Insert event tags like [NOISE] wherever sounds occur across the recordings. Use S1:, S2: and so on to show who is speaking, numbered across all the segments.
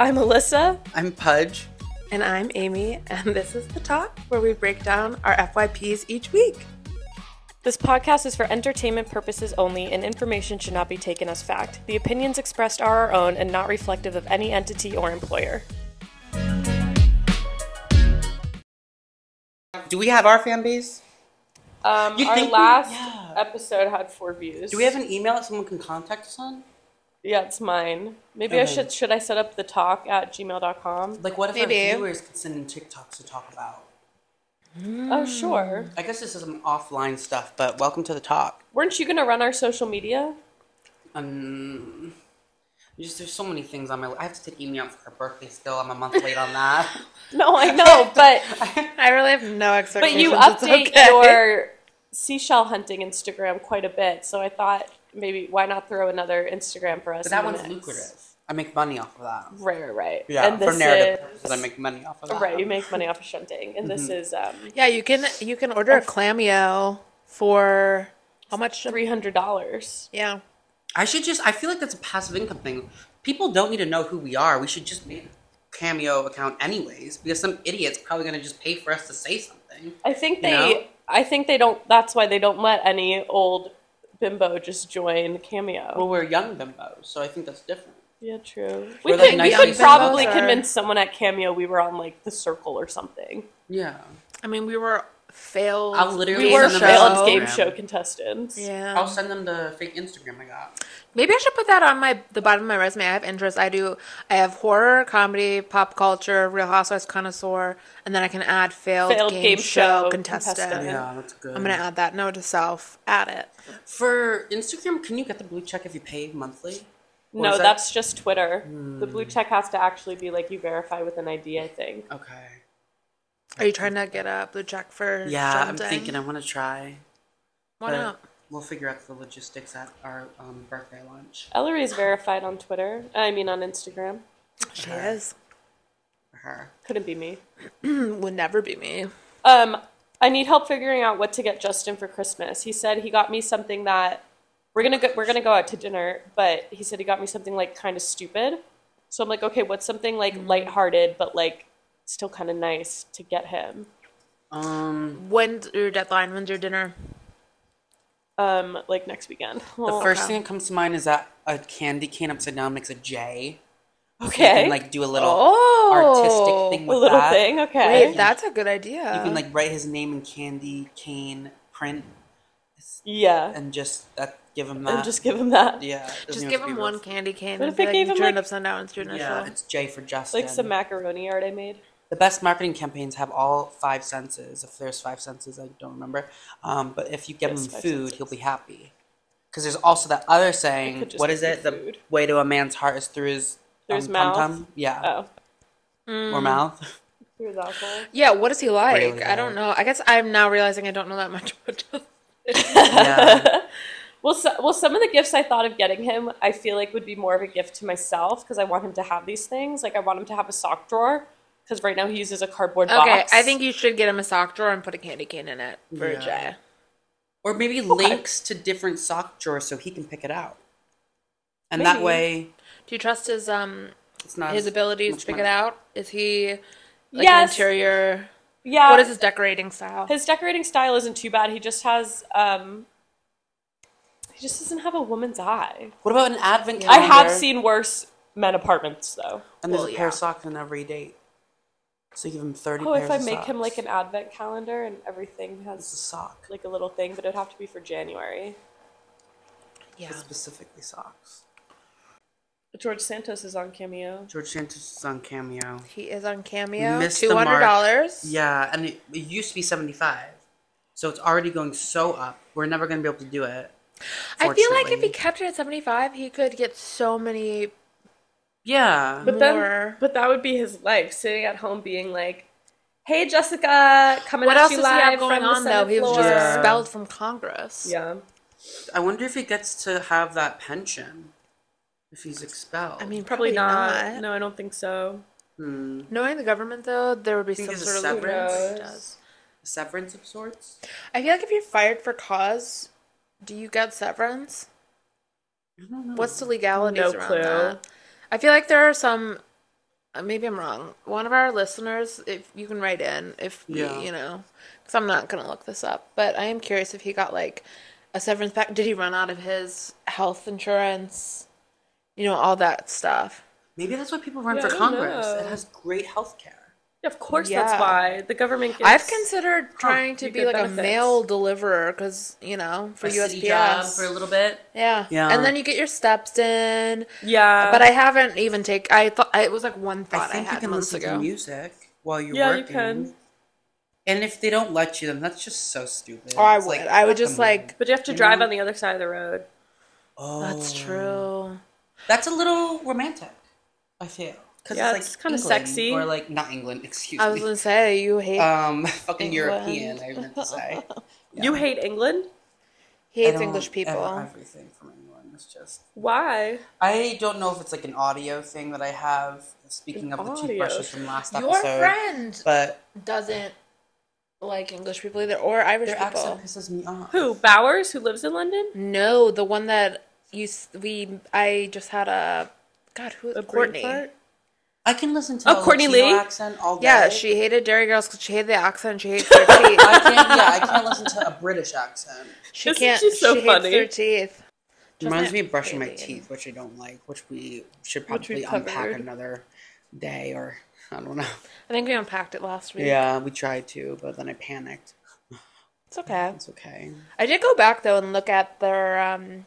S1: I'm Alyssa.
S2: I'm Pudge.
S1: And I'm Amy, and this is The Talk, where we break down our FYPs each week.
S3: This podcast is for entertainment purposes only, and information should not be taken as fact. The opinions expressed are our own and not reflective of any entity or employer.
S2: Do we have our fan base?
S3: Um,
S2: You
S3: our
S2: think we-
S3: last
S2: yeah.
S3: episode had four views.
S2: Do we have an email that someone can contact us on?
S3: Yeah, it's mine. Maybe I
S2: Okay.
S3: should should I set up the talk at gmail.com?
S2: Like, what if
S1: Maybe.
S2: our viewers could send in TikToks to talk about? Mm.
S3: Oh sure.
S2: I guess this is some offline stuff, but welcome to the talk.
S3: Weren't you gonna run our social media?
S2: Um, just there's so many things on my. I have to take Amy out for her birthday still. I'm a month late on that.
S3: [LAUGHS] No, I know,
S2: [LAUGHS]
S3: but
S1: I really have no
S3: but
S1: expectations.
S3: you
S1: It's
S3: update
S1: okay.
S3: your seashell hunting Instagram quite a bit, so I thought maybe why not throw another Instagram for us?
S2: But that
S3: in the
S2: one's
S3: mix?
S2: lucrative. I make money off of that.
S3: Right, right, right.
S2: Yeah,
S3: and
S2: for
S3: this
S2: narrative
S3: is-
S2: purposes, I make money off of that.
S3: Right, you make money off of shunting, and
S2: Mm-hmm.
S3: this is um,
S1: [LAUGHS] Yeah, you can you can order a clamio for how much?
S3: three hundred dollars.
S1: Yeah.
S2: I should just. I feel like that's a passive income thing. People don't need to know who we are. We should just make a cameo account anyways, because some idiot's probably gonna just pay for us to say something.
S3: I think they,
S2: know?
S3: I think they don't. That's why they don't let any old bimbo just join Cameo.
S2: Well, we're young bimbos, so I think that's different.
S3: yeah, true. We
S2: We're like
S3: could, we
S2: nice
S3: could
S2: bimbos.
S3: probably
S1: Are-
S3: convince someone at Cameo we were on like the Circle or something.
S2: Yeah.
S1: I mean, we were failed.
S2: I'll literally
S3: We
S2: Game
S3: were
S2: show.
S3: failed game
S2: Instagram.
S3: show contestants.
S1: Yeah.
S2: I'll send them the fake Instagram I got.
S1: Maybe I should put that on my the bottom of my resume. I have interests. I do. I have horror, comedy, pop culture, Real Housewives connoisseur, and then I can add failed,
S3: Failed
S1: game,
S3: game
S1: show
S3: show
S1: contestant.
S3: contestant.
S2: Yeah, that's good.
S1: I'm gonna add that note to self. Add it.
S2: for Instagram. Can you get the blue check if you pay monthly? Or
S3: No,
S2: is that- Hmm.
S3: that's just Twitter. The blue check has to actually be like you verify with an ID. I think.
S2: okay.
S1: Are you trying to get a blue check for?
S2: Yeah,
S1: something?
S2: I'm thinking I want to try.
S1: Why
S2: but
S1: not?
S2: We'll figure out the logistics at our um, birthday lunch.
S3: Ellery's verified on Twitter. I mean on Instagram.
S1: She
S2: Uh-huh.
S1: is.
S2: For her.
S3: Couldn't be me.
S1: Would never be me.
S3: Um, I need help figuring out what to get Justin for Christmas. He said he got me something that we're gonna go, we're gonna go out to dinner, but he said he got me something like kind of stupid. So I'm like, okay, what's something like
S2: Mm-hmm.
S3: lighthearted but like still kind of nice to get him?
S2: Um,
S1: When's your deadline? When's your dinner?
S3: Um, like next weekend.
S2: the
S3: Well,
S2: first
S1: okay.
S2: thing that comes to mind is that a candy cane upside down makes a J. You
S3: okay,
S2: can like do a little
S1: Oh.
S2: artistic
S3: a
S2: thing with
S3: little
S2: that.
S3: thing. Okay,
S1: Wait, that's a good idea.
S2: You can like write his name in candy cane print
S3: yeah, and,
S2: and just uh, give him that.
S3: just give him that.
S2: yeah. it doesn't
S1: just
S2: even
S1: give
S2: have to
S1: him
S2: be
S1: one
S2: real-
S1: candy cane.
S3: What
S1: and
S3: if
S1: be
S3: I
S1: like,
S3: gave
S1: you
S3: him,
S1: turned
S3: like-
S1: upside down into your initial?
S2: Yeah, it's J for Justin.
S3: Like some macaroni art I made.
S2: the best marketing campaigns have all five senses. If there's five senses, I don't remember. Um, but if you give
S3: Yes,
S2: him
S3: five
S2: food, he'll be happy. Because there's also that other saying.
S3: could just
S2: What is
S3: be
S2: it? The
S3: food.
S2: way to a man's heart is through his
S3: Through
S2: um,
S3: his mouth?
S2: tum-tum. Yeah,
S3: Oh,
S2: or mouth.
S3: you're that awful.
S1: Yeah, what is he like?
S2: Really
S1: I don't
S2: bad.
S1: know. I guess I'm now realizing I don't know that much [LAUGHS] about Justin.
S2: yeah.
S3: [LAUGHS] Well, so, well, some of the gifts I thought of getting him, I feel like would be more of a gift to myself because I want him to have these things. Like I want him to have a sock drawer because right now he uses a cardboard
S1: Okay,
S3: box.
S1: I think you should get him a sock drawer and put a candy cane in it for
S2: Yeah.
S1: Jay.
S2: Or maybe links to different sock drawers so he can pick it out. And that
S3: Maybe.
S2: way,
S1: Do you trust his um
S2: it's not
S1: his
S2: as
S1: ability to
S2: much
S1: pick
S2: money.
S1: it out? Is he like an
S3: Yes.
S1: interior?
S3: yeah.
S1: What is his decorating style?
S3: his decorating style isn't too bad. He just has um, he just doesn't have a woman's eye.
S2: What about an advent
S3: I
S2: calendar?
S3: have seen worse men apartments though.
S2: And there's
S1: Well,
S2: a pair of
S1: yeah.
S2: socks on every date. So give him thirty.
S3: Oh,
S2: pairs
S3: if I
S2: of
S3: make him like
S2: socks.
S3: an advent calendar and everything
S2: It's a
S3: has
S2: sock,
S3: like a little thing, but it'd have to be for January.
S1: Yeah.
S2: specifically socks.
S3: George Santos is on cameo.
S2: George Santos is on Cameo.
S1: He is on Cameo.
S2: Missed
S1: Two
S2: the mark.
S1: hundred dollars.
S2: Yeah, and it, it used to be seventy-five, so it's already going so up. We're never gonna be able to do it.
S1: I feel like if
S2: fortunately.
S1: he kept it at seventy five, he could get so many
S2: yeah,
S3: But then,
S1: more.
S3: but that would be his life, sitting at home being like, "Hey, Jessica, coming
S1: What
S3: at
S1: else
S3: you
S1: does he
S3: live
S1: have going
S3: from
S1: on
S3: the
S1: though?
S3: Senate
S1: He was
S3: floor."
S1: just
S2: Yeah.
S1: expelled from Congress.
S3: yeah.
S2: I wonder if he gets to have that pension if he's expelled.
S1: I mean,
S3: Probably,
S1: probably,
S3: not.
S1: not.
S3: No, I don't think so.
S2: hmm.
S1: Knowing the government, though, there would be
S2: Think
S1: some
S2: it's a
S1: sort of
S2: severance?
S1: severance.
S3: Who knows?
S2: severance of sorts.
S1: I feel like if you're fired for cause, Do you get severance?
S2: I don't know.
S1: What's the legalities
S4: No
S1: around
S4: clue.
S1: that? I feel like there are some. uh, Maybe I'm wrong. One of our listeners, if you can write in, if we-
S2: Yeah.
S1: you know, because I'm not gonna look this up, but I am curious if he got like a severance pack. Did he run out of his health insurance? You know, all that stuff.
S2: Maybe that's why people run
S3: Yeah,
S2: for
S3: I don't
S2: Congress.
S3: know.
S2: It has great health care.
S3: Of course,
S1: Yeah.
S3: that's why the government. Gets,
S1: I've considered trying to
S3: you
S1: be
S3: get
S1: like a
S3: benefits.
S1: mail deliverer because you know for
S2: A city job
S1: USPS
S2: for a little bit.
S1: Yeah.
S2: Yeah. Uh,
S1: And then you get your steps in.
S3: Yeah,
S1: But I haven't even take. I thought it was like one
S2: I
S1: thought I,
S2: think you
S1: had
S2: can
S1: months
S2: listen to
S1: ago.
S2: music while you're
S3: Yeah, you
S2: working.
S3: can.
S2: And if they don't let you, then that's just so stupid.
S1: Or Oh, I
S2: It's
S1: would.
S2: like,
S1: I
S2: fuck
S1: would just
S2: them.
S1: like.
S3: But you have to drive on the other side of the road.
S2: Oh,
S1: That's true.
S2: That's a little romantic. I feel because
S3: Yeah,
S2: it's,
S3: it's
S2: like
S3: kinda
S2: England,
S3: sexy.
S2: or like not England. Excuse
S1: [LAUGHS] I was
S2: me.
S1: gonna say you hate
S2: Um, fucking
S1: England.
S2: European. I meant to say. [LAUGHS]
S3: You hate England?
S1: he
S2: I
S1: hates
S2: don't
S1: English people.
S2: ever- everything from England. It's just.
S3: Why?
S2: I don't know if it's like an audio thing that I have. Speaking of the
S3: Audio.
S2: toothbrushes from last
S1: Your
S2: episode,
S1: friend
S2: but
S1: doesn't like English people either, or Irish
S2: their
S1: people.
S2: accent pisses me off.
S3: Who? Bowers, who lives in London?
S1: No, the one that you s- we I just had a God who
S3: The British
S1: Courtney.
S3: part?
S2: I can listen to
S3: Oh,
S2: a
S3: Courtney
S2: Latino
S3: Lee?
S2: accent all day.
S1: Yeah, she hated Dairy Girls because she hated the accent. She hates [LAUGHS] their teeth.
S2: I can't, yeah, I can't listen to a British
S3: [LAUGHS]
S2: accent.
S1: She
S3: Isn't
S1: can't.
S3: she so
S1: she
S3: funny?
S1: hates their teeth.
S2: Reminds
S1: Doesn't
S2: me
S1: it
S2: of brushing my
S1: really?
S2: teeth, which I don't like, which we should
S3: Which
S2: probably
S3: we
S2: unpack
S3: covered.
S2: another day or [LAUGHS] I don't know.
S1: I think we unpacked it last week.
S2: Yeah, we tried to, but then I panicked.
S1: It's okay.
S2: It's okay.
S1: I did go back though and look at their um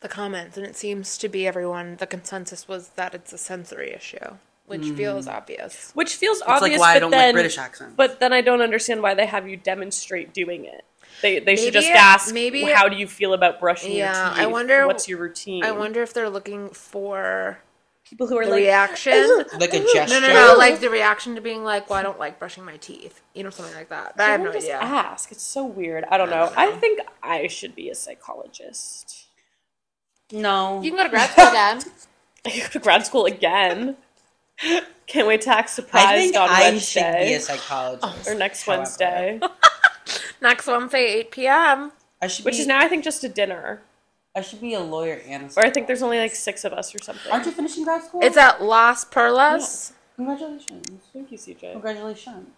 S1: the comments and it seems to be everyone the consensus was that it's a sensory issue, which
S2: Hmm.
S1: feels obvious.
S3: Which feels
S2: It's
S3: obvious,
S2: like why
S3: but
S2: I don't
S3: then,
S2: like British accents.
S3: But then I don't understand why they have you demonstrate doing it. They, they should
S1: Maybe
S3: just
S1: it-
S3: ask,
S1: maybe
S3: maybe
S1: it-
S3: how do you feel about brushing
S1: Yeah,
S3: your
S1: I
S3: teeth?
S1: wonder-
S3: What's your routine?
S2: Hmm.
S1: I wonder if they're looking for
S3: People who are
S1: the
S3: like,
S2: [LAUGHS]
S1: reaction.
S2: like a
S1: No,
S2: gesture.
S1: no, no, like the reaction to being like, "Well, I don't like brushing my teeth," you know, something like that. But I have
S3: "Someone
S1: no
S3: just
S1: idea.
S3: ask. It's so weird. I don't know. I think I should be a psychologist. [LAUGHS]
S2: no.
S1: [LAUGHS] You can go to
S2: [LAUGHS]
S1: grad school again.
S3: I go to grad school again. [LAUGHS] Can't wait to act
S2: I
S3: surprised
S2: think
S3: on
S2: I should be
S3: Wednesday
S2: a psychologist.
S3: or next
S2: however.
S3: Wednesday,
S1: Next Wednesday, eight p.m.
S2: I should
S3: which
S1: [LAUGHS]
S2: be,
S3: is now I think just a dinner.
S2: I should be a lawyer and a
S3: Or I think there's only like six of us or something.
S2: Aren't you finishing grad school?
S1: It's at Las Perlas.
S2: Congratulations.
S3: Thank you, CJ.
S2: Congratulations.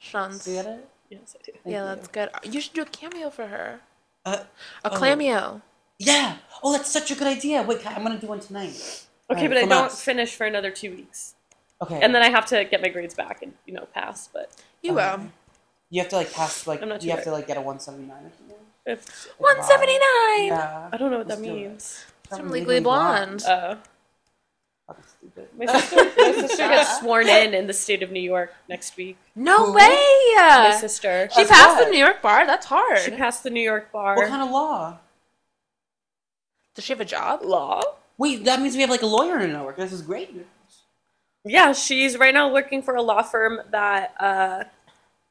S1: Shuns.
S2: Do you get it?
S3: Yes, I do.
S2: Thank
S1: yeah,
S2: you.
S1: that's good. You should do a cameo for her.
S2: Uh,
S1: A
S2: Oh.
S1: cameo.
S2: Yeah. Oh, that's such a good idea. Wait, I'm gonna do one tonight.
S3: Okay,
S2: Alright,
S3: but I
S2: come
S3: don't
S2: on.
S3: finish for another two weeks,
S2: Okay.
S3: and then I have to get my grades back and you know pass. But
S1: You um,
S2: Okay.
S1: will.
S2: you have to like pass like
S3: I'm not
S2: you
S3: sure.
S2: have to like get a 179 or something.
S3: if,
S1: One seventy nine.
S2: Yeah.
S3: I don't know what that
S2: Let's do it.
S3: means.
S1: From Legally Blonde.
S3: Uh,
S2: Fucking stupid.
S3: my sister,
S2: [LAUGHS]
S3: my sister gets sworn in in the state of New York next week.
S1: No
S2: Who?
S3: My
S1: way.
S3: sister,
S1: Uh, She
S2: Of
S1: passed the
S2: what?
S1: New York bar. That's hard.
S3: she passed the New York bar
S2: What kind of law?
S1: Does she have a job?
S3: law.
S2: Wait, that means we have like a lawyer in our work. This is great.
S3: Yeah, she's right now working for a law firm that uh,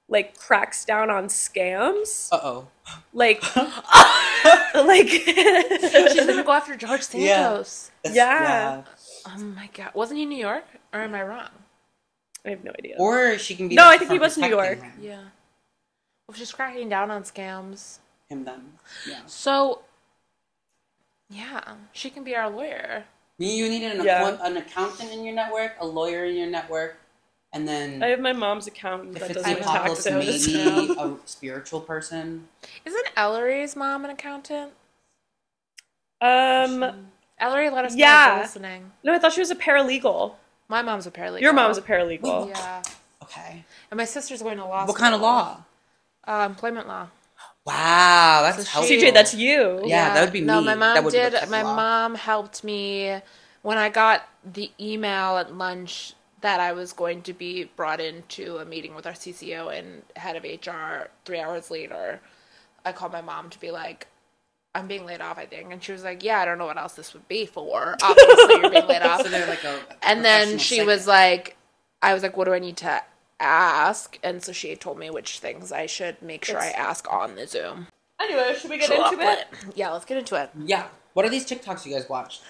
S3: like cracks down on scams.
S2: Uh oh.
S3: Like, [LAUGHS] like
S1: She's gonna go after George
S2: [LAUGHS] Yeah.
S1: Santos.
S3: Yeah.
S1: Oh my god. Wasn't he in New York? Or am I wrong?
S3: I have no idea.
S2: Or she can be.
S3: No,
S2: like,
S3: I think he
S2: from
S3: was New
S2: protecting
S3: York.
S2: Him,
S1: Yeah. Well, she's cracking down on scams.
S2: him then. Yeah.
S1: So yeah, she can be our lawyer.
S2: You need an,
S3: Yeah.
S2: one- an accountant in your network, a lawyer in your network, and then
S3: I have my mom's accountant
S2: if
S3: that
S2: it's
S3: does my
S2: the
S1: even talk
S2: apocalypse,
S1: to
S3: taxes. [LAUGHS]
S1: me.
S2: maybe a spiritual person.
S1: Isn't Ellery's mom an accountant?
S3: Um,
S1: Ellery, let us know if
S3: Yeah.
S1: you're listening.
S3: no, I thought she was a paralegal.
S1: My mom's a paralegal.
S3: Your mom's a paralegal.
S1: oh. Yeah.
S2: Okay.
S1: And my sister's going to law
S2: What
S1: school.
S2: kind of law?
S1: Uh, employment law.
S2: Wow, that's
S1: So
S2: helpful.
S1: she-
S3: CJ, Oh, that's you.
S2: Yeah. that would be
S1: No,
S2: me.
S1: my mom
S2: That would be
S1: did.
S2: the tech
S1: My
S2: law.
S1: mom helped me when I got the email at lunch that I was going to be brought into a meeting with our CCO and head of HR. Three hours later, I called my mom to be like, "I'm being laid off, I think," and she was like, "Yeah, I don't know what else this would
S2: [LAUGHS]
S1: be for. Obviously, you're being laid off."
S2: [LAUGHS] So they're like a
S1: [LAUGHS] and then
S2: professional
S1: she
S2: psychic.
S1: was like i was like what do i need to ask and so she told me which things i should make sure i ask on the zoom
S3: Anyway, should we get into it?
S1: yeah let's get into it
S2: "Yeah, what are these TikToks you guys [LAUGHS] watched?"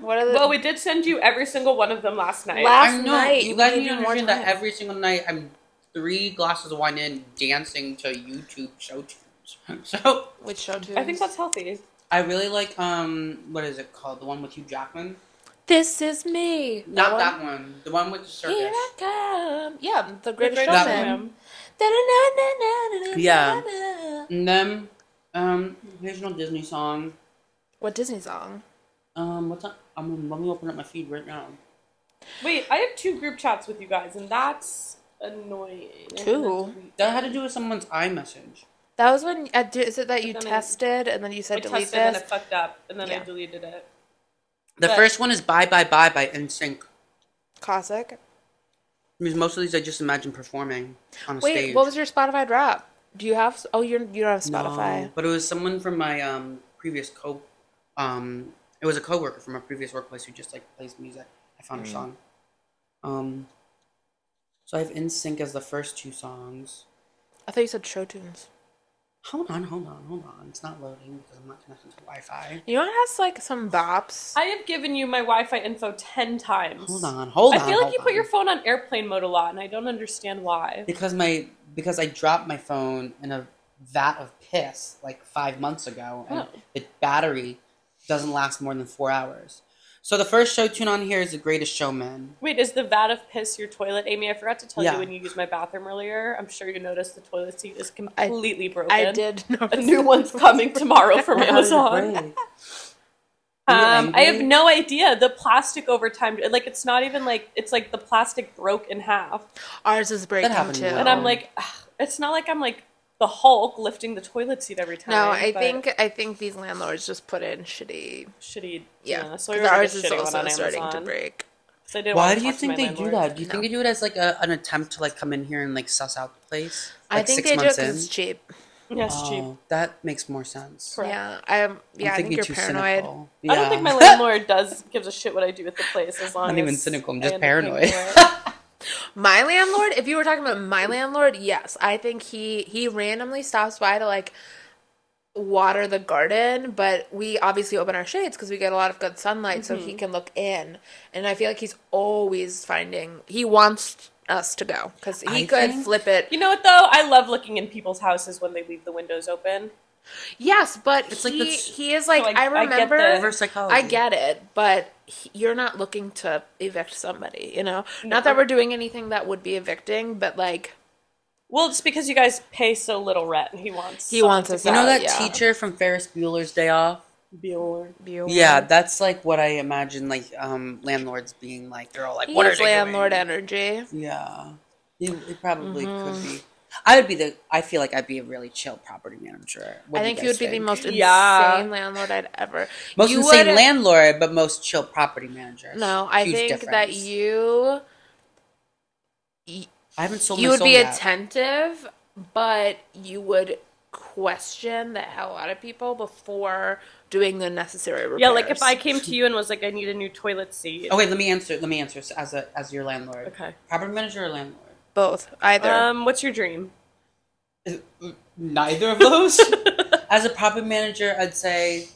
S1: what are the
S3: Well, we did send you every single one of them last night.
S1: Last-
S2: I know
S1: night,
S2: you
S1: you
S2: guys
S1: gave
S2: need to
S1: me more
S2: understand that
S1: time.
S2: every single night I'm three glasses of wine in, dancing to YouTube show tunes. [LAUGHS] So
S1: Which show tunes?
S3: I think that's healthy.
S2: I really like um what is it called? The one with Hugh Jackman?
S1: This is me.
S2: Not that one. The one with the
S1: Here
S2: circus.
S1: I come. Yeah, the
S3: The
S1: greatest
S3: Greatest Showman.
S1: showman.
S2: Yeah. And then um original Disney song.
S1: What Disney song?
S2: Um what's up? I'm let me open up my feed right now.
S3: Wait, I have two group chats with you guys, and that's annoying.
S1: Two?
S2: That had to do with someone's iMessage.
S1: That was when uh, di- is it that you
S3: Then I-
S1: tested and then you
S3: I
S1: said
S3: tested
S1: delete
S3: it and
S1: this?
S3: it fucked up, and then
S1: Yeah.
S3: I deleted it.
S2: The
S3: But-
S2: first one is Bye Bye Bye by NSYNC.
S1: Cossack.
S2: I mean, most of these I just imagine performing on a
S1: Wait,
S2: stage.
S1: what was your Spotify drop? Do you have? Oh, you're you don't have Spotify.
S2: No, Um, but it was someone from my um, previous co. Um, it was a coworker from my previous workplace who just like plays music. I found her song. Um, so I have In Sync as the first two songs.
S1: I thought you said show tunes.
S2: Hold on, hold on, hold on. It's not loading because I'm not connected to Wi-Fi.
S1: You know, it has like some bops.
S3: I have given you my Wi-Fi info ten times.
S2: Hold on, hold
S3: I
S2: on.
S3: feel like
S2: hold
S3: you put your
S2: on.
S3: phone on airplane mode a lot, and I don't understand why.
S2: because my because I dropped my phone in a vat of piss like five months ago, and
S3: Oh.
S2: the battery doesn't last more than four hours. So the first show tune on here is The Greatest Showman.
S3: Wait, is the vat of piss your toilet, Amy? I forgot to tell
S2: Yeah.
S3: you when you used my bathroom earlier. I'm sure you noticed the toilet seat is completely broken.
S1: I did.
S3: [LAUGHS] A new one's coming tomorrow from [LAUGHS] Amazon.
S2: Great. Are you
S3: Um, I have
S2: angry?
S3: no idea. The plastic over time, like it's not even like it's like the plastic broke in half,
S1: Ours is breaking
S2: happened
S1: too.
S2: to
S3: and
S2: Oh.
S3: I'm like, ugh, it's not like I'm like the Hulk lifting the toilet seat every time.
S1: no, I
S3: but
S1: think I think these landlords just put in shitty.
S3: shitty.
S1: Yeah,
S3: so I
S1: 'cause
S3: ordered a
S1: ours is
S3: shitty one
S1: also
S3: on
S1: starting
S3: Amazon.
S1: to break.
S3: 'cause I didn't
S2: Why
S3: wanna
S2: do you
S3: talk to
S2: think
S3: my
S2: they do
S3: landlord.
S2: that? Do you think
S1: No.
S2: they do it as like a, an attempt to like come in here and like suss out the place?
S1: I
S2: Like,
S1: think
S2: six
S1: they do it
S2: months
S1: because
S2: in?
S1: it's cheap.
S3: Yeah, it's cheap.
S2: Oh, that makes more sense.
S3: Correct.
S1: Yeah, I'm. Yeah, i think
S2: thinking
S1: you're
S2: too
S1: paranoid.
S2: cynical.
S3: I don't think
S2: Yeah.
S3: my
S1: [LAUGHS]
S3: landlord does gives a shit what I do with the place as long
S2: Not
S3: as
S2: even cynical, I'm
S3: I
S2: just
S3: end up paying
S2: paranoid.
S3: for it.
S1: My landlord. If you were talking about my landlord, yes, I think he he randomly stops by to like water the garden, but we obviously open our shades because we get a lot of good sunlight, so
S3: Mm-hmm.
S1: he can look in. And I feel like he's always finding. He wants us to go because he
S2: I
S1: could
S2: think-
S1: flip it.
S3: you know what though? I love looking in people's houses when they leave the windows open.
S1: Yes, but
S2: It's like
S1: he
S2: this-
S1: he is like
S3: So I- I
S1: I,
S3: get
S1: remember.
S3: the-
S2: Reverse psychology.
S1: I get it, but he- you're not looking to evict somebody, you know? Not that
S3: No.
S1: we're doing anything that would be evicting, but like,
S3: Well, it's because you guys pay so little rent. He wants.
S1: He
S3: someone
S1: wants
S3: to
S1: us
S2: You know
S1: out.
S3: come.
S2: that
S1: yeah.
S2: teacher from Ferris Bueller's Day Off?
S3: Bueller.
S1: you.
S2: Yeah, that's like what I imagine like um landlords being like. They're all like,
S1: He
S2: "What are
S1: has
S2: they
S1: landlord
S2: doing?"
S1: energy.
S2: Yeah, it, it probably could
S1: Mm-hmm.
S2: be. I would be the. I feel like I'd be a really chill property manager. What
S1: I
S2: do
S1: think you
S2: guys
S1: would be the most insane
S3: Yeah.
S1: landlord I'd ever.
S2: Most
S1: you
S2: insane
S1: would-
S2: landlord, but most chill property manager.
S1: No, I
S2: Huge
S1: think that
S2: difference.
S1: you
S2: I haven't sold.
S1: you
S2: my
S1: would
S2: soul
S1: be
S2: yet.
S1: attentive, but you would question the hell out of people before doing the necessary repairs.
S3: Yeah, like if I came to you and was like, I need a new toilet seat.
S2: Oh wait, let me answer. Let me answer s- as a as your landlord.
S3: Okay.
S2: Property manager or landlord?
S1: both either.
S3: Um, what's your dream?
S2: Neither of
S1: [LAUGHS]
S2: those. as a property manager, I'd say,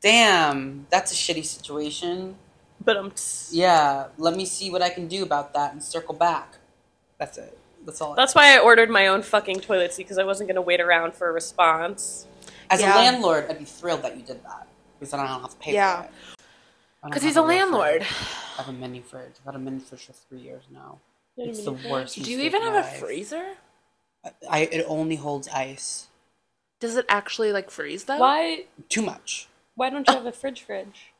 S2: "Damn, that's a shitty situation.
S3: But um,
S2: Yeah, let me see what I can do about that and circle back." That's it. That's all.
S3: that's why I ordered my own fucking toilet seat because I wasn't gonna wait around for a response.
S2: As
S1: Yeah.
S2: a landlord, I'd be thrilled that you did that because then I don't have to pay
S1: Yeah.
S2: for it. I don't have
S1: Because he's a
S2: real
S1: landlord.
S2: fridge. I have a mini fridge. I've had a mini fridge for three years now.
S3: You know
S2: It's
S3: what
S2: the
S3: I mean?
S2: worst.
S1: Do you
S2: mistake
S1: even
S2: in
S1: have
S2: my
S1: a
S2: life.
S1: freezer?
S2: I it only holds ice.
S1: Does it actually like freeze though?
S3: Why?
S2: Too much.
S3: Why don't you have a fridge? Fridge?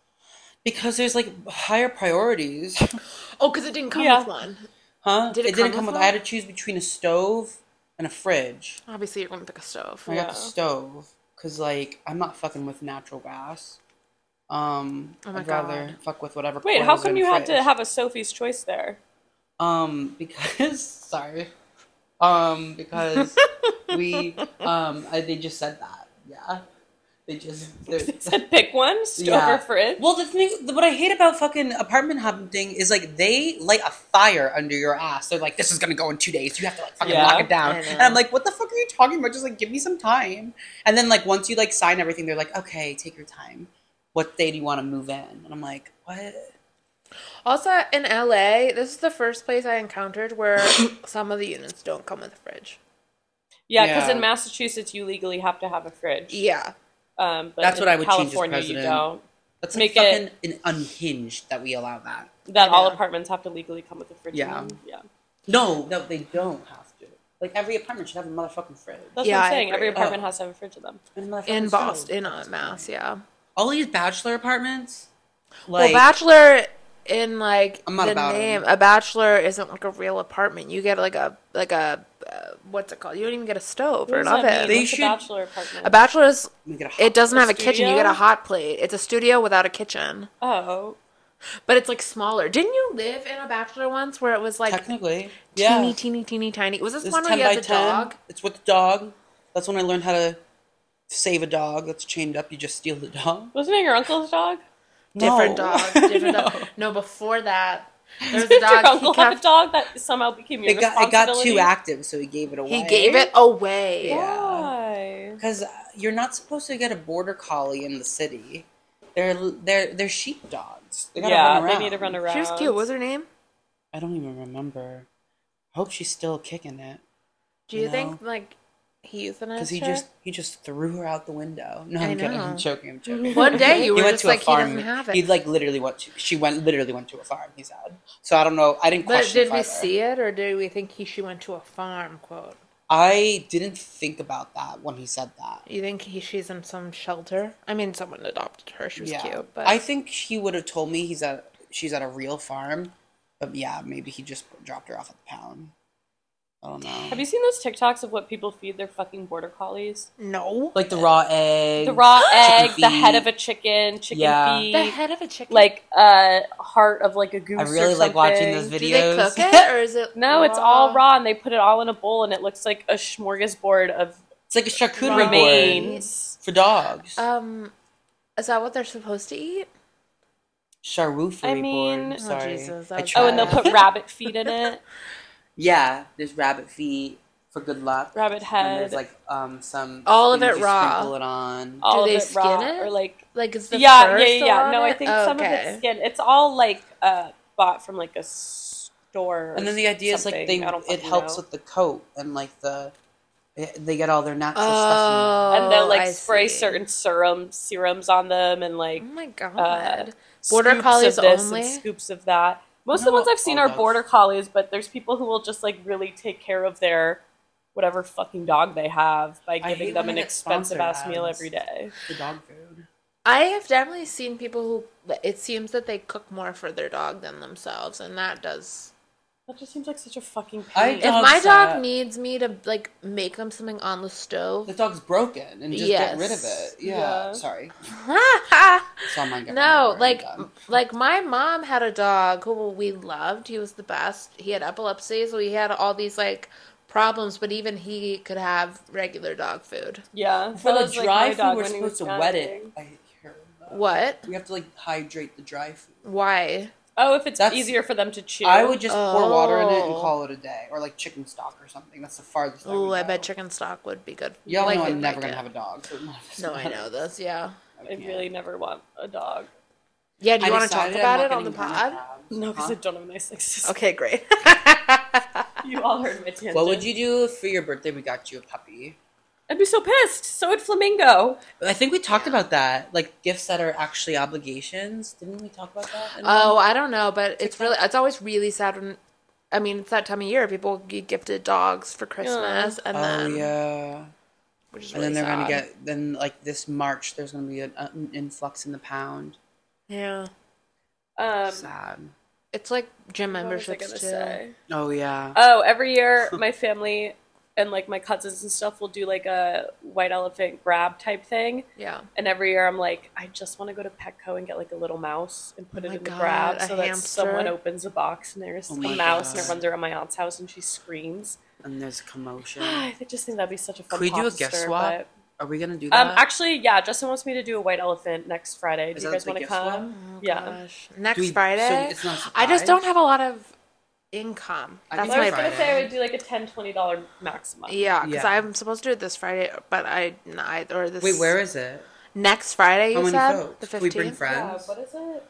S2: Because there's like higher priorities, [LAUGHS]
S1: Oh, because it didn't come
S3: Yeah.
S1: with one.
S2: huh?
S1: Did it
S2: didn't come
S1: come with
S2: with.
S1: one?
S2: I had to choose between a stove and a fridge.
S1: Obviously, you're gonna pick a stove.
S2: I got
S3: Yeah.
S2: the stove because like I'm not fucking with natural gas. Um,
S1: Oh my
S2: I'd rather
S1: God.
S2: fuck with whatever.
S3: Wait, how
S2: boils in
S3: come
S2: the
S3: you had
S2: fridge.
S3: to have a Sophie's Choice there? [LAUGHS]
S2: Um, because [LAUGHS] sorry. Um, because we um, I, they just said that. Yeah, they just they're-
S3: Said pick
S2: [LAUGHS]
S3: one, stove
S2: Yeah.
S3: or fridge.
S2: Well, the thing, what I hate about fucking apartment hopping is like they light a fire under your ass. They're like, this is gonna go in two days. You have to like fucking
S3: Yeah.
S2: lock it down.
S1: I know.
S2: And I'm like, what the fuck are you talking about? Just like give me some time. And then like once you like sign everything, they're like, okay, take your time. What day do you want to move in? And I'm like, what?
S1: Also, in [COUGHS] LA, this is the first place I encountered where some of the units don't come with a fridge.
S3: Yeah, because
S2: Yeah. E
S3: in Massachusetts you legally have to have a fridge.
S1: Yeah.
S3: Um, but
S2: That's
S3: in
S2: what I would change as
S3: California,
S2: president.
S3: you don't.
S2: That's
S3: Make
S2: like
S3: it-
S2: fucking an unhinged that we allow that.
S3: That all
S1: Yeah.
S3: apartments have to legally come with a fridge. in
S2: Yeah.
S3: them. yeah.
S2: No, no, they don't have to. Like every apartment should have a motherfucking fridge.
S3: That's
S1: Yeah,
S3: what
S1: I
S3: I'm saying. Every
S1: agree. Oh.
S3: apartment has to have a fridge in them.
S2: And a motherfucking
S1: In
S2: stove.
S1: Boston, uh, Mass, yeah.
S2: All these bachelor apartments,
S1: well,
S2: like
S1: bachelor in like
S2: I'm not
S1: the
S2: about 'em.
S1: name, a bachelor isn't like a real apartment. You get like a like a uh, what's it called? You don't even get a stove or an
S3: What does that mean?
S1: oven.
S2: They
S3: What's a
S2: should-
S3: bachelor apartment.
S1: A bachelor is
S2: we get a hot-
S1: it doesn't
S3: A
S1: have a kitchen. You get a
S3: studio?
S1: hot plate. It's a studio without a kitchen,
S3: oh,
S1: but it's like smaller. Didn't you live in a bachelor once where it was like
S2: technically,
S1: teeny,
S2: yeah.
S1: teeny, teeny, tiny? Was this
S2: This
S1: one
S2: is
S1: where
S2: ten
S1: you
S2: by
S1: had the
S2: ten.
S1: dog?
S2: It's with the dog. That's when I learned how to save a dog that's chained up. You just steal the dog.
S3: wasn't it your uncle's dog?
S2: No. [LAUGHS]
S1: Different dog. Different
S2: No.
S1: dog. No, before
S2: [LAUGHS]
S1: that, there was a
S3: Did your
S1: dog.
S3: uncle
S1: He,
S3: have a
S1: kept,
S3: dog that somehow became your
S2: It got it got
S3: responsibility?
S2: too active, so he gave it away.
S1: he gave it away.
S2: Yeah.
S3: Why?
S2: because you're not supposed to get a border collie in the city. They're they're they're sheep dogs. They gotta
S3: Yeah,
S2: run
S3: they
S2: around.
S3: need to run around.
S1: She was cute. What was her name?
S2: I don't even remember. I hope she's still kicking it
S1: Do you
S2: No.
S1: think like he euthanized
S2: because he
S1: her?
S2: just he just threw her out the window. No,
S1: I
S2: I'm kidding. I'm
S1: know.
S2: joking. I'm joking.
S1: [LAUGHS] One day you
S2: he
S1: were
S2: went
S1: just
S2: to a
S1: like he
S2: farm.
S1: doesn't have
S2: He
S1: it.
S2: like literally went. To, she went literally went to a farm. He said. So I don't know. I didn't
S1: But
S2: question.
S1: did we
S2: further.
S1: see it, or did we think he she went to a farm? Quote.
S2: I didn't think about that when he said that.
S1: You think he she's in some shelter? I mean, someone adopted her. She was cute, but
S2: I think he would have told me he's at she's at a real farm, but yeah, maybe he just dropped her off at the pound. I don't know.
S3: Have you seen those TikToks of what people feed their fucking border collies?
S1: no.
S2: Like the raw egg.
S3: The raw egg,
S2: [GASPS] Chicken
S3: the head
S2: feet.
S3: of a chicken, chicken
S2: Yeah.
S3: feet,
S1: The head of a chicken.
S3: like a uh, heart of like a goose.
S2: I really
S3: or
S2: like watching those
S3: something.
S2: videos.
S1: do they cook it, or is it?
S3: [LAUGHS] No, it's all raw, and they put it all in a bowl, and it looks like a smorgasbord of
S2: It's like a charcuterie board
S3: remains.
S2: for dogs.
S1: Um, is that what they're supposed to eat?
S2: Charcuterie
S3: I mean- Oh,
S2: board. Sorry.
S1: Jesus,
S2: I
S1: that's
S3: Oh, and they'll
S2: [LAUGHS] tried.
S3: put rabbit feet in
S1: [LAUGHS]
S3: it,
S2: yeah. There's rabbit feet for good luck.
S3: rabbit
S2: And then there's
S3: head,
S2: like um some
S1: All of
S2: things
S1: it
S2: you
S1: raw.
S2: Sprinkle it on.
S3: all
S1: they
S3: of it raw,
S1: skin it?
S3: or like
S1: Like is the
S3: yeah,
S1: fur
S3: yeah, yeah,
S1: still
S3: yeah.
S1: on
S3: No, I
S1: it?
S3: think
S1: Oh,
S3: some of
S1: okay.
S3: it's skin. It's all like uh, bought from like a store. or
S2: And then the idea is like
S3: something.
S2: they
S3: I don't
S2: it
S3: fucking
S2: helps
S3: know.
S2: with the coat and like the eh, they get all their natural stuff.
S1: Oh,
S3: and they'll like
S1: I
S3: spray
S1: see.
S3: certain serum serums on them and like
S1: Oh my god! Border
S3: border collies
S1: collies
S3: of this
S1: only?
S3: and scoops of that. Most of
S2: No,
S3: the ones I've seen
S2: all
S3: are
S2: dogs.
S3: border collies, but there's people who will just like really take care of their whatever fucking dog they have by
S2: I hate
S3: giving them
S2: when
S3: an
S2: they get sponsored
S3: expensive ass meal
S2: ads.
S3: every day.
S2: in the dog food.
S1: I have definitely seen people who it seems that they cook more for their dog than themselves, and that does.
S3: That just seems like such a fucking
S2: I
S3: pain.
S1: If
S2: Dogs
S1: my dog
S2: that-
S1: needs me to like make them something on the
S2: The
S1: [LAUGHS] stove,
S2: dog's broken and just get rid of
S1: Yes.
S2: it. Yeah,
S3: Yeah.
S2: sorry.
S1: no,
S2: It's on my
S1: like like my mom had a dog who we loved. He was the best. He had epilepsy, so he had all these like problems. But even he could have regular dog food.
S3: yeah,
S2: for
S3: that
S2: the
S3: was, like,
S2: dry
S3: my
S2: food,
S3: dog
S2: we're
S3: when he
S2: supposed
S3: was
S2: to wet it.
S3: young.
S2: I hear that.
S1: What?
S2: We have to like hydrate the dry food.
S1: Why?
S3: Oh, if it's
S2: That's-
S3: easier for them to chew.
S2: I would just pour water in it and
S1: Oh.
S2: call it a day, or like chicken stock or something. That's the farthest. I,
S1: Ooh,
S2: would
S1: I
S2: go.
S1: bet chicken stock would be good.
S2: Y'all
S1: Like,
S2: know
S1: we'd
S2: I'm never
S1: like
S2: gonna
S1: it.
S2: have a dog. So it doesn't
S1: No, I
S2: matter.
S1: know this. Yeah.
S3: I
S2: can't.
S3: really never want a dog.
S1: Yeah. Do you
S2: I
S1: want to talk
S2: decided I'm
S1: about
S2: not
S1: it on the
S2: getting
S1: pod?
S2: Grandma Crab.
S3: No, because
S2: Huh?
S3: I don't have nice things. to
S2: [LAUGHS]
S1: Okay, great. [LAUGHS]
S3: say. [LAUGHS] You all heard my tangent.
S2: What would you do if for your birthday we got you a puppy?
S3: I'd be so pissed. So would Flamingo.
S2: I think we talked
S1: Yeah.
S2: about that, like gifts that are actually obligations. Didn't we talk about that? in
S1: oh,
S2: one?
S1: I don't know, but it's really it's always really sad when I mean it's that time of year people get gifted dogs for Christmas and
S2: oh
S1: then
S2: yeah.
S1: which is
S2: And then
S1: really
S2: they're gonna
S1: sad.
S2: get then like this March there's gonna be an, an influx in the pound.
S1: yeah.
S3: Um,
S2: Sad.
S1: It's like
S3: what
S1: gym
S3: was I
S1: memberships
S3: gonna
S1: too.
S3: say?
S2: Oh yeah.
S3: Oh, every
S2: [LAUGHS]
S3: year my family and like my cousins and stuff will do like a white elephant grab type thing.
S1: Yeah,
S3: And every year I'm like, I just want to go to Petco and get like a little mouse and put
S1: Oh
S3: it
S1: my
S3: in the
S1: God,
S3: grab
S1: a
S3: so that
S1: hamster?
S3: someone opens a box and there's
S2: Oh
S3: a
S2: my
S3: mouse and
S2: God.
S3: it runs around my aunt's house and she screams.
S2: And
S3: [GASPS]
S2: there's
S3: [SIGHS]
S2: commotion.
S3: I just think that'd be such a fun.
S2: Could we do
S3: pop
S2: a gift
S3: stir,
S2: swap?
S3: but-
S2: Are we gonna do that?
S3: Um, actually, yeah. Justin wants me to do a white elephant next Friday.
S2: Is
S3: Do you
S2: that
S3: guys
S2: the
S3: want to
S2: gift
S3: come?
S1: Oh,
S3: Yeah.
S1: gosh. Next
S2: Do we- so
S1: Friday,
S2: it's not a
S1: I
S2: surprise?
S1: just don't have a lot of income.
S2: I
S1: That's
S2: think
S3: I was
S1: my
S2: Friday.
S3: gonna say I would do like a ten twenty dollar maximum.
S1: yeah, because
S2: Yeah.
S1: I'm supposed to do it this Friday, but I I or this
S2: Wait, where is it?
S1: next Friday? You
S2: How many
S1: said
S2: folks?
S1: the
S2: Can we
S1: fifteenth.
S2: bring friends?
S3: Yeah, what is it?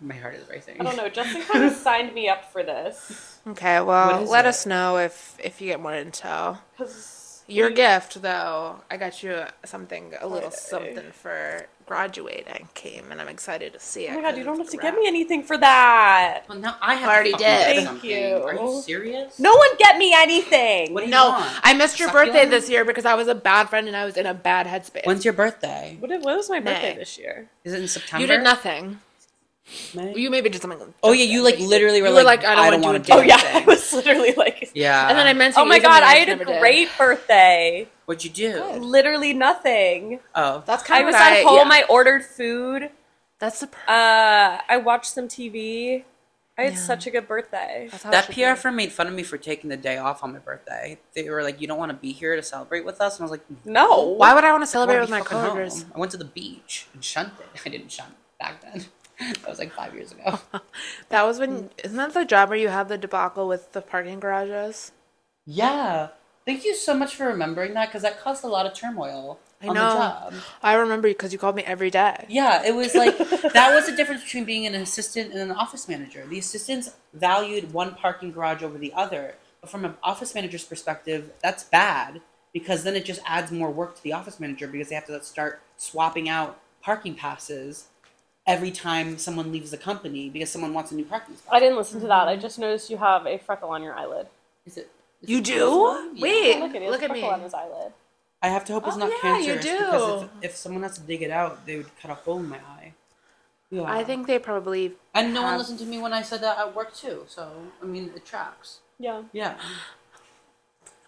S2: My heart is racing.
S3: I don't
S1: [LAUGHS]
S3: know. Justin kind of signed me up for this
S1: Okay, well,
S2: is
S1: let
S2: it?
S1: us know if if you get more intel.
S3: because
S1: Your gift, though, I got you something, a little something for graduating came, and I'm excited to see it.
S3: Oh my god, you
S1: 'cause
S3: don't have
S1: it's
S3: to
S1: a wrap.
S3: give me anything for that.
S2: Well, now I have
S1: Already
S2: to fucking
S1: did.
S2: get
S1: Thank
S2: something.
S3: you.
S2: Are you serious?
S3: No one get me anything.
S2: What do you
S1: No,
S2: want?
S1: I missed your
S2: Succulent?
S1: birthday this year because I was a bad friend and I was in a bad headspace.
S2: When's your birthday?
S3: What, what was my birthday
S1: Nay.
S3: this year?
S2: Is it in September?
S1: you did nothing.
S2: May?
S1: You maybe did something.
S3: Uh,
S2: oh yeah, you like literally were,
S1: You were
S2: like,
S1: like, I don't
S2: want
S1: wanna
S2: to
S1: do
S2: do
S1: it.
S3: Oh yeah, [LAUGHS] I
S2: anything."
S3: was literally like,
S2: [LAUGHS] Yeah.
S1: and then I meant to
S3: oh my
S1: you something
S3: god,
S1: that
S3: I had a
S1: never did.
S3: great birthday.
S2: What'd you do?
S3: Literally nothing.
S2: Oh.
S1: That's
S3: I
S1: kind of
S3: was
S1: what I-
S3: at home.
S1: yeah.
S3: I ordered food.
S1: That's the. pr-
S3: Uh, I watched some TV. I had
S1: Yeah.
S3: such a good birthday.
S1: That's how it
S2: That
S1: should
S2: PR
S1: be.
S2: firm made fun of me for taking the day off on my birthday. They were like, "You don't want to be here to celebrate with us," and I was like,
S3: No.
S1: Why would I want to celebrate
S2: wanna
S1: with
S2: be
S1: my
S2: fucking home.
S1: coworkers?
S2: I went to the beach and shunted. [LAUGHS] I didn't shunt back then. [LAUGHS] that was like five years
S1: [LAUGHS]
S2: ago.
S1: That was when. Isn't that the job where you had the debacle with the parking garages?
S2: Yeah. Thank you so much for remembering that because that caused a lot of turmoil
S1: I
S2: on
S1: know.
S2: the job.
S1: I remember because you called me every day.
S2: Yeah, it was like that was the difference between being an assistant and an office manager. The assistants valued one parking garage over the other, but from an office manager's perspective, that's bad because then it just adds more work to the office manager because they have to start swapping out parking passes every time someone leaves the company because someone wants a new parking spot.
S3: I didn't listen to
S1: Mm-hmm.
S3: that. I just noticed you have a freckle on your eyelid.
S2: Is it? is
S1: You
S2: it
S1: do?
S2: cancer? Yeah.
S1: Wait,
S3: Oh, look at it.
S1: look at
S3: freckle
S1: me.
S3: on his eyelid.
S2: I have to hope it's
S1: Oh,
S2: not
S1: yeah,
S2: cancer.
S1: you
S2: Because
S1: do.
S2: if, if someone has to dig it out, they would cut a hole in my eye. Yeah.
S1: I think they probably.
S2: And no one
S1: have-
S2: listened to me when I said that at work too. So I mean, it tracks.
S3: Yeah.
S2: Yeah.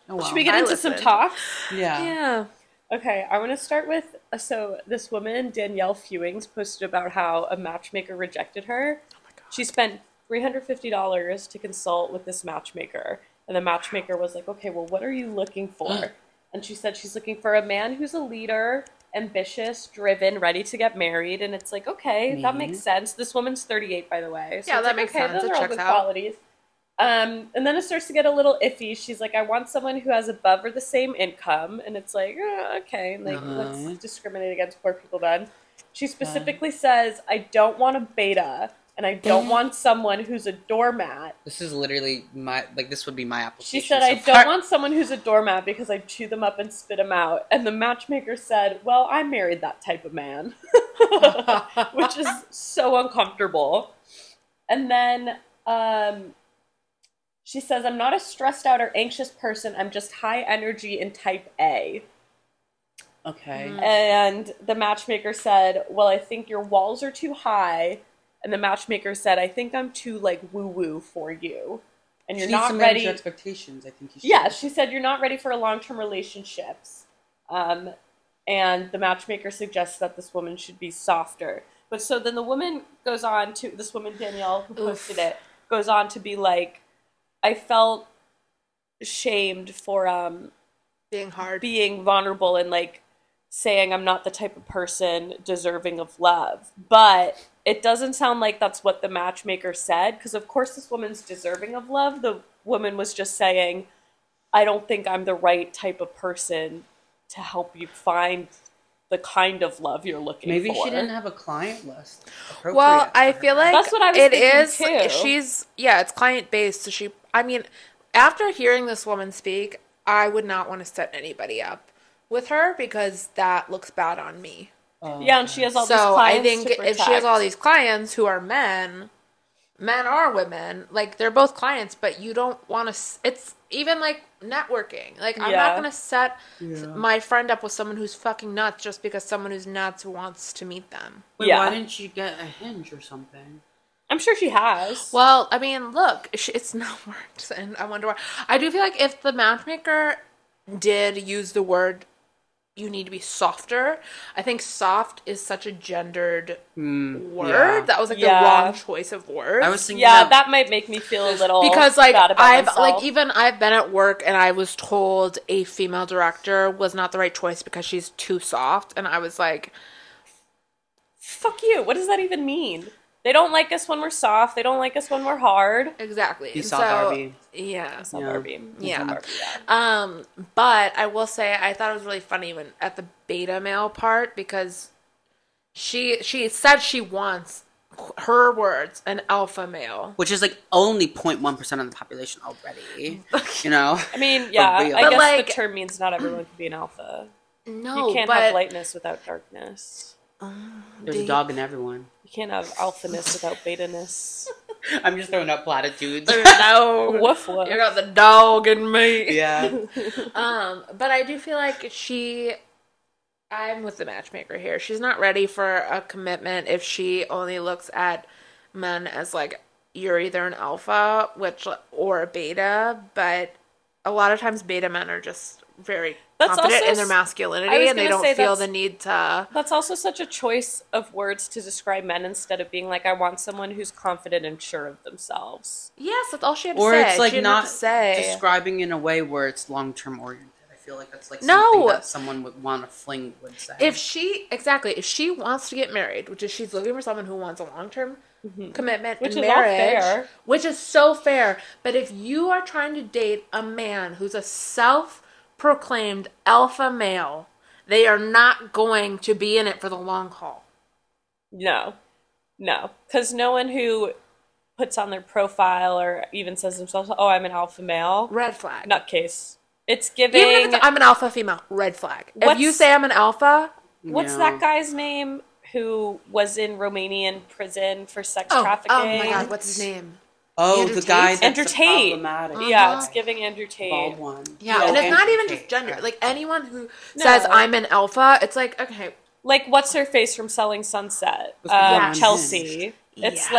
S2: Oh,
S3: Should
S2: well.
S3: we get
S1: I
S3: into some
S1: listened.
S3: talks?
S2: Yeah.
S1: Yeah.
S3: Okay, I want to start with so this woman Danielle Fewings posted about how a matchmaker rejected her.
S1: Oh
S3: She spent three hundred fifty dollars to consult with this matchmaker, and the matchmaker was like, "Okay, well, what are you looking for?" And she said she's looking for a man who's a leader, ambitious, driven, ready to get married. And it's like, okay, that
S2: Me.
S3: makes sense. This woman's thirty-eight, by the way. So
S1: Yeah,
S3: it's
S1: that
S3: like,
S1: makes
S3: okay,
S1: sense.
S3: Those
S1: It
S3: are all
S1: checks
S3: good
S1: out.
S3: qualities. Um, and then it starts to get a little iffy. She's like, I want someone who has above or the same income. And it's like, "Uh, okay, like,
S2: Uh-huh.
S3: let's discriminate against poor people then. She specifically says, I don't want a beta and I don't want someone who's a doormat.
S2: This is literally my like. This would be my application.
S3: She said, I don't want someone who's a doormat because I chew them up and spit them out. And the matchmaker said, Well, I married that type of man, [LAUGHS]
S2: [LAUGHS]
S3: which is so uncomfortable. And then um, she says, I'm not a stressed out or anxious person. I'm just high energy and type A. Mm.
S2: Okay.
S3: And the matchmaker said, Well, I think your walls are too high. And the matchmaker said, I think I'm too like woo woo for you. And
S2: She
S3: you're
S2: needs
S3: not
S2: to manage
S3: ready.
S2: Your expectations. I think you should.
S3: Yeah, she said you're not ready for long-term relationships, um, and the matchmaker suggests that this woman should be softer. But so then the woman goes on to this woman Danielle who posted
S1: Oof.
S3: it goes on to be like, I felt shamed for um,
S1: Being hard.
S3: being vulnerable and like saying I'm not the type of person deserving of love. But it doesn't sound like that's what the matchmaker said because, of course, this woman's deserving of love. The woman was just saying, I don't think I'm the right type of person to help you find the kind of love you're looking
S2: Maybe
S3: for.
S2: she didn't have a client list. appropriate
S1: Well, I
S2: for
S1: feel
S2: her.
S1: like
S3: That's what I was
S1: it
S3: thinking,
S1: is-
S3: too.
S1: She's yeah, it's client based. So she, I mean, after hearing this woman speak, I would not want to set anybody up with her because that looks bad on me.
S2: Oh,
S3: yeah, and she has all these
S1: So I
S3: clients.
S1: think
S3: to
S1: if she has
S3: protect.
S1: all these clients who are men, men are women, like they're both clients, but you don't want to. It's even like networking. Like I'm
S3: Yeah.
S1: not gonna set
S2: Yeah.
S1: my friend up with someone who's fucking nuts just because someone who's nuts wants to meet them.
S2: Wait,
S3: Yeah.
S2: Why didn't she get a hinge or something?
S3: I'm sure she has.
S1: Well, I mean, look, sh- it's [LAUGHS] not worked, and I wonder why. I do feel like if the matchmaker did use the word "you need to be softer," I think "soft" is such a gendered word
S2: Hmm, yeah.
S1: that was like
S3: Yeah.
S1: the wrong choice of words.
S2: I was thinking.
S3: yeah,
S2: of-
S3: that might make me feel a little
S1: because like
S3: bad about
S1: I've
S3: myself.
S1: like e even I've been at work and I was told a female director was not the right choice because she's too soft, and I was like,
S3: fuck you. What does that even mean? They don't like us when we're soft. They don't like us when we're hard.
S1: exactly.
S2: Be
S1: And
S2: soft, Barbie.
S1: Yeah.
S3: It's not
S2: Yeah.
S3: Barbie. It's
S1: Yeah.
S3: not Barbie, yeah.
S1: Um, but I will say I thought it was really funny when at the beta male part because she she said she wants her words, an alpha male.
S2: which is like only 0.1% of the population
S3: [LAUGHS]
S2: already. you know?
S3: I mean, yeah, I
S2: real.
S3: guess
S2: But,
S1: like-
S3: the term means not everyone can be an alpha.
S1: No,
S3: you can't
S1: but
S3: have
S1: [LAUGHS]
S3: lightness without darkness.
S2: There's a
S1: They-
S2: dog in everyone.
S3: You can't have alphaness without betaness.
S2: I'm just throwing out platitudes.
S1: no.
S3: woof woof.
S1: You got the dog
S3: [LAUGHS]
S1: in me.
S2: [LAUGHS]
S1: [LAUGHS]
S2: yeah.
S1: Um, but I do feel like she. I'm with the matchmaker here. She's not ready for a commitment if she only looks at men as like you're either an alpha, which or a beta. But a lot of times, beta men are just very
S3: That's
S1: confident
S3: also
S1: in their
S3: s- I
S1: masculinity,
S3: was
S1: and they
S3: gonna
S1: don't
S3: say
S1: feel
S3: that's-
S1: the need to.
S3: That's also such a choice of words to describe men instead of being like, I want someone who's confident and sure of themselves.
S1: Yes, that's all she had to
S2: Or
S1: say.
S2: it's
S1: she
S2: like
S1: didn't have
S2: not
S1: to say.
S2: describing in a way where it's long term oriented. I feel like that's like
S1: No.
S2: something that someone would want to fling would say.
S1: if she exactly if she wants to get married, which is she's looking for someone who wants a long term commitment
S3: Mm-hmm. Which
S1: and
S3: is all
S1: marriage,
S3: fair.
S1: which is so fair. But if you are trying to date a man who's a self proclaimed alpha male, they are not going to be in it for the long haul.
S3: No, no. Because no one who puts on their profile or even says themselves, oh, I'm an alpha male,
S1: Red flag.
S3: nutcase. It's giving.
S1: Even if it's, I'm an alpha female, red flag. If you
S3: What's-
S1: say I'm an alpha, oh,
S3: What's
S2: No.
S3: that guy's name who was in Romanian prison for sex
S1: oh,
S3: trafficking?
S1: oh my god, what's his name?
S2: Oh,
S1: Andrew
S2: the guy
S1: Tate?
S2: that's
S3: Andrew
S2: the
S3: Tate.
S2: problematic
S3: Yeah,
S2: guy.
S3: it's giving Andrew Tate.
S2: Uh-huh. Bald one.
S1: Yeah,
S2: No,
S1: and it's not
S2: Andrew
S1: even
S2: Tate.
S1: just gender.
S2: Yeah.
S1: Like anyone who
S3: No.
S1: says I'm an alpha, it's like okay,
S3: Like, what's her face from Selling Sunset?
S2: What's the
S3: Um,
S1: one?
S3: Chelsea. It's
S1: Yes.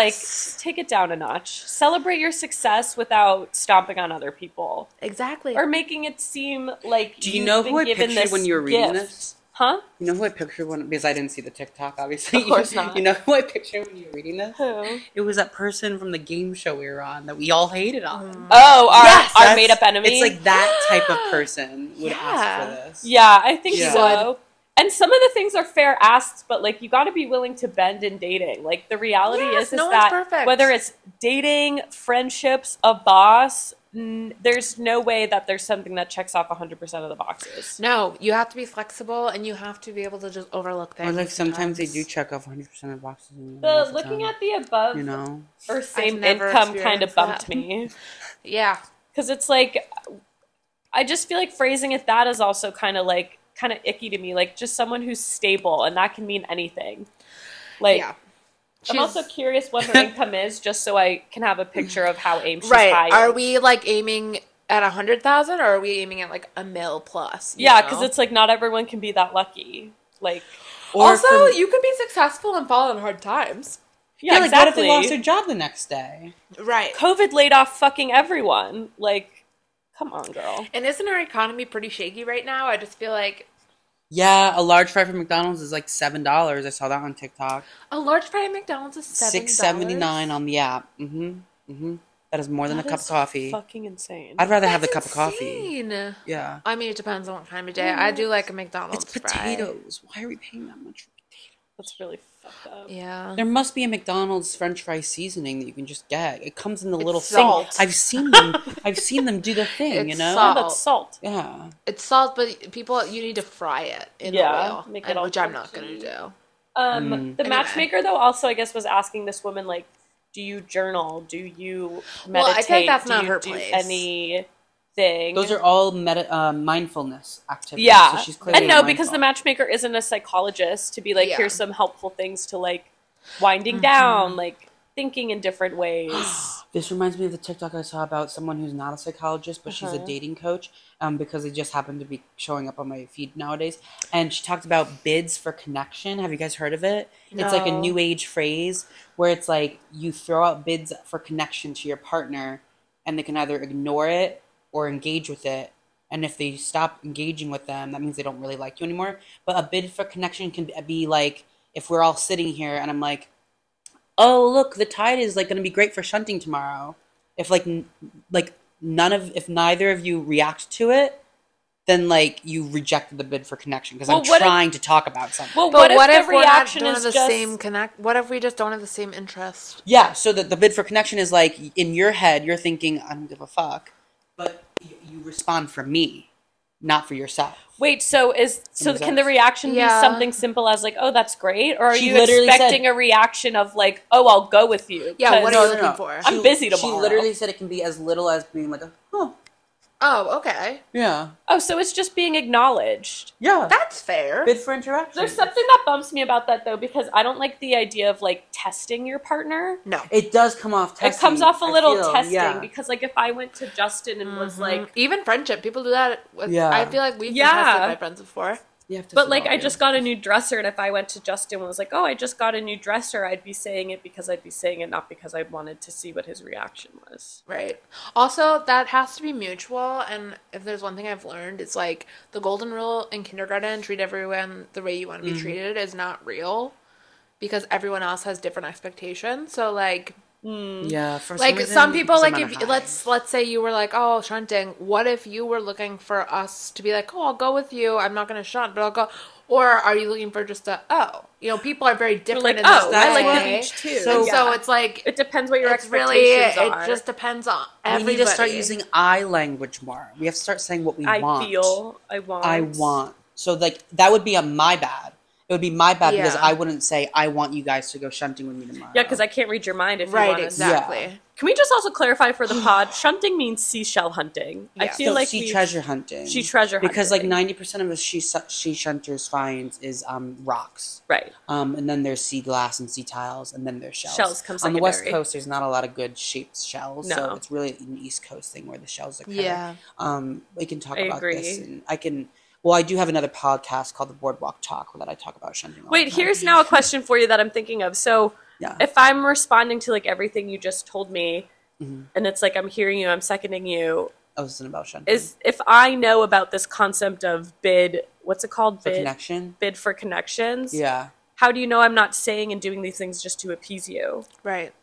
S3: like, take it down a notch. Celebrate your success without stomping on other people
S1: exactly.
S3: or making it seem like
S2: Do you
S3: you've
S2: know
S3: been
S2: who I
S3: given
S2: pictured
S3: this
S2: when you were reading
S3: gift.
S2: this?
S3: Huh?
S2: You know who I pictured when because I didn't see the TikTok, obviously.
S3: Of
S2: [LAUGHS]
S3: course not.
S2: You know who I pictured when you were reading this?
S3: Who?
S2: It was that person from the game show we were on that we all hated on.
S3: Oh, our,
S1: Mm. Yes!
S3: our
S2: That's-
S3: made up enemy.
S2: It's like that type of person would ask for
S1: Yeah.
S2: this.
S3: Yeah, I think
S2: Yeah.
S3: so. And some of the things are fair asks, but like you got to be willing to bend in dating. Like the reality
S1: Yes,
S3: is, is
S1: no one's
S3: that
S1: perfect.
S3: whether it's dating, friendships, a boss, n- there's no way that there's something that checks off 100% of the boxes.
S1: No, you have to be flexible and you have to be able to just overlook things.
S2: Or like sometimes they do check off 100% of boxes. and half
S3: The
S2: the
S3: looking
S2: time,
S3: at the above
S2: you know,
S3: or same
S1: never
S3: income kind of
S1: experienced that.
S3: bumped me
S1: Yeah.
S3: because it's like I just feel like phrasing it that is also kind of like kind of icky to me. Like just someone who's stable, and that can mean anything. Like
S1: yeah.
S3: I'm also curious what her income is, just so I can have a picture of how aim she's
S1: right.
S3: hired.
S1: Are we like aiming at a hundred thousand or are we aiming at like a mil plus? you
S3: Yeah, because
S1: know?
S3: it's like not everyone can be that lucky. Like,
S2: or
S1: also
S2: from-
S1: you can be successful and fall on hard times.
S3: yeah,
S2: like what if
S3: exactly.
S2: they lost their job the next day?
S1: Right.
S3: COVID laid off fucking everyone. Like, come on, girl.
S1: And isn't our economy pretty shaky right now? I just feel like
S2: Yeah, a large fry from McDonald's is like seven dollars. I saw that on TikTok.
S1: a large fry at McDonald's is seven.
S2: Six seventy nine on the app. Mm-hmm. Mm-hmm. That is more than
S3: That
S2: a cup of
S3: is
S2: coffee.
S3: Fucking insane.
S2: I'd rather
S1: I
S2: have a cup of coffee. Yeah.
S1: I mean, it depends on what time of day. I do like a McDonald's
S2: it's
S1: fry.
S2: potatoes. Why are we paying that much? for potatoes?
S3: That's really fucked up.
S1: Yeah.
S2: There must be a McDonald's French fry seasoning that you can just get. It comes in the little
S1: salt.
S2: thing. I've seen them. I've seen them
S1: [LAUGHS]
S2: do the thing. you
S1: It's
S2: know.
S3: Oh,
S1: salt.
S3: that's salt.
S2: Yeah.
S1: It's salt, but people, you need to fry it in
S3: Yeah,
S1: oil,
S3: make
S1: and-
S3: it all
S1: which I'm not gonna
S3: crunchy.
S1: do.
S2: Hmm.
S3: Um, The
S1: Anyway.
S3: matchmaker, though, also I guess was asking this woman like, "Do you journal? Do you meditate?
S1: Well, I think that's
S3: do
S1: not
S3: you
S1: her
S3: do
S1: place.
S3: anything?"
S2: Those are all meta, uh, mindfulness activities.
S3: Yeah.
S2: So she's clearly
S3: and no, because the
S2: mindful.
S3: matchmaker isn't a psychologist to be like,
S1: Yeah.
S3: here's some helpful things to like winding
S1: Mm-hmm.
S3: down, like thinking in different
S2: [GASPS]
S3: ways.
S2: This reminds me of the TikTok I saw about someone who's not a psychologist, but she's
S3: Uh-huh.
S2: a dating coach, um, because they just happen to be showing up on my feed nowadays. And she talked about bids for connection. Have you guys heard of it? It's like a
S3: No.
S2: new age phrase where it's like you throw out bids for connection to your partner, and they can either ignore it or engage with it. And if they stop engaging with them, that means they don't really like you anymore. But a bid for connection can be like if we're all sitting here and I'm like, oh look the tide is like going to be great for shunting tomorrow if like n- like none of if neither of you react to it then like you rejected the bid for connection because
S3: Well,
S2: i'm
S3: what if-
S2: trying to talk about something
S3: Well,
S1: But what,
S3: if,
S1: if,
S3: the
S1: we're not
S3: reaction
S1: doing
S3: is
S1: the
S3: just
S1: same connect? What if we just don't have the same interest?
S2: yeah so that the bid for connection is like in your head you're thinking i don't give a fuck but y- you respond for me not for yourself.
S3: Wait, so is so
S2: Exactly.
S3: can the reaction
S1: Yeah.
S3: be something simple as like, "Oh, that's great," or are
S2: She
S3: you
S2: literally said-
S3: expecting a reaction of like, "Oh, I'll go with you"?
S1: Yeah, what
S3: 'cause-
S1: are you looking for?
S3: I'm busy tomorrow.
S2: She literally said it can be as little as being like, a, oh,
S1: Oh, okay.
S2: yeah,
S3: oh, so it's just being acknowledged.
S2: yeah.
S1: That's fair.
S2: Bid for interaction.
S3: There's something that bumps me about that though because I don't like the idea of like testing your partner.
S1: No.
S2: It does come off testing.
S3: it comes off a
S2: I
S3: little
S2: feel,
S3: testing
S2: yeah. Mm-hmm.
S3: because like if I went to Justin and
S1: Mm-hmm.
S3: was like
S1: even friendship, people do that. With,
S2: Yeah.
S1: I feel like we've been
S3: Yeah.
S1: tested by friends before.
S2: You have to
S3: but
S2: see
S3: like
S2: all
S3: I
S2: of
S3: just
S2: it.
S3: got a new dresser and if I went to Justin and was like, "Oh, I just got a new dresser," I'd be saying it because I'd be saying it not because I wanted to see what his reaction was.
S1: Right. Also, that has to be mutual. And if there's one thing I've learned, it's like the golden rule in kindergarten treat everyone the way you want to be treated is not real because everyone else has different expectations. So, like,
S2: yeah. For
S1: like
S2: some, reason,
S1: some people like
S2: men
S1: if
S2: are high.
S1: let's let's say you were like oh shunting what if you were looking for us to be like oh i'll go with you i'm not gonna shunt but i'll go or are you looking for just a oh you know people are very different
S3: like,
S1: in this
S3: "Oh, I like the
S1: way."
S3: beach too.
S1: so,
S3: Yeah.
S1: so it's like
S3: It depends what your
S1: it's really
S3: expectations are.
S1: it just depends on everybody
S2: we need to start using I language more. We have to start saying what we
S3: I
S2: want.
S3: feel I want
S2: I want. So like that would be a my bad. It would be my bad because
S1: Yeah.
S2: I wouldn't say I want you guys to go shunting with me tomorrow.
S3: Yeah, because I can't read your mind if you
S1: right
S3: want
S1: exactly
S2: Yeah.
S3: Can we just also clarify for the pod? shunting means seashell hunting. I
S1: Yeah.
S3: feel
S2: So
S3: like
S2: she
S3: we
S2: treasure hunting.
S3: she treasure
S2: because like
S3: hunting.
S2: ninety percent of the she su- she shunters finds is um rocks.
S3: right.
S2: Um, and then there's sea glass and sea tiles, and then there's shells.
S3: Shells come
S2: on the west
S3: secondary.
S2: coast. There's not a lot of good shaped shells, so
S3: No.
S2: it's really an east coast thing where the shells are. Kind
S1: Yeah.
S2: um, we can talk
S3: I
S2: about this,
S3: agree.
S2: and I can. Well, I do have another podcast called the Boardwalk Talk that I talk about shunting. all
S3: Wait,
S2: the time.
S3: here's now a question for you that I'm thinking of. So,
S2: yeah.
S3: if I'm responding to like everything you just told me,
S2: Mm-hmm.
S3: and it's like I'm hearing you, I'm seconding you,
S2: I was Oh, about shunting.
S3: is if I know about this concept of bid, what's it called?
S2: the
S3: Bid,
S2: connection?
S3: bid for connections.
S2: Yeah.
S3: How do you know I'm not saying and doing these things just to appease you?
S1: right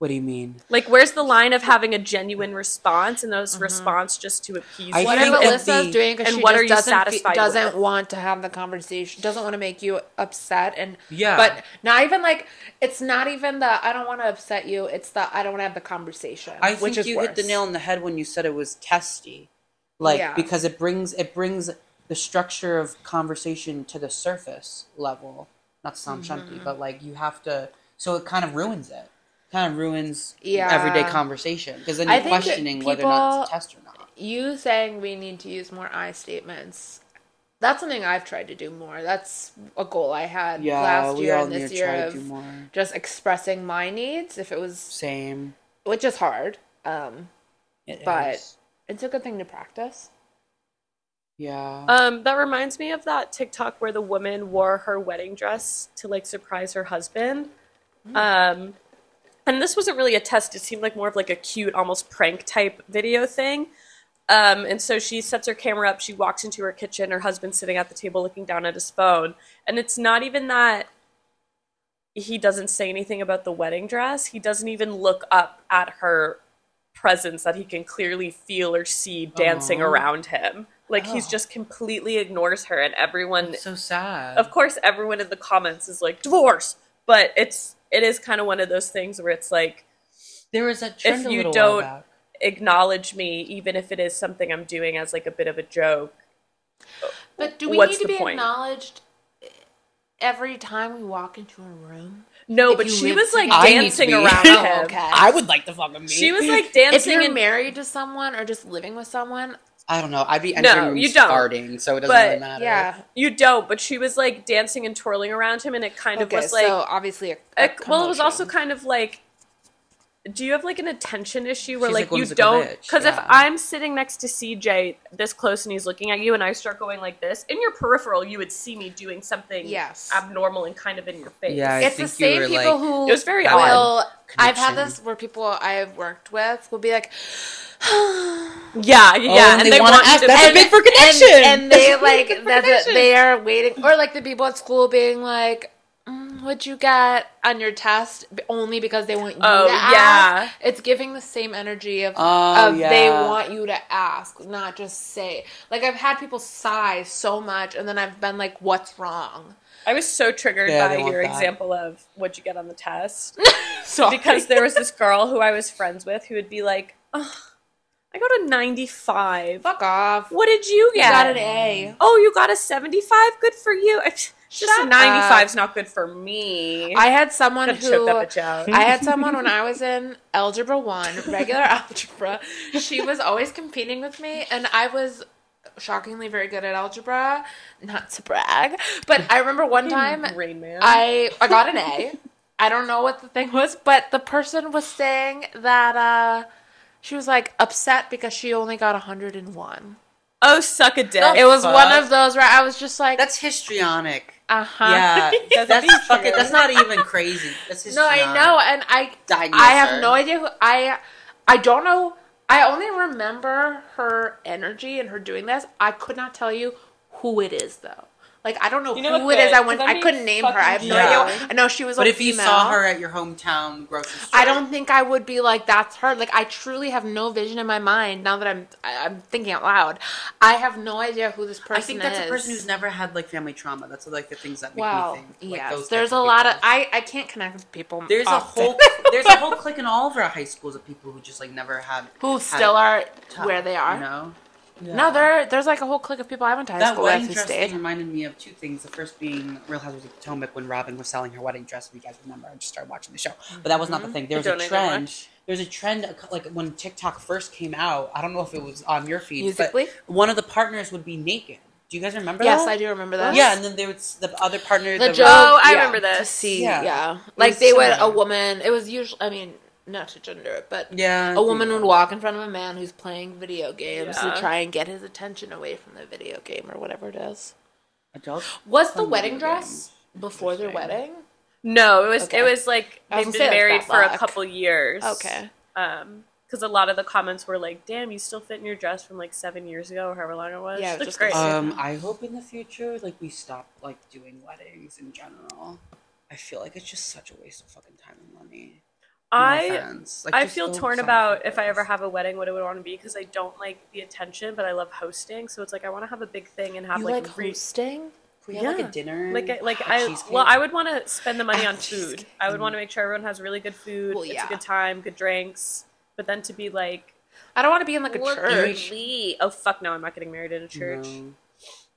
S2: What do you mean?
S3: Like, where's the line of having a genuine response and those response just to appease
S2: Mm-hmm. I
S3: you?
S1: what if
S2: think it'd
S1: Alyssa's
S2: be-
S1: doing because
S3: and
S1: she
S3: what
S1: just
S3: are you
S1: doesn't fe-
S3: satisfied
S1: doesn't
S3: with?
S1: want to have the conversation, doesn't want to make you upset, and
S2: Yeah.
S1: but not even like it's not even the I don't want to upset you. It's the I don't want to have the conversation.
S2: I
S1: which
S2: think
S1: is
S2: you hit the
S1: worse.
S2: nail on the head when you said it was testy, like
S1: Yeah.
S2: because it brings it brings the structure of conversation to the surface level. Not to sound
S1: Mm-hmm.
S2: chunky, but like you have to. So it kind of ruins it. Kind of ruins
S1: Yeah.
S2: everyday conversation because then
S1: I
S2: you're
S1: think that
S2: questioning whether or not it's a
S1: people-
S2: test or not.
S1: You saying we need to use more I statements. That's something I've tried to do more. That's a goal I had
S2: Yeah,
S1: last
S2: we
S1: year
S2: all
S1: and
S2: need
S1: this
S2: to
S1: year
S2: try to
S1: of
S2: do more.
S1: just expressing my needs. If it was,
S2: Same.
S1: which is hard, um,
S2: It
S1: But-
S2: is.
S1: it's a good thing to practice.
S2: yeah,
S3: Um, that reminds me of that TikTok where the woman wore her wedding dress to like surprise her husband. Um, and this wasn't really a test. It seemed like more of like a cute, almost prank type video thing. Um, and so she sets her camera up. She walks into her kitchen. Her husband's sitting at the table looking down at his phone. And it's not even that he doesn't say anything about the wedding dress. He doesn't even look up at her presence that he can clearly feel or see dancing
S2: Aw.
S3: around him. Like he's
S2: Oh.
S3: just completely ignores her, and everyone,
S2: so sad.
S3: of course, everyone in the comments is like divorce. But it's it is kind of one of those things where it's like
S2: there was that trend a
S3: you
S2: little
S3: don't-
S2: while back.
S3: acknowledge me, even if it is something I'm doing as like a bit of a joke.
S1: But do we
S3: What's
S1: need to
S3: the
S1: be
S3: point?
S1: acknowledged every time we walk into a [LAUGHS] room?
S3: No,
S1: If
S3: but
S1: you
S3: she
S1: live
S3: was like
S2: together- I need
S3: dancing
S2: to be- [LAUGHS]
S3: around
S2: Oh,
S3: him.
S2: I would like to fucking meet.
S3: She was like
S1: If
S3: dancing
S1: you're
S3: and
S1: married to someone or just living with someone,
S2: [LAUGHS] I don't know. I'd be
S3: No,
S2: entering rooms
S3: you don't.
S2: farting, so it doesn't
S3: But,
S2: really matter.
S1: yeah.
S3: you don't, but she was like dancing and twirling around him, and it kind
S1: Okay,
S3: of was like
S1: so obviously, a, a
S3: Uh, well, it was also
S1: commotion.
S3: kind of like, do you have like an attention issue where
S2: She's,
S3: like,
S2: like,
S3: you
S2: whimsical
S3: don't?
S2: bitch,
S3: Because if
S2: yeah.
S3: I'm sitting next to CJ this close and he's looking at you, and I start going like this in your peripheral, you would see me doing something
S1: Yes.
S3: abnormal and kind of in your face.
S2: Yeah, I
S1: It's the
S2: think you
S1: same
S2: were,
S1: people
S2: like-
S1: who
S3: It was very
S1: will.
S3: odd
S1: I've had
S2: connection.
S1: this where people I've worked with will be like, [SIGHS]
S3: yeah, yeah. yeah.
S2: Oh, and
S3: and
S2: they
S3: they,
S2: wanna
S3: want
S2: ask-
S3: you to.
S2: that's a
S3: and-
S2: big- for connection.
S1: and,
S2: [LAUGHS]
S1: and they
S2: That's really good
S1: like
S2: for
S1: that's
S2: connection.
S1: a, they are waiting, or like the people at school being like. "Mm, What'd you get on your test? B- Only because they want you
S3: Oh,
S1: to ask.
S3: yeah.
S1: It's giving the same energy of,
S2: Oh,
S1: of they
S2: yeah.
S1: want you to ask, not just say. Like I've had people sigh so much, and then I've been like, "What's wrong?"
S3: I was so triggered
S2: Yeah, they
S3: by
S2: want
S3: your
S2: that.
S3: example of what'd you get on the test.
S1: So
S2: [LAUGHS]
S3: because there was this girl who I was friends with who would be like, "Ugh, I got a 95.
S1: Fuck off.
S3: What did you
S1: You
S3: get?
S1: got an A.
S3: Oh, you got a 75? Good for you. [LAUGHS] I- Just a
S1: Shut
S3: 95 is not good for me.
S1: I had someone
S3: Gotta choke that
S1: who
S3: bitch out.
S1: I
S3: [LAUGHS]
S1: had someone when I was in Algebra 1, regular algebra. She was always competing with me, and I was shockingly very good at algebra. Not to brag, but I
S3: [LAUGHS]
S1: remember one time
S3: Rain Man.
S1: I, I got
S2: [LAUGHS]
S1: an A. I don't know what the thing was, but the person was saying that uh, she was like upset because she only got 101.
S3: oh, suck a dick.
S1: It was one of those where I was just like,
S2: That's histrionic.
S1: uh huh. [LAUGHS]
S2: Yeah, that's, that's
S3: true.
S2: fucking. That's not even crazy. That's
S1: No,
S2: histrionic.
S1: I know, and I
S2: Diagnoser.
S1: I have no idea who I I don't know I only remember her energy and her doing this. I could not tell you who it is though. Like I don't know,
S3: You know
S1: who
S3: what,
S1: it is. I
S3: good,
S1: went
S3: 'cause I'm
S1: I couldn't
S3: being
S1: name her. I have no
S2: fucking
S1: idea. I know she was
S2: But
S1: a
S2: if you
S1: female.
S2: saw her at your hometown grocery store,
S1: I don't think I would be like that's her. Like I truly have no vision in my mind now that I'm I- I'm thinking out loud. I have no idea who this person
S2: I
S1: is.
S2: think that's a person who's never had like family trauma. That's like the things that make
S1: Wow.
S2: me think. Like,
S1: yes.
S2: those
S1: there's
S2: types
S1: a lot of
S2: people.
S1: I I can't connect with people.
S2: There's a
S1: often. [LAUGHS]
S2: whole there's a whole clique in all of our high schools of people who just like never had
S1: who
S2: had
S1: still are
S2: tough,
S1: where they are.
S2: You know? Yeah.
S1: No, there there's like a whole clique of people I went to high
S2: that
S1: school with
S2: wedding
S1: who
S2: dress thing
S1: stayed.
S2: reminded me of two things. The first being Real Housewives of Potomac when Robin was selling her wedding dress. If you guys remember, I just started watching the show, but that was not the
S1: Mm-hmm.
S2: thing. There was
S3: don't
S2: a
S3: even
S2: trend.
S3: watch.
S2: There was a trend uh, like when TikTok first came out. I don't know if it was on your feed,
S1: Musical.ly?
S2: but one of the partners would be naked. Do you guys remember?
S1: Yes,
S2: that?
S1: I do remember that.
S2: Yeah, and then there was the other partner.
S1: The joke.
S3: Oh, I
S1: yeah,
S3: remember
S1: To
S3: this.
S1: see, yeah.
S2: Yeah.
S1: Like
S2: was
S1: they would a
S2: similar.
S1: woman. It was usually. I mean, not to gender it, but
S2: yeah, I
S1: a
S2: think-
S1: woman would walk in front of a man who's playing video games
S3: Yeah.
S1: to try and get his attention away from the video game or whatever it is.
S2: Adult?
S1: Was the
S2: Some
S1: wedding
S2: video
S1: dress before their wedding?
S2: Interesting.
S3: No, it was
S1: Okay.
S3: it was like
S1: I was
S3: they've
S1: gonna say it
S3: been
S1: was
S3: married
S1: that
S3: for a
S1: black.
S3: couple years.
S1: Okay.
S3: Um, because a lot of the comments were like, "Damn, you still fit in your dress from like seven years ago, or however long it was."
S1: Yeah, I was
S3: That's
S1: just gonna
S3: great.
S1: say-
S2: Um, I hope in the future, like we stop like doing weddings in general. I feel like it's just such a waste of fucking time and money. No
S3: I
S2: offense. Like,
S3: I
S2: just
S3: feel
S2: go
S3: torn
S2: somewhere
S3: about if I ever
S2: else.
S3: have a wedding, what it would want to be because I don't like the attention, but I love hosting. So it's like I want to have a big thing and have
S1: You
S3: like
S1: like,
S3: re-
S2: Can
S1: hosting?
S2: we have,
S3: Yeah.
S2: like a dinner,
S3: like I- like
S2: a
S3: I
S2: cheesecake?
S3: well I would want to spend the money on food.
S1: Cheesecake. Mm.
S3: I would want to make sure everyone has really good food.
S1: Well,
S3: It's
S1: yeah.
S3: a good time, good drinks. But then to be like
S1: I don't want to be in like a
S3: Look
S1: church.
S3: at me. Oh fuck no, I'm not getting married in a church.
S2: No.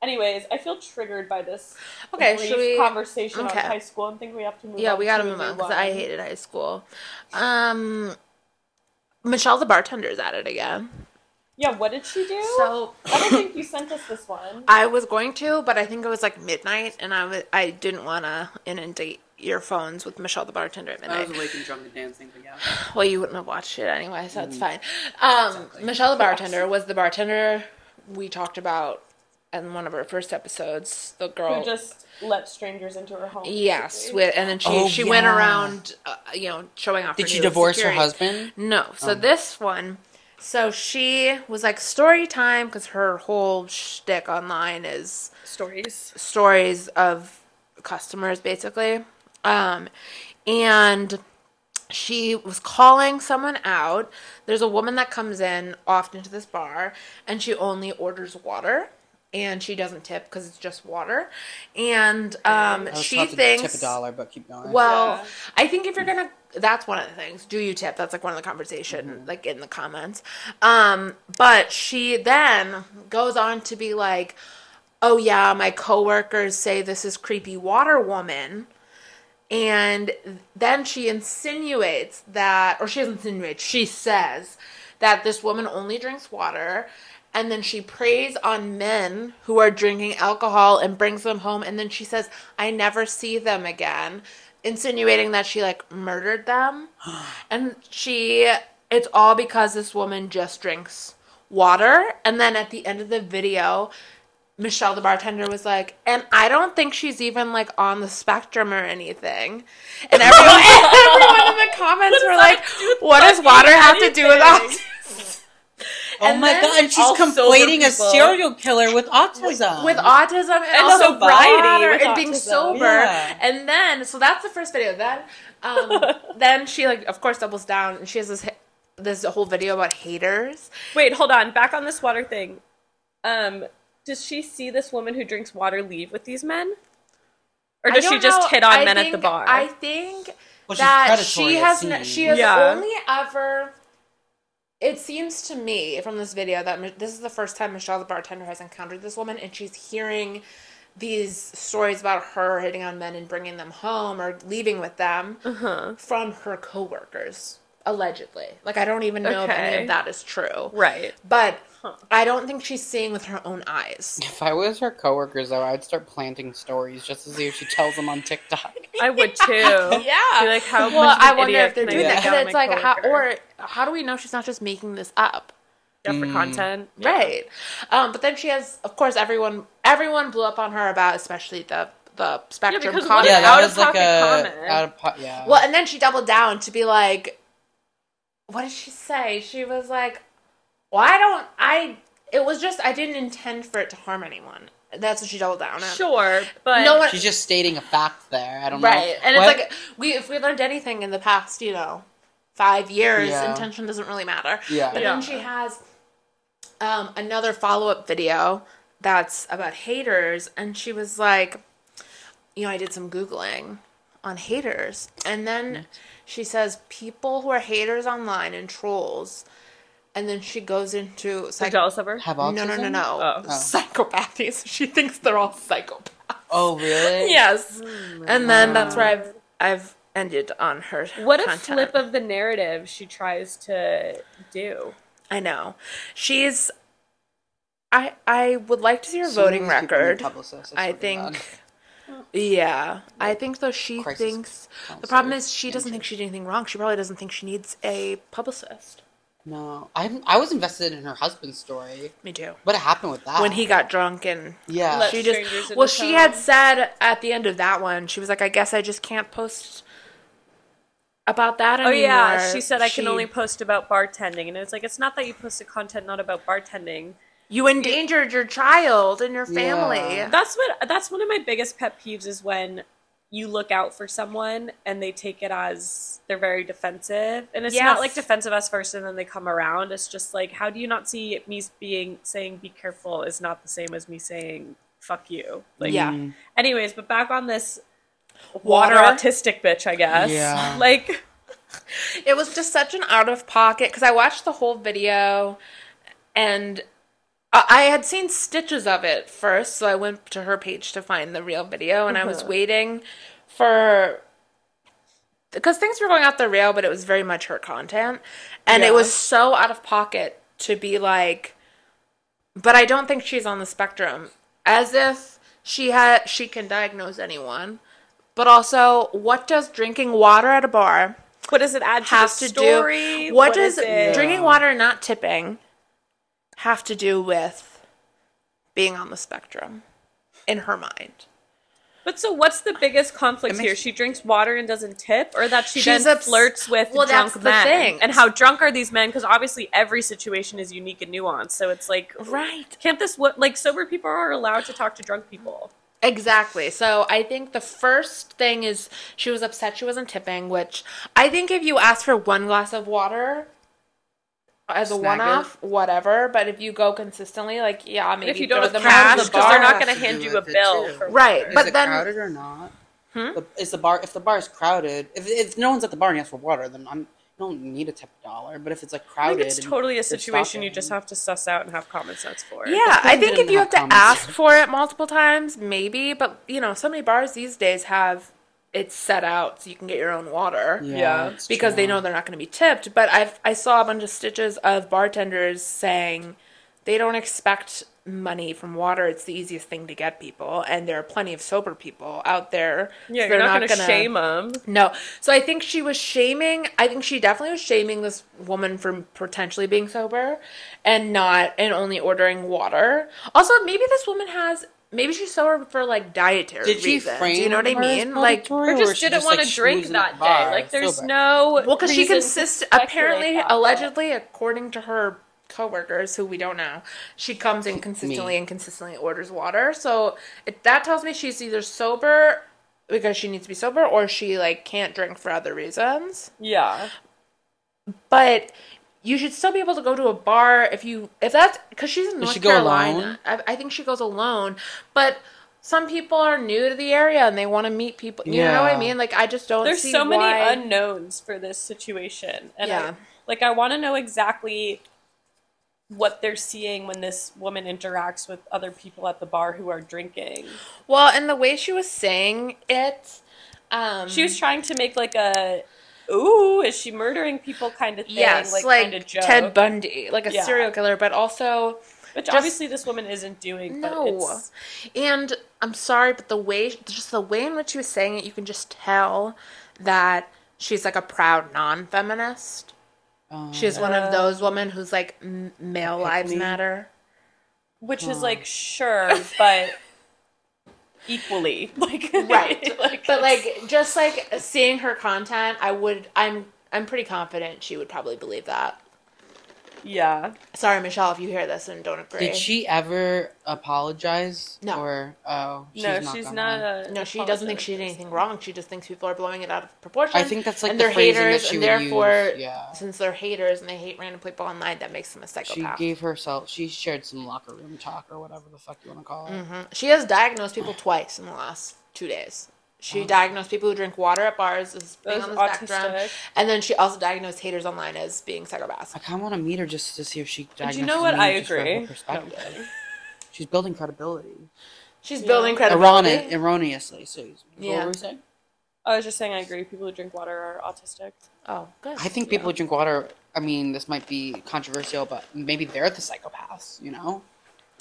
S3: Anyways, I feel triggered by this
S1: Okay,
S3: brief
S1: should we?
S3: conversation
S1: okay.
S3: on high school and think we have to move
S1: Yeah,
S3: on
S1: we gotta
S3: to a
S1: move
S3: new
S1: on because
S3: one.
S1: I hated high school. Um, Michelle the bartender's at it again.
S3: Yeah, what did she do?
S1: So
S3: I don't think you sent us this
S1: [COUGHS]
S3: one.
S1: I was going to, but I think it was like midnight, and I was I didn't want to inundate your phones with Michelle the bartender at
S2: I
S3: Oh,
S1: midnight.
S2: was awake and drunk and dancing, but yeah.
S1: Well, you wouldn't have watched it anyway, so it's fine. Um,
S2: Mm. Exactly.
S1: Michelle the bartender was the bartender we talked about in one of our first episodes. The girl
S3: Who just let strangers into her home?
S1: Yes,
S3: basically.
S1: with, and then she
S2: Oh,
S1: she went
S2: yeah.
S1: around, uh, you know, showing off.
S2: Did she
S1: new
S2: divorce her
S1: security.
S2: husband? Oh.
S1: No. So this one, so she was like story time because her whole shtick online is
S3: stories.
S1: stories of customers, basically, um, and she was calling someone out. There's a woman that comes in often to this bar, and she only orders water. And she doesn't tip because it's just water, and um,
S2: I was
S1: she
S2: taught to
S1: thinks
S2: tip a dollar, but keep going.
S1: well,
S3: Yeah.
S1: I think if you're gonna, that's one of the things. Do you tip? That's like one of the conversation, like in the comments. Um, but she then goes on to be like, "Oh yeah, my coworkers say this is creepy water woman," and then she insinuates that, or she insinuates, she says that this woman only drinks water. And then she preys on men who are drinking alcohol and brings them home. And then she says, I never see them again, insinuating that she like murdered them. And she, it's all because this woman just drinks water. And then at the end of the video, Michelle, the bartender, was like, and I don't think she's even like on the spectrum or anything.
S3: [LAUGHS]
S1: And everyone, everyone in the comments were
S3: that
S1: like, what does
S3: fucking
S1: water have to do with
S3: anything?"
S1: autism?
S2: oh
S1: and
S2: my
S1: then
S2: god, and she's
S3: all sober
S2: conflating a
S3: people-
S2: serial killer with autism.
S1: with autism and,
S3: Um, And
S1: also
S3: sobriety
S1: water
S3: with
S1: and being
S3: autism.
S1: sober.
S2: Yeah.
S1: And then, so that's the first video. Then,
S3: [LAUGHS]
S1: um, then she like, of course, doubles down and she has this hi- this whole video about haters.
S3: Wait, hold on. Back on this water thing. Um, does she see this woman who drinks water leave with these men, or
S1: I
S3: does she
S1: don't
S3: just
S1: know-
S3: hit on
S1: I
S3: men at the
S1: think-
S3: bar?
S1: I think
S2: Well, she's
S1: that
S2: predatory,
S1: she
S2: it
S1: has n-
S2: seems.
S1: she has
S3: Yeah.
S1: only ever it seems to me from this video that Mi- this is the first time Michelle, the bartender, has encountered this woman, and she's hearing these stories about her hitting on men and bringing them home or leaving with them
S3: Uh-huh.
S1: from her coworkers, allegedly. Like I don't even know if any
S3: Okay.
S1: of that is true,
S3: Right.
S1: but I don't think she's seeing with her own
S2: [LAUGHS]
S1: eyes. [LAUGHS]
S2: If I was her coworkers, though, I'd start planting stories just to see if she tells them on
S1: [LAUGHS]
S2: TikTok.
S3: I would too. [LAUGHS] yeah. Be like, how
S1: well,
S3: much of
S1: I
S3: an
S1: wonder
S3: idiot
S1: if they're
S3: can I
S1: doing
S3: make out
S1: that because
S3: of
S1: it's
S3: my
S1: like, how, or
S3: coworker?
S1: how do we know she's not just making this up?
S3: Yeah, for content.
S1: Right. Um, but then she has, of course, everyone everyone blew up on her about, especially the the spectrum
S3: because what
S1: comment.
S2: yeah,
S3: an
S2: that was like
S3: out-of-pocket
S2: a
S3: comment.
S2: out of po- yeah.
S1: Well, and then she doubled down to be like, what did she say? She was like, well, I don't, I, it was just, I didn't intend for it to harm anyone. That's what she doubled down on.
S3: Sure, but
S1: No one,
S2: She's just stating a fact there. I don't know.
S1: right. And
S2: What-
S1: it's like, we, if we learned anything in the past, you know, five years,
S2: Yeah.
S1: intention doesn't really matter.
S2: Yeah.
S1: But
S3: Yeah.
S1: then she has um, another follow up video that's about haters, and she was like, you know, I did some Googling on haters. And then she says, people who are haters online and trolls. And then she goes into
S3: They're
S1: psych-
S3: jealous of her.
S2: have
S1: No,
S2: autism?
S1: no, no, no.
S3: Oh.
S2: Oh.
S1: Psychopathy. [LAUGHS] So she thinks they're all psychopaths.
S2: Oh,
S1: [LAUGHS]
S2: really?
S1: Yes.
S3: Oh,
S1: And then that's where I've I've ended on her.
S3: What a
S1: content.
S3: flip of the narrative she tries to do.
S1: I know. She's. I I would like to see her
S2: Soon
S1: voting
S2: these people need
S1: record.
S2: publicists, that's
S1: I
S2: what they
S1: think.
S2: want.
S1: Yeah, I think though she
S2: crisis
S1: thinks the
S2: counselor
S1: problem is she doesn't
S2: engine.
S1: think she did anything wrong. She probably doesn't think she needs a publicist.
S2: No, I I was invested in her husband's story.
S1: Me too.
S2: What happened with that?
S1: When he got drunk and
S2: yeah,
S3: Let
S1: she
S3: strangers
S1: just
S3: in
S1: well
S3: the
S1: she
S3: town.
S1: had said at the end of that one she was like I guess I just can't post about that
S3: Oh
S1: anymore.
S3: yeah, she said I can
S1: She-
S3: only post about bartending, and it's like it's not that you posted content not about bartending.
S1: You endangered your child and your family.
S2: Yeah.
S3: That's what that's one of my biggest pet peeves is when you look out for someone and they take it as they're very defensive, and it's
S1: Yes.
S3: not like defensive as first, and then they come around. It's just like how do you not see me being saying be careful is not the same as me saying fuck you. Like
S1: yeah.
S2: Mm.
S3: Anyways, but back on this water
S1: Water.
S3: autistic bitch, I guess.
S2: Yeah.
S3: Like
S1: It was just such an out of pocket because I watched the whole video and I I had seen stitches of it first, so I went to her page to find the real video and I was waiting for. Because things were going off the rail, but it was very much her content. And
S3: Yeah.
S1: it was so out of pocket to be like, but I don't think she's on the spectrum. As if she had she can diagnose anyone. But also, what does drinking water at a bar
S3: what does it add to
S1: have
S3: the
S1: to
S3: story?
S1: do what, does
S3: is it?
S1: drinking
S2: Yeah.
S1: water and not tipping have to do with being on the spectrum in her mind
S3: But so what's the biggest conflict
S2: It makes-
S3: here? She drinks water and doesn't tip or that she
S1: She's
S3: then
S1: obs-
S3: flirts with
S1: Well,
S3: drunk
S1: that's the
S3: men.
S1: thing.
S3: And how drunk are these men cuz obviously every situation is unique and nuanced. So it's like
S1: Right.
S3: Can't this what like sober people are allowed to talk to drunk people?
S1: exactly so i think the first thing is she was upset she wasn't tipping which i think if you ask for one glass of water as a
S2: Snag it.
S1: one-off whatever but if you go consistently like yeah maybe
S3: if you don't
S1: throw
S3: have
S1: them
S3: cash
S1: out of
S3: cuz
S1: the
S3: they're
S1: bar.
S3: not going
S2: Has
S3: to
S2: to
S3: hand
S2: do
S3: you a
S2: with it,
S3: bill
S2: too.
S3: for
S1: Right,
S3: water.
S2: Is
S1: but
S2: it
S1: then-
S2: crowded or not?
S3: Hmm?
S2: The, is the bar if the bar is crowded? If, if no one's at the bar and asks for water, then I'm you don't need a tip dollar. But if it's like
S3: I
S2: crowded,
S3: think it's
S2: and
S3: totally a
S2: they're
S3: situation you
S2: stopping-
S3: just have to suss out and have common sense for.
S1: Yeah, I
S2: Explain
S1: think
S2: it in
S1: if you
S2: how
S1: have to
S2: common [LAUGHS]
S1: ask
S2: sense.
S1: for it multiple times, maybe. But you know, so many bars these days have it set out so you can get your own water
S3: Yeah,
S2: it's
S1: because they
S2: true.
S1: know they're not going to be tipped. But I've I saw a bunch of stitches of bartenders saying they don't expect money from water. It's the easiest thing to get people, and there are plenty of sober people out there.
S3: Yeah,
S1: so
S3: you're
S1: they're
S3: not, going to
S1: gonna-
S3: shame them.
S1: no. So I think she was shaming. I think she definitely was shaming this woman for potentially being sober and not and only ordering water. Also, maybe this woman has maybe she's sober for like dietary
S2: Did she
S1: reasons.
S2: frame
S1: you know what I
S2: her as
S1: mean? Like
S2: predatory,
S3: Or
S2: or
S3: just
S2: is she
S3: didn't want
S2: like,
S3: to drink
S2: schmoozing at
S3: that
S2: the
S3: day.
S2: bar
S3: Like, there's
S2: sober?
S3: no
S1: well, because she
S3: reason to
S1: consist
S3: speculate
S1: apparently
S3: about it.
S1: allegedly according to her coworkers who we don't know she comes in consistently
S2: Me.
S1: and consistently orders water so it, that tells me she's either sober because she needs to be sober or she like can't drink for other reasons
S3: Yeah,
S1: but you should still be able to go to a bar if you if that's because she's in North
S2: she go
S1: Carolina.
S2: alone?
S1: I, I think she goes alone, but some people are new to the area and they want to meet people. You know what I
S2: Yeah.
S1: mean? Like I just don't.
S3: there's
S1: see
S3: so many
S1: why-
S3: unknowns for this situation, and
S1: Yeah.
S3: I, Like I want to know exactly what they're seeing when this woman interacts with other people at the bar who are drinking.
S1: Well, and the way she was saying it, um,
S3: She was trying to make like a ooh, is she murdering people kind of thing,
S1: yes, like,
S3: kind of joke.
S1: Ted Bundy, like a
S3: Yeah.
S1: serial killer, but also
S3: Which
S1: just-
S3: obviously this woman isn't doing.
S1: No.
S3: But it's,
S1: And I'm sorry, but the way, just the way in which she was saying it, you can just tell that she's like a proud non feminist.
S2: Um,
S1: She's one
S3: Oh.
S1: of those women who's like, m- male lives
S2: me.
S3: [LAUGHS]
S1: matter.
S3: which is
S2: Huh.
S1: Hmm.
S3: like sure, but equally [LAUGHS] like
S1: [LAUGHS]
S3: [LAUGHS]
S1: Right.
S3: like,
S1: But like, just like seeing her content, I would, I'm, I'm pretty confident she would probably believe that.
S3: yeah.
S1: Sorry, Michelle, if you hear this and don't agree.
S2: Did she ever apologize?
S1: No.
S2: Or oh,
S3: no, she's
S2: gonna.
S3: not. A,
S1: No, she doesn't think she did anything wrong. She just thinks people are blowing it out of proportion.
S2: I think that's like
S1: and
S2: the
S1: they're
S2: phrasing that
S1: haters,
S2: she
S1: and
S2: would
S1: therefore,
S2: use. Yeah.
S1: since they're haters and they hate random people online, that makes them a
S2: She
S1: psychopath. She,
S2: gave herself. She shared some locker room talk or whatever the fuck you want to call it.
S3: Mm-hmm.
S1: Mm-hmm. she has diagnosed people twice in the last two days. She diagnosed people who drink water at bars as being
S3: Those
S1: on the spectrum,
S3: autistic.
S1: and then she also diagnosed haters online as being psychopaths.
S2: I kind of want to meet her just to see if she.
S3: Do
S2: diagnoses
S3: you know what?
S2: me
S3: I
S2: just for her
S3: agree.
S2: Perspective. She's building credibility.
S1: She's building credibility.
S2: Errone- erroneously. So yeah.
S1: Yeah.
S2: what were we saying?
S3: I was just saying, I agree. People who drink water are autistic.
S1: Oh, good.
S2: I think people who drink water. I mean, this might be controversial, but maybe they're the psychopaths. You know,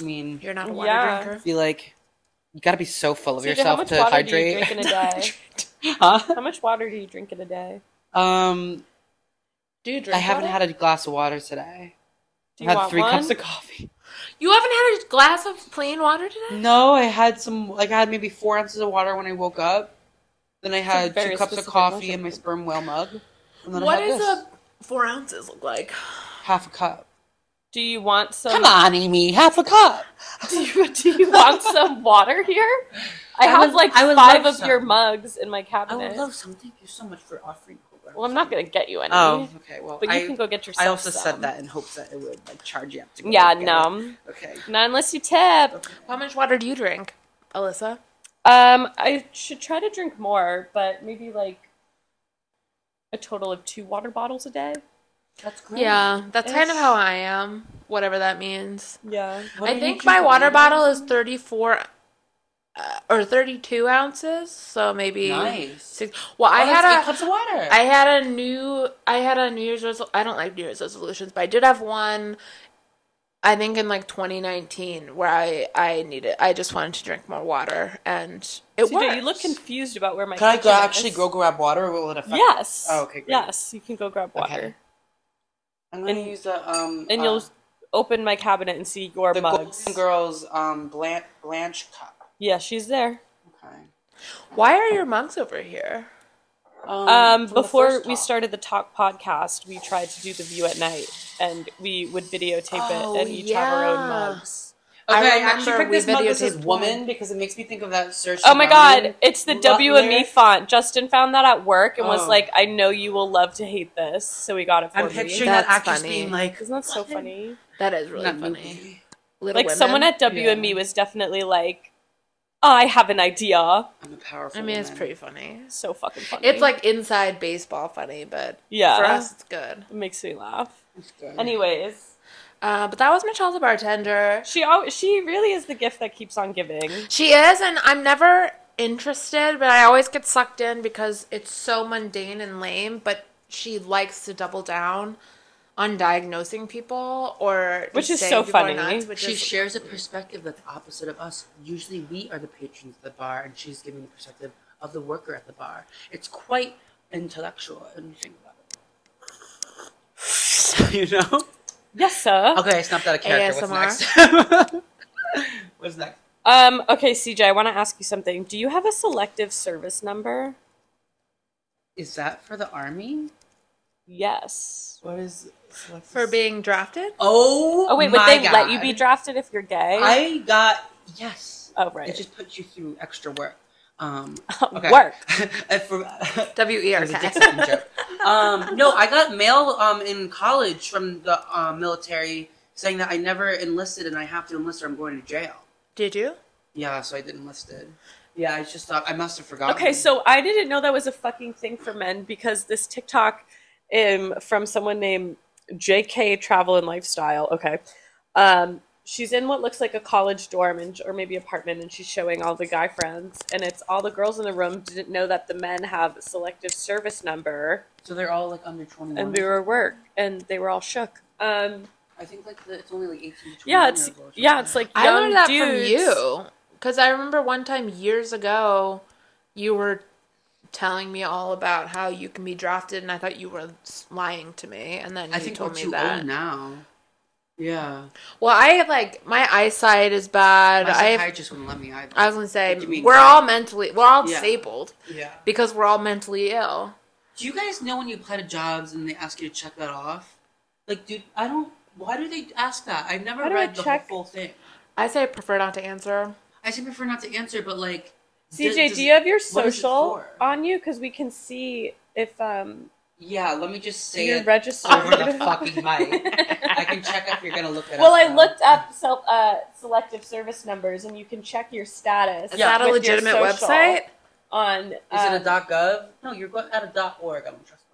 S2: I mean,
S1: You're not a water
S3: Yeah.
S1: drinker.
S2: be like, you gotta be so full of
S3: CJ, how
S2: yourself
S3: much
S2: to
S3: water do you
S2: hydrate. [LAUGHS]
S3: drink in a day?
S2: huh?
S3: How much water do you drink in a day?
S2: Um,
S1: Do you drink?
S2: I haven't had a glass of water today.
S3: Do
S2: I've
S3: you
S2: had
S3: want
S2: three
S3: one?
S2: cups of coffee.
S1: You haven't had a glass of plain water today.
S2: No, I had some. Like I had maybe four ounces of water when I woke up. Then I
S3: a
S2: had
S3: very
S2: two cups of
S3: specific
S2: coffee
S3: motion.
S2: in my sperm whale mug. And then
S1: What
S2: I
S1: does
S2: had this.
S1: a four ounces look like?
S2: half a cup?
S3: Do you want some?
S2: Come on, Amy, half a cup.
S3: [LAUGHS] Do you, [LAUGHS] do
S2: [LAUGHS]
S3: you want some water here? I,
S2: I
S3: have
S2: would-
S3: like
S2: I would
S3: five
S2: love
S3: of your
S2: some.
S3: mugs in my cabinet.
S2: some. Thank you so much for offering.
S3: well, I'm not gonna get you any,
S2: Oh, okay. Well,
S3: but you
S2: I,
S3: can go get yourself.
S2: I also
S3: some.
S2: said that in hopes that it would like charge you up to. Go
S3: Yeah,
S2: get
S3: no,
S2: it. Okay.
S3: not unless you tip.
S1: How much water do you drink, Alyssa?
S3: Um, I should try to drink more, but maybe like a total of two water bottles a day.
S2: That's great.
S1: Yeah, that's kind of
S3: Ish.
S1: how I am, whatever that means.
S3: Yeah.
S1: I think my water bottle is 34 uh, or 32 ounces, so maybe
S2: Nice. Oh,
S1: six. Well, I had a
S2: cups of water.
S1: I had a new I had a New Year's resol- I don't like New Year's resolutions, but I did have one I think in like 2019 where I I needed I just wanted to drink more water and it
S3: CJ,
S1: worked.
S3: you look confused about where my.
S2: Can I go
S3: kitchen is.
S2: actually go grab water, or will it affect?
S3: Yes.
S2: Oh, okay, great.
S3: Yes, you can go grab water,
S2: Okay. I'm gonna
S3: And-
S2: use a um.
S3: and
S2: uh,
S3: you'll open my cabinet and see your
S2: the
S3: mugs.
S2: Golden Girls um Blanche, Blanche cup.
S3: Yeah, she's there.
S2: Okay.
S1: Why are your monks over here?
S2: Um,
S3: Um,
S2: from the
S3: before
S2: first
S3: we
S2: talk.
S3: started the talk podcast, we tried to do the view at night, and we would videotape
S1: Oh,
S3: it, and each have our own
S1: yeah.
S3: mugs.
S2: Okay,
S1: I
S2: I
S1: remember
S2: actually picked
S1: we
S2: this mug that says
S1: videotaped
S2: "woman"
S1: one.
S2: because it makes me think of that search.
S3: Oh my god, it's the
S2: Lo-
S3: W and me
S2: lyric?
S3: font. Justin found that at work and was
S2: Oh.
S3: like, "I know you will love to hate this," so he got it for
S2: I'm
S3: me.
S2: picturing
S1: That's
S2: that actress
S1: funny.
S2: being like,
S3: Isn't that so
S2: "Woman."
S3: funny?
S1: That is really
S2: Not
S1: funny.
S2: movie.
S1: Little
S3: Like someone
S1: Women?
S3: at W and me
S2: Yeah.
S3: was definitely like, "I have an idea."
S2: I'm a powerful.
S1: I mean, it's
S2: woman.
S1: pretty funny.
S3: So fucking funny.
S1: It's like inside baseball funny, but
S3: yeah,
S1: for us, it's good.
S3: it makes me laugh.
S2: It's good.
S3: Anyways.
S1: Uh, but that was Michelle the bartender.
S3: She always, she really is the gift that keeps on giving.
S1: She is, and I'm never interested, but I always get sucked in because it's so mundane and lame. But she likes to double down on diagnosing people or
S3: Which is
S1: saying
S3: so
S1: people are
S3: funny.
S1: nuts, which
S2: She
S1: is-
S2: shares a perspective that's opposite of us. Usually, we are the patrons of the bar, and she's giving the perspective of the worker at the bar. It's quite intellectual, and you think about it. [LAUGHS] you know.
S3: Yes, sir.
S2: Okay, I snapped out of character. What's next? [LAUGHS] What's next?
S3: Um, okay, CJ, I want to ask you something. Do you have a selective service number?
S2: Is that for the army?
S3: Yes.
S2: What is
S1: for being drafted.
S2: Oh,
S3: Oh wait, would
S2: my
S3: they
S2: God.
S3: let you be drafted if you're gay?
S2: I got yes.
S3: oh right. [LAUGHS]
S2: It just puts you through extra work. Um,
S3: Work.
S2: [LAUGHS] I forgot-
S1: W E R
S2: It was a
S1: K.
S2: Dixon
S3: [LAUGHS]
S2: joke. Um, no, I got mail um, in college from the uh, military saying that I never enlisted and I have to enlist or I'm going to jail.
S1: Did you?
S2: Yeah, so I didn't enlisted. Yeah, I just thought I must have forgotten.
S3: Okay, so I didn't know that was a fucking thing for men because this TikTok um, from someone named J.K. Travel and Lifestyle. Okay. Um, she's in what looks like a college dorm and, or maybe apartment, and she's showing all the guy friends. And it's all the girls in the room didn't know that the men have selective service number
S2: So they're all like under twenty one.
S3: and we were work, and they were all shook. Um,
S2: I think like the, it's only like eighteen. To
S3: yeah,
S2: 21
S3: it's
S2: years old or
S3: yeah,
S2: something.
S3: it's like
S1: I
S3: young
S1: learned that
S3: dudes.
S1: from you because I remember one time years ago, you were telling me all about how you can be drafted, and I thought you were s- lying to me, and then
S2: I
S1: you
S2: think
S1: told
S2: we're
S1: me
S2: too
S1: that.
S2: old now. Yeah,
S1: Well, I have like my eyesight is bad.
S2: my
S1: I have,
S2: psychiatrist wouldn't let me either.
S1: I was gonna say
S2: What do you mean?
S1: we're all mentally we're all
S2: Yeah.
S1: disabled
S2: yeah.
S1: because we're all mentally ill.
S2: Do you guys know when you apply to jobs and they ask you to check that off? Like, dude, I don't. Why do they ask that? I've never
S3: How do I
S2: read the
S3: check?
S2: whole full thing.
S1: I say I prefer not to answer.
S2: I say prefer not to answer, but like,
S3: CJ,
S2: does-
S3: do you have your
S2: what is it
S3: social
S2: for?
S3: on you? Because we can see if um,
S2: Yeah, let me just say
S3: you're
S2: it
S3: registered.
S2: over the fucking
S1: [LAUGHS]
S2: mic. I can check if you're gonna look
S3: [LAUGHS]
S2: it
S3: Well,
S2: up.
S3: I
S2: now.
S3: looked up self, uh, selective service numbers, and you can check your status.
S1: Is
S2: Yeah.
S1: that a
S3: with your
S1: legitimate
S3: social
S1: website?
S3: On
S2: Is
S3: uh,
S2: it a .gov? No, you're go- at a .org. I'm trust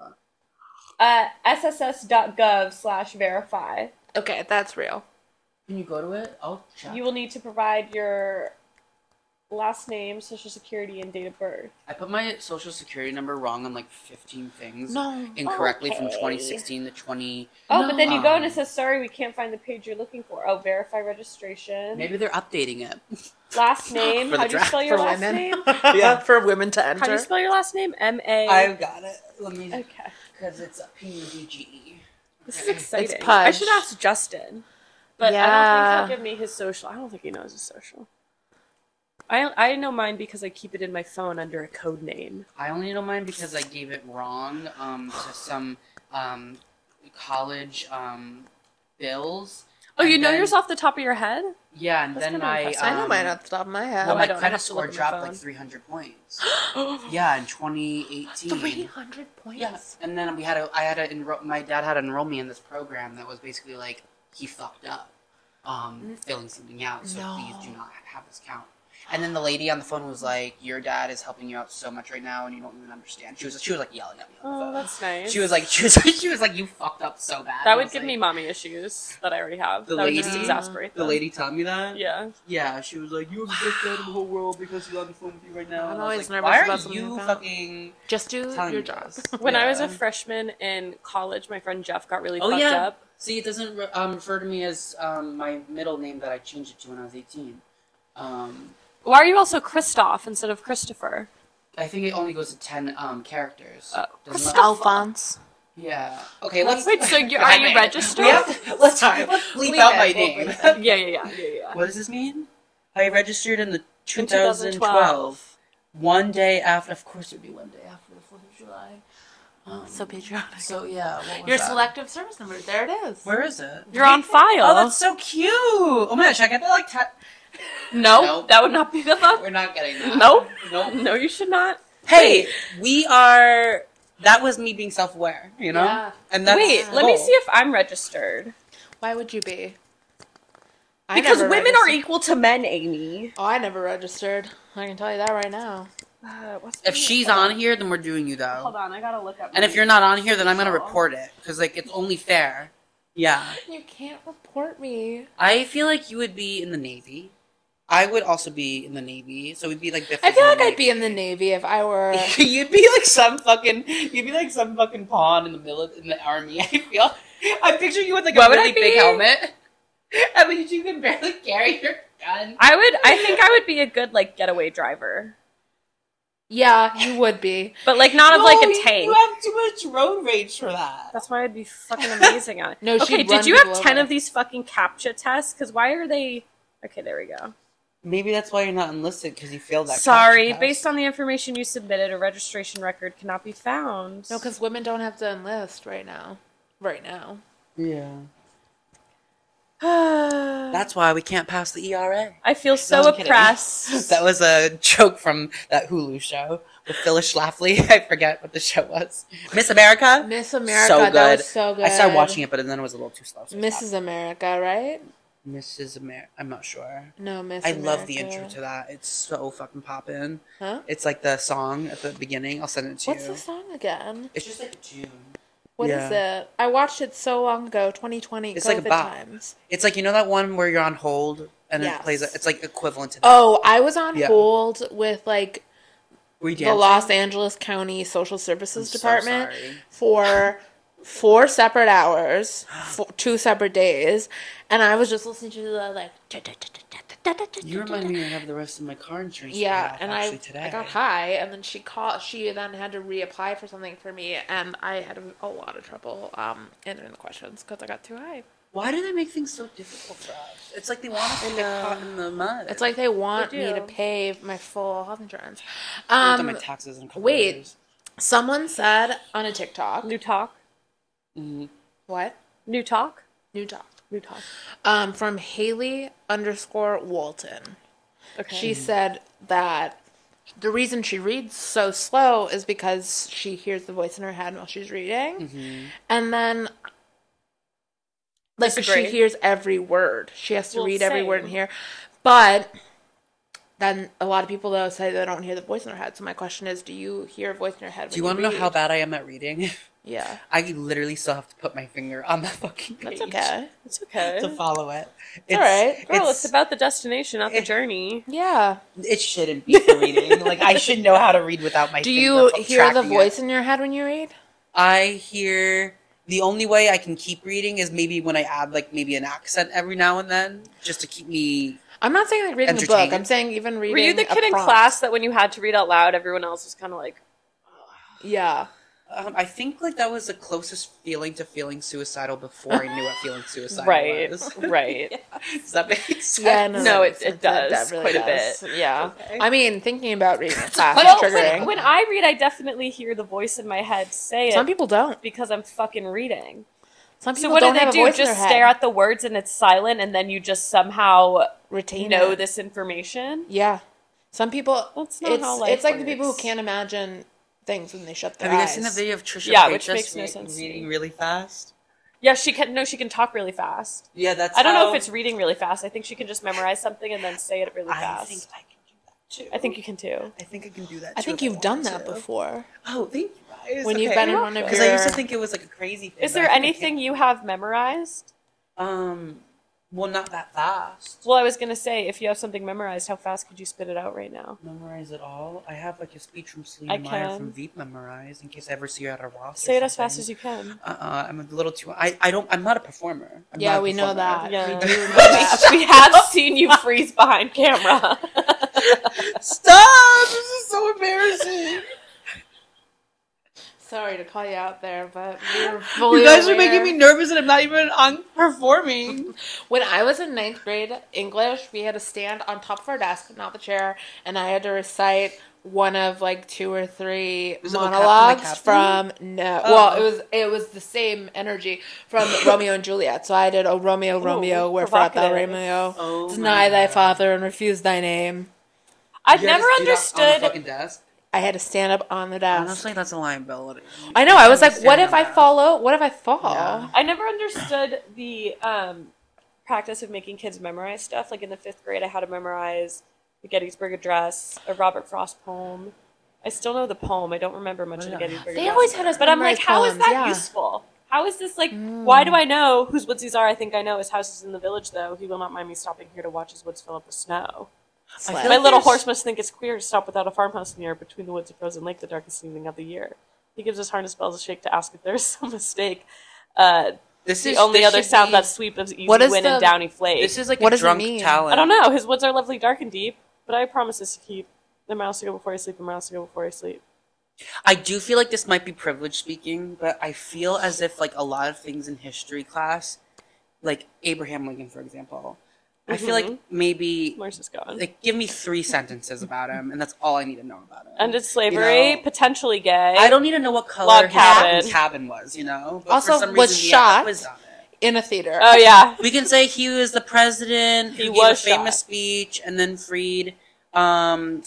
S2: that.
S3: uh, sss.gov slash verify.
S1: Okay, that's real.
S2: Can you go to it? I'll check.
S3: You will need to provide your last name, social security, and date of birth.
S2: I put my social security number wrong on like 15 things
S1: [LAUGHS] No.
S2: incorrectly from
S3: Okay.
S2: 2016 to 20.
S3: Oh,
S1: No.
S3: but then you go and
S2: Um,
S3: it says, sorry, we can't find the page you're looking for. Oh, verify registration.
S2: Maybe they're updating it.
S3: Last name.
S2: [LAUGHS] For the
S3: How do you
S2: draft.
S3: spell your
S1: For
S3: last
S1: women.
S3: name?
S2: Yeah.
S1: for women to
S3: How do you
S1: enter.
S3: spell your last name? M A.
S2: I've got it. Let me
S3: Okay.
S2: because it's a P U D G E.
S3: This is
S2: Okay.
S3: exciting. I
S1: Pudge.
S3: should ask Justin, but I don't
S1: Yeah.
S3: think he'll give me his social. I don't think he knows his social. I I know mine because I keep it in my phone under a code name.
S2: I only know mine because I gave it wrong um, to some um, college um, bills.
S3: Oh, you
S2: and
S3: know
S2: then-
S3: yours off the top of your head?
S2: Yeah, and
S3: That's
S2: then
S3: kinda
S2: my
S3: impressive.
S1: I know
S2: um,
S1: mine off the top of my head.
S2: Well,
S3: I
S2: my
S3: don't. I'd
S2: credit
S3: have to look
S2: score
S3: at my
S2: dropped
S3: phone.
S2: like 300
S3: [GASPS]
S2: points. yeah, in 2018.
S1: Three hundred points.
S2: Yeah, and then we had a, I had to enroll. My dad had to enroll me in this program that was basically like he fucked up, um,
S3: Mm.
S2: filling something out. So
S1: No.
S2: please do not have this count. And then the lady on the phone was like, "Your dad is helping you out so much right now, and you don't even understand." She was she was like yelling at me on the
S3: Oh,
S2: phone.
S3: that's nice.
S2: She was like [LAUGHS] she was like, she was like you fucked up so bad.
S3: that
S2: And I
S3: would
S2: was
S3: give
S2: like-
S3: me mommy issues that I already have.
S2: The
S3: that would just
S1: lady-
S3: exasperate
S2: the
S3: them.
S2: lady tell me
S3: [LAUGHS]
S2: that.
S3: Yeah.
S2: Yeah, she was like, "You have just done the whole world because he's on the phone with you right now."
S1: I'm
S2: And I was
S1: always
S2: like,
S1: nervous
S2: Why
S1: about
S2: are
S1: something
S2: you
S1: like that."
S2: fucking
S1: Just do
S2: telling
S1: your
S2: me
S1: job.
S2: this?
S1: [LAUGHS]
S3: When I was a
S2: Yeah.
S3: freshman in college, my friend Jeff got really
S2: Oh,
S3: fucked
S2: yeah.
S3: up.
S2: See, it doesn't re- um, refer to me as um, my middle name that I changed it to when I was 18. Um,
S3: Why are you also Christoph instead of
S2: [LAUGHS]
S3: Christopher?
S2: I think it only goes to 10 um, characters.
S3: Oh.
S2: Doesn't let-
S1: Alphonse.
S2: yeah. Okay, let's.
S3: Wait, so
S2: [LAUGHS]
S3: you- are you registered?
S2: We have to- let's,
S1: Sorry.
S2: let's bleep
S1: Bleep
S2: out
S1: it.
S2: my
S1: We'll
S2: name. [LAUGHS]
S3: [LAUGHS]
S1: bleep
S3: Yeah, yeah, yeah, yeah, yeah.
S2: What does this mean? I registered in the
S3: In
S2: 2012. One day after, of course, it would be one day after the 4th of July. Um,
S1: So patriotic.
S2: so, yeah. What was
S1: Your
S2: that?
S1: selective service number. There it is.
S2: Where is it?
S3: You're on file.
S2: Oh, that's so cute. Oh my gosh, I got that like. ta-
S3: no,
S2: No.
S3: that would not be the fun.
S2: We're not getting that.
S3: No,
S2: Nope.
S3: no, you should not.
S2: Hey, we are. That was me being self-aware, you know.
S1: Yeah.
S2: And that's oh.
S3: Wait,
S2: the
S3: let me
S2: goal.
S3: see if I'm registered.
S1: Why would you be?
S3: Because
S1: never
S3: women are
S1: registered.
S3: equal to men, Amy.
S1: Oh, I never registered. I can tell you that right now.
S3: Uh, what's
S2: If she's on here, then we're doing you
S3: hold
S2: though.
S3: on, I gotta look up.
S2: And if you're not on here, then I'm gonna report it because like it's only fair. Yeah.
S1: You can't report me.
S2: I feel like you would be in the navy. I would also be in the navy, so we'd be like.
S1: I feel like I'd be in the Navy if I were.
S2: [LAUGHS] you'd be like some fucking. You'd be like some fucking pawn in the mili- in the army. I feel. I picture you with like
S3: What
S2: a
S3: would I
S2: really big
S3: be?
S2: helmet. [LAUGHS] I mean, you can barely carry your gun.
S3: I would. I think I would be a good like getaway driver,
S1: yeah, you would be.
S3: but like not of
S2: No,
S3: like a
S2: you-
S3: tank.
S2: You have too much road rage for that.
S3: That's why I'd be fucking amazing on it. [LAUGHS]
S1: No,
S3: okay,
S1: she'd
S3: did
S1: run
S3: you have
S1: people
S3: ten
S1: over.
S3: of these fucking captcha tests? Because why are they? Okay, there we go.
S2: Maybe that's why you're not enlisted because you failed that.
S3: Sorry, based on the information you submitted, a registration record cannot be found.
S1: No, because women don't have to enlist right now. Right now.
S2: yeah,
S3: [SIGHS] I
S2: that's why we can't pass the E ERA.
S3: feel so
S2: I'm kidding.
S3: oppressed.
S2: [LAUGHS] That was a joke from that Hulu show with Phyllis Schlafly. [LAUGHS] I forget what the show was. Miss America.
S1: Miss America.
S2: So
S1: That
S2: good.
S1: was so good.
S2: I started watching it, but then it was a little too slow. so I stopped.
S1: Mrs. America, right?
S2: Mrs. America. I'm not sure.
S1: No, Miss.
S2: I love the
S1: America.
S2: intro to that. It's so fucking poppin'.
S1: Huh?
S2: It's like the song at the beginning. I'll send it to
S1: What's
S2: you.
S1: the song again?
S2: It's just like a tune.
S1: What is
S2: Yeah.
S1: it? I watched it so long ago, 2020
S2: It's
S1: COVID
S2: like a bop.
S1: times.
S2: It's like you know that one where you're on hold and
S1: Yes.
S2: it plays. It's like equivalent to that.
S1: Oh, I was on
S2: Yeah.
S1: hold with like
S2: we
S1: the Los Angeles County Social Services
S2: I'm so
S1: Department
S2: sorry.
S1: for four separate hours, for two separate days, and I was just listening to the like.
S2: You remind me I have the rest of my car insurance. paid
S1: Yeah,
S2: off
S1: and I
S2: actually today.
S1: I got high, and then she called. She then had to reapply for something for me, and I had a, a lot of trouble um answering the questions because I got too high.
S2: Why do they make things so difficult for us? It's like they want us to get caught in the mud.
S1: um, It's like they want
S3: They
S1: me to
S3: do.
S1: pay my full health insurance.
S2: I haven't done
S1: Um,
S2: my taxes in a couple
S1: wait.
S2: years.
S1: someone said on a TikTok,
S3: New talk.
S1: what
S3: New talk.
S1: new talk?
S3: New talk.
S1: Um, from Haley underscore Walton.
S3: Okay.
S1: She said that the reason she reads so slow is because she hears the voice in her head while she's reading.
S3: Mm-hmm.
S1: And then like
S3: Disagree.
S1: she hears every word. She has to
S3: Well,
S1: read every word in
S3: same.
S1: here. But then a lot of people though say they don't hear the voice in their head. So my question is, do you hear a voice in your head?
S2: Do you want to know how
S1: read?
S2: bad I am at reading? [LAUGHS]
S1: Yeah,
S2: I literally still have to put my finger on that fucking page
S1: that's okay.
S3: it's okay.
S2: to follow it. It's,
S1: alright.
S3: Girl, it's,
S2: it's-
S3: about the destination, not the journey.
S1: Yeah.
S2: it shouldn't be for
S3: [LAUGHS]
S2: reading. like I should know how to read without my.
S1: Do
S2: finger
S1: you
S2: from
S1: hear the
S2: tracking it.
S1: voice in your head when you read?
S2: I hear. The only way I can keep reading is maybe when I add like maybe an accent every now and then, just to keep me.
S1: I'm not saying like reading a book. I'm
S2: Entertainment.
S1: saying even reading.
S3: Were you the
S1: a
S3: kid in
S1: prompt.
S3: class that when you had to read out loud, everyone else was kind of like,
S1: Yeah.
S2: Um, I think like that was the closest feeling to feeling suicidal before I knew what feeling suicidal
S3: [LAUGHS] right,
S2: was.
S3: right?
S2: Does that make sense?
S1: Yeah, no,
S3: No,
S1: that
S3: it- it
S1: makes
S3: does
S1: sense.
S3: quite a
S1: bit. Yeah,
S2: Okay.
S1: I mean, thinking about
S3: [LAUGHS]
S1: reading in class
S3: But
S1: is
S3: also,
S1: triggering.
S3: when, when I read, I definitely hear the voice in my head say it
S1: Some people don't.
S3: because I'm fucking reading.
S1: Some people
S3: So what do
S1: don't
S3: they
S1: have a
S3: do?
S1: voice in
S3: Just
S1: their
S3: stare
S1: head.
S3: at the words and it's silent, and then you just somehow
S1: retain
S3: know
S1: it.
S3: this information.
S1: Yeah, some people.
S3: That's not
S1: it's
S3: how life
S1: it's like the people who
S3: works.
S1: can't imagine things when they shut their
S2: Have you guys
S1: eyes.
S2: seen the video of Trisha
S3: Yeah,
S2: Paytas
S3: which makes no
S2: re-
S3: sense to
S2: reading
S3: me.
S2: really fast?
S3: Yeah, she can. No, she can talk really fast.
S2: Yeah, that's.
S3: I don't know
S2: how-
S3: if it's reading really fast. I think she can just memorize something and then say it really
S2: I
S3: fast.
S2: think I can do that too.
S3: I think you can too.
S2: I think I can do that.
S1: I
S2: too
S1: think
S2: if
S1: you've
S2: wanted
S1: done that
S2: to.
S1: before.
S2: Oh, thank you guys.
S1: When you've been in
S3: You're
S1: one of
S3: welcome.
S2: because I used to
S1: your.
S2: think it was like a crazy thing.
S3: Is
S2: but I
S3: there
S2: think I
S3: anything you have memorized?
S2: can't- Um, well, not that fast.
S3: Well, I was gonna say, if you have something memorized, how fast could you spit it out right now?
S2: Memorize it all. I have like a speech from Celine
S3: I
S2: Meyer
S3: can.
S2: from Veep memorized in case I ever see her at a Ross.
S3: Say it as fast as you can.
S2: Uh, uh I'm a little too. I, I don't. I'm not a performer. I'm
S1: Yeah,
S2: not a
S1: we know
S2: performer.
S1: that.
S3: Yeah. [LAUGHS]
S1: We do know that.
S3: we have seen you freeze behind
S1: [LAUGHS]
S3: camera.
S2: [LAUGHS] Stop! This is so embarrassing.
S1: Sorry to call you out there, but we were fully
S2: you guys are
S1: aware.
S2: making me nervous, and I'm not even on performing.
S1: When I was in ninth grade English, we had to stand on top of our desk, but not the chair, and I had to recite one of like two or three
S2: Was it Little
S1: monologues
S2: Captain and
S1: from no.
S2: Oh.
S1: Well, it was it was the same energy from Romeo and Juliet. So I did "O Romeo, Romeo, wherefore art thou
S3: provocative.
S1: Romeo?
S2: Oh
S1: Deny
S2: my
S1: thy
S2: God.
S1: father and refuse thy name."
S3: I've
S2: You had to
S3: never
S2: do that On the
S3: understood.
S2: fucking desk.
S1: I had to stand up on the desk.
S2: Honestly, that's a liability.
S1: I know. I was like,
S2: Stand
S1: "What
S2: on
S1: if I
S2: that.
S1: fall? out? What if I fall?"
S2: Yeah.
S3: I never understood the um, practice of making kids memorize stuff. Like in the fifth grade, I had to memorize the Gettysburg Address, a Robert Frost poem. I still know the poem. I don't remember much of the
S2: Yeah.
S3: Gettysburg
S1: They
S3: Address.
S1: always had us,
S3: But I'm like,
S1: memorize
S3: how is
S1: poems,
S3: that
S1: yeah.
S3: useful? How is this like? Why
S2: Hmm.
S3: do I know whose woods these are? I think I know his house is in the village, though. He will not mind me stopping here to watch his woods fill up with snow.
S2: I
S1: Slap.
S2: feel
S3: My
S2: like
S3: little
S2: there's-
S3: horse must think it's queer to stop without a farmhouse near between the woods of frozen lake, the darkest evening of the year. He gives his harness bells a shake to ask if there is [LAUGHS] some mistake. Uh,
S2: This
S3: the
S2: is
S3: only
S2: this
S3: other
S2: should
S3: sound
S2: be-
S3: that sweep of easy
S1: What is
S3: win
S1: the-
S3: and downy flake.
S2: This is like
S1: What
S2: a
S1: does it
S2: drunk
S1: mean?
S2: talent.
S3: I don't know. His woods are lovely, dark and deep, but I promise this to keep the miles to go before I sleep, the miles to go before I sleep.
S2: I do feel like this might be privilege speaking, but I feel as if like a lot of things in history class, like Abraham Lincoln, for example, I feel like
S3: Mhm.
S2: maybe
S3: Where's this going?
S2: like give me three sentences about him, and that's all I need to know about him.
S3: Ended slavery,
S2: You know?
S3: potentially gay.
S2: I don't need to know what color
S3: Log
S2: his cabin.
S3: cabin.
S2: cabin was, you know.
S1: Also, was
S2: we
S1: shot.
S2: quizzed on it.
S1: in a theater.
S3: Oh yeah,
S2: We can say he was the president.
S3: He
S2: who
S3: was
S2: gave a famous speech and then freed um,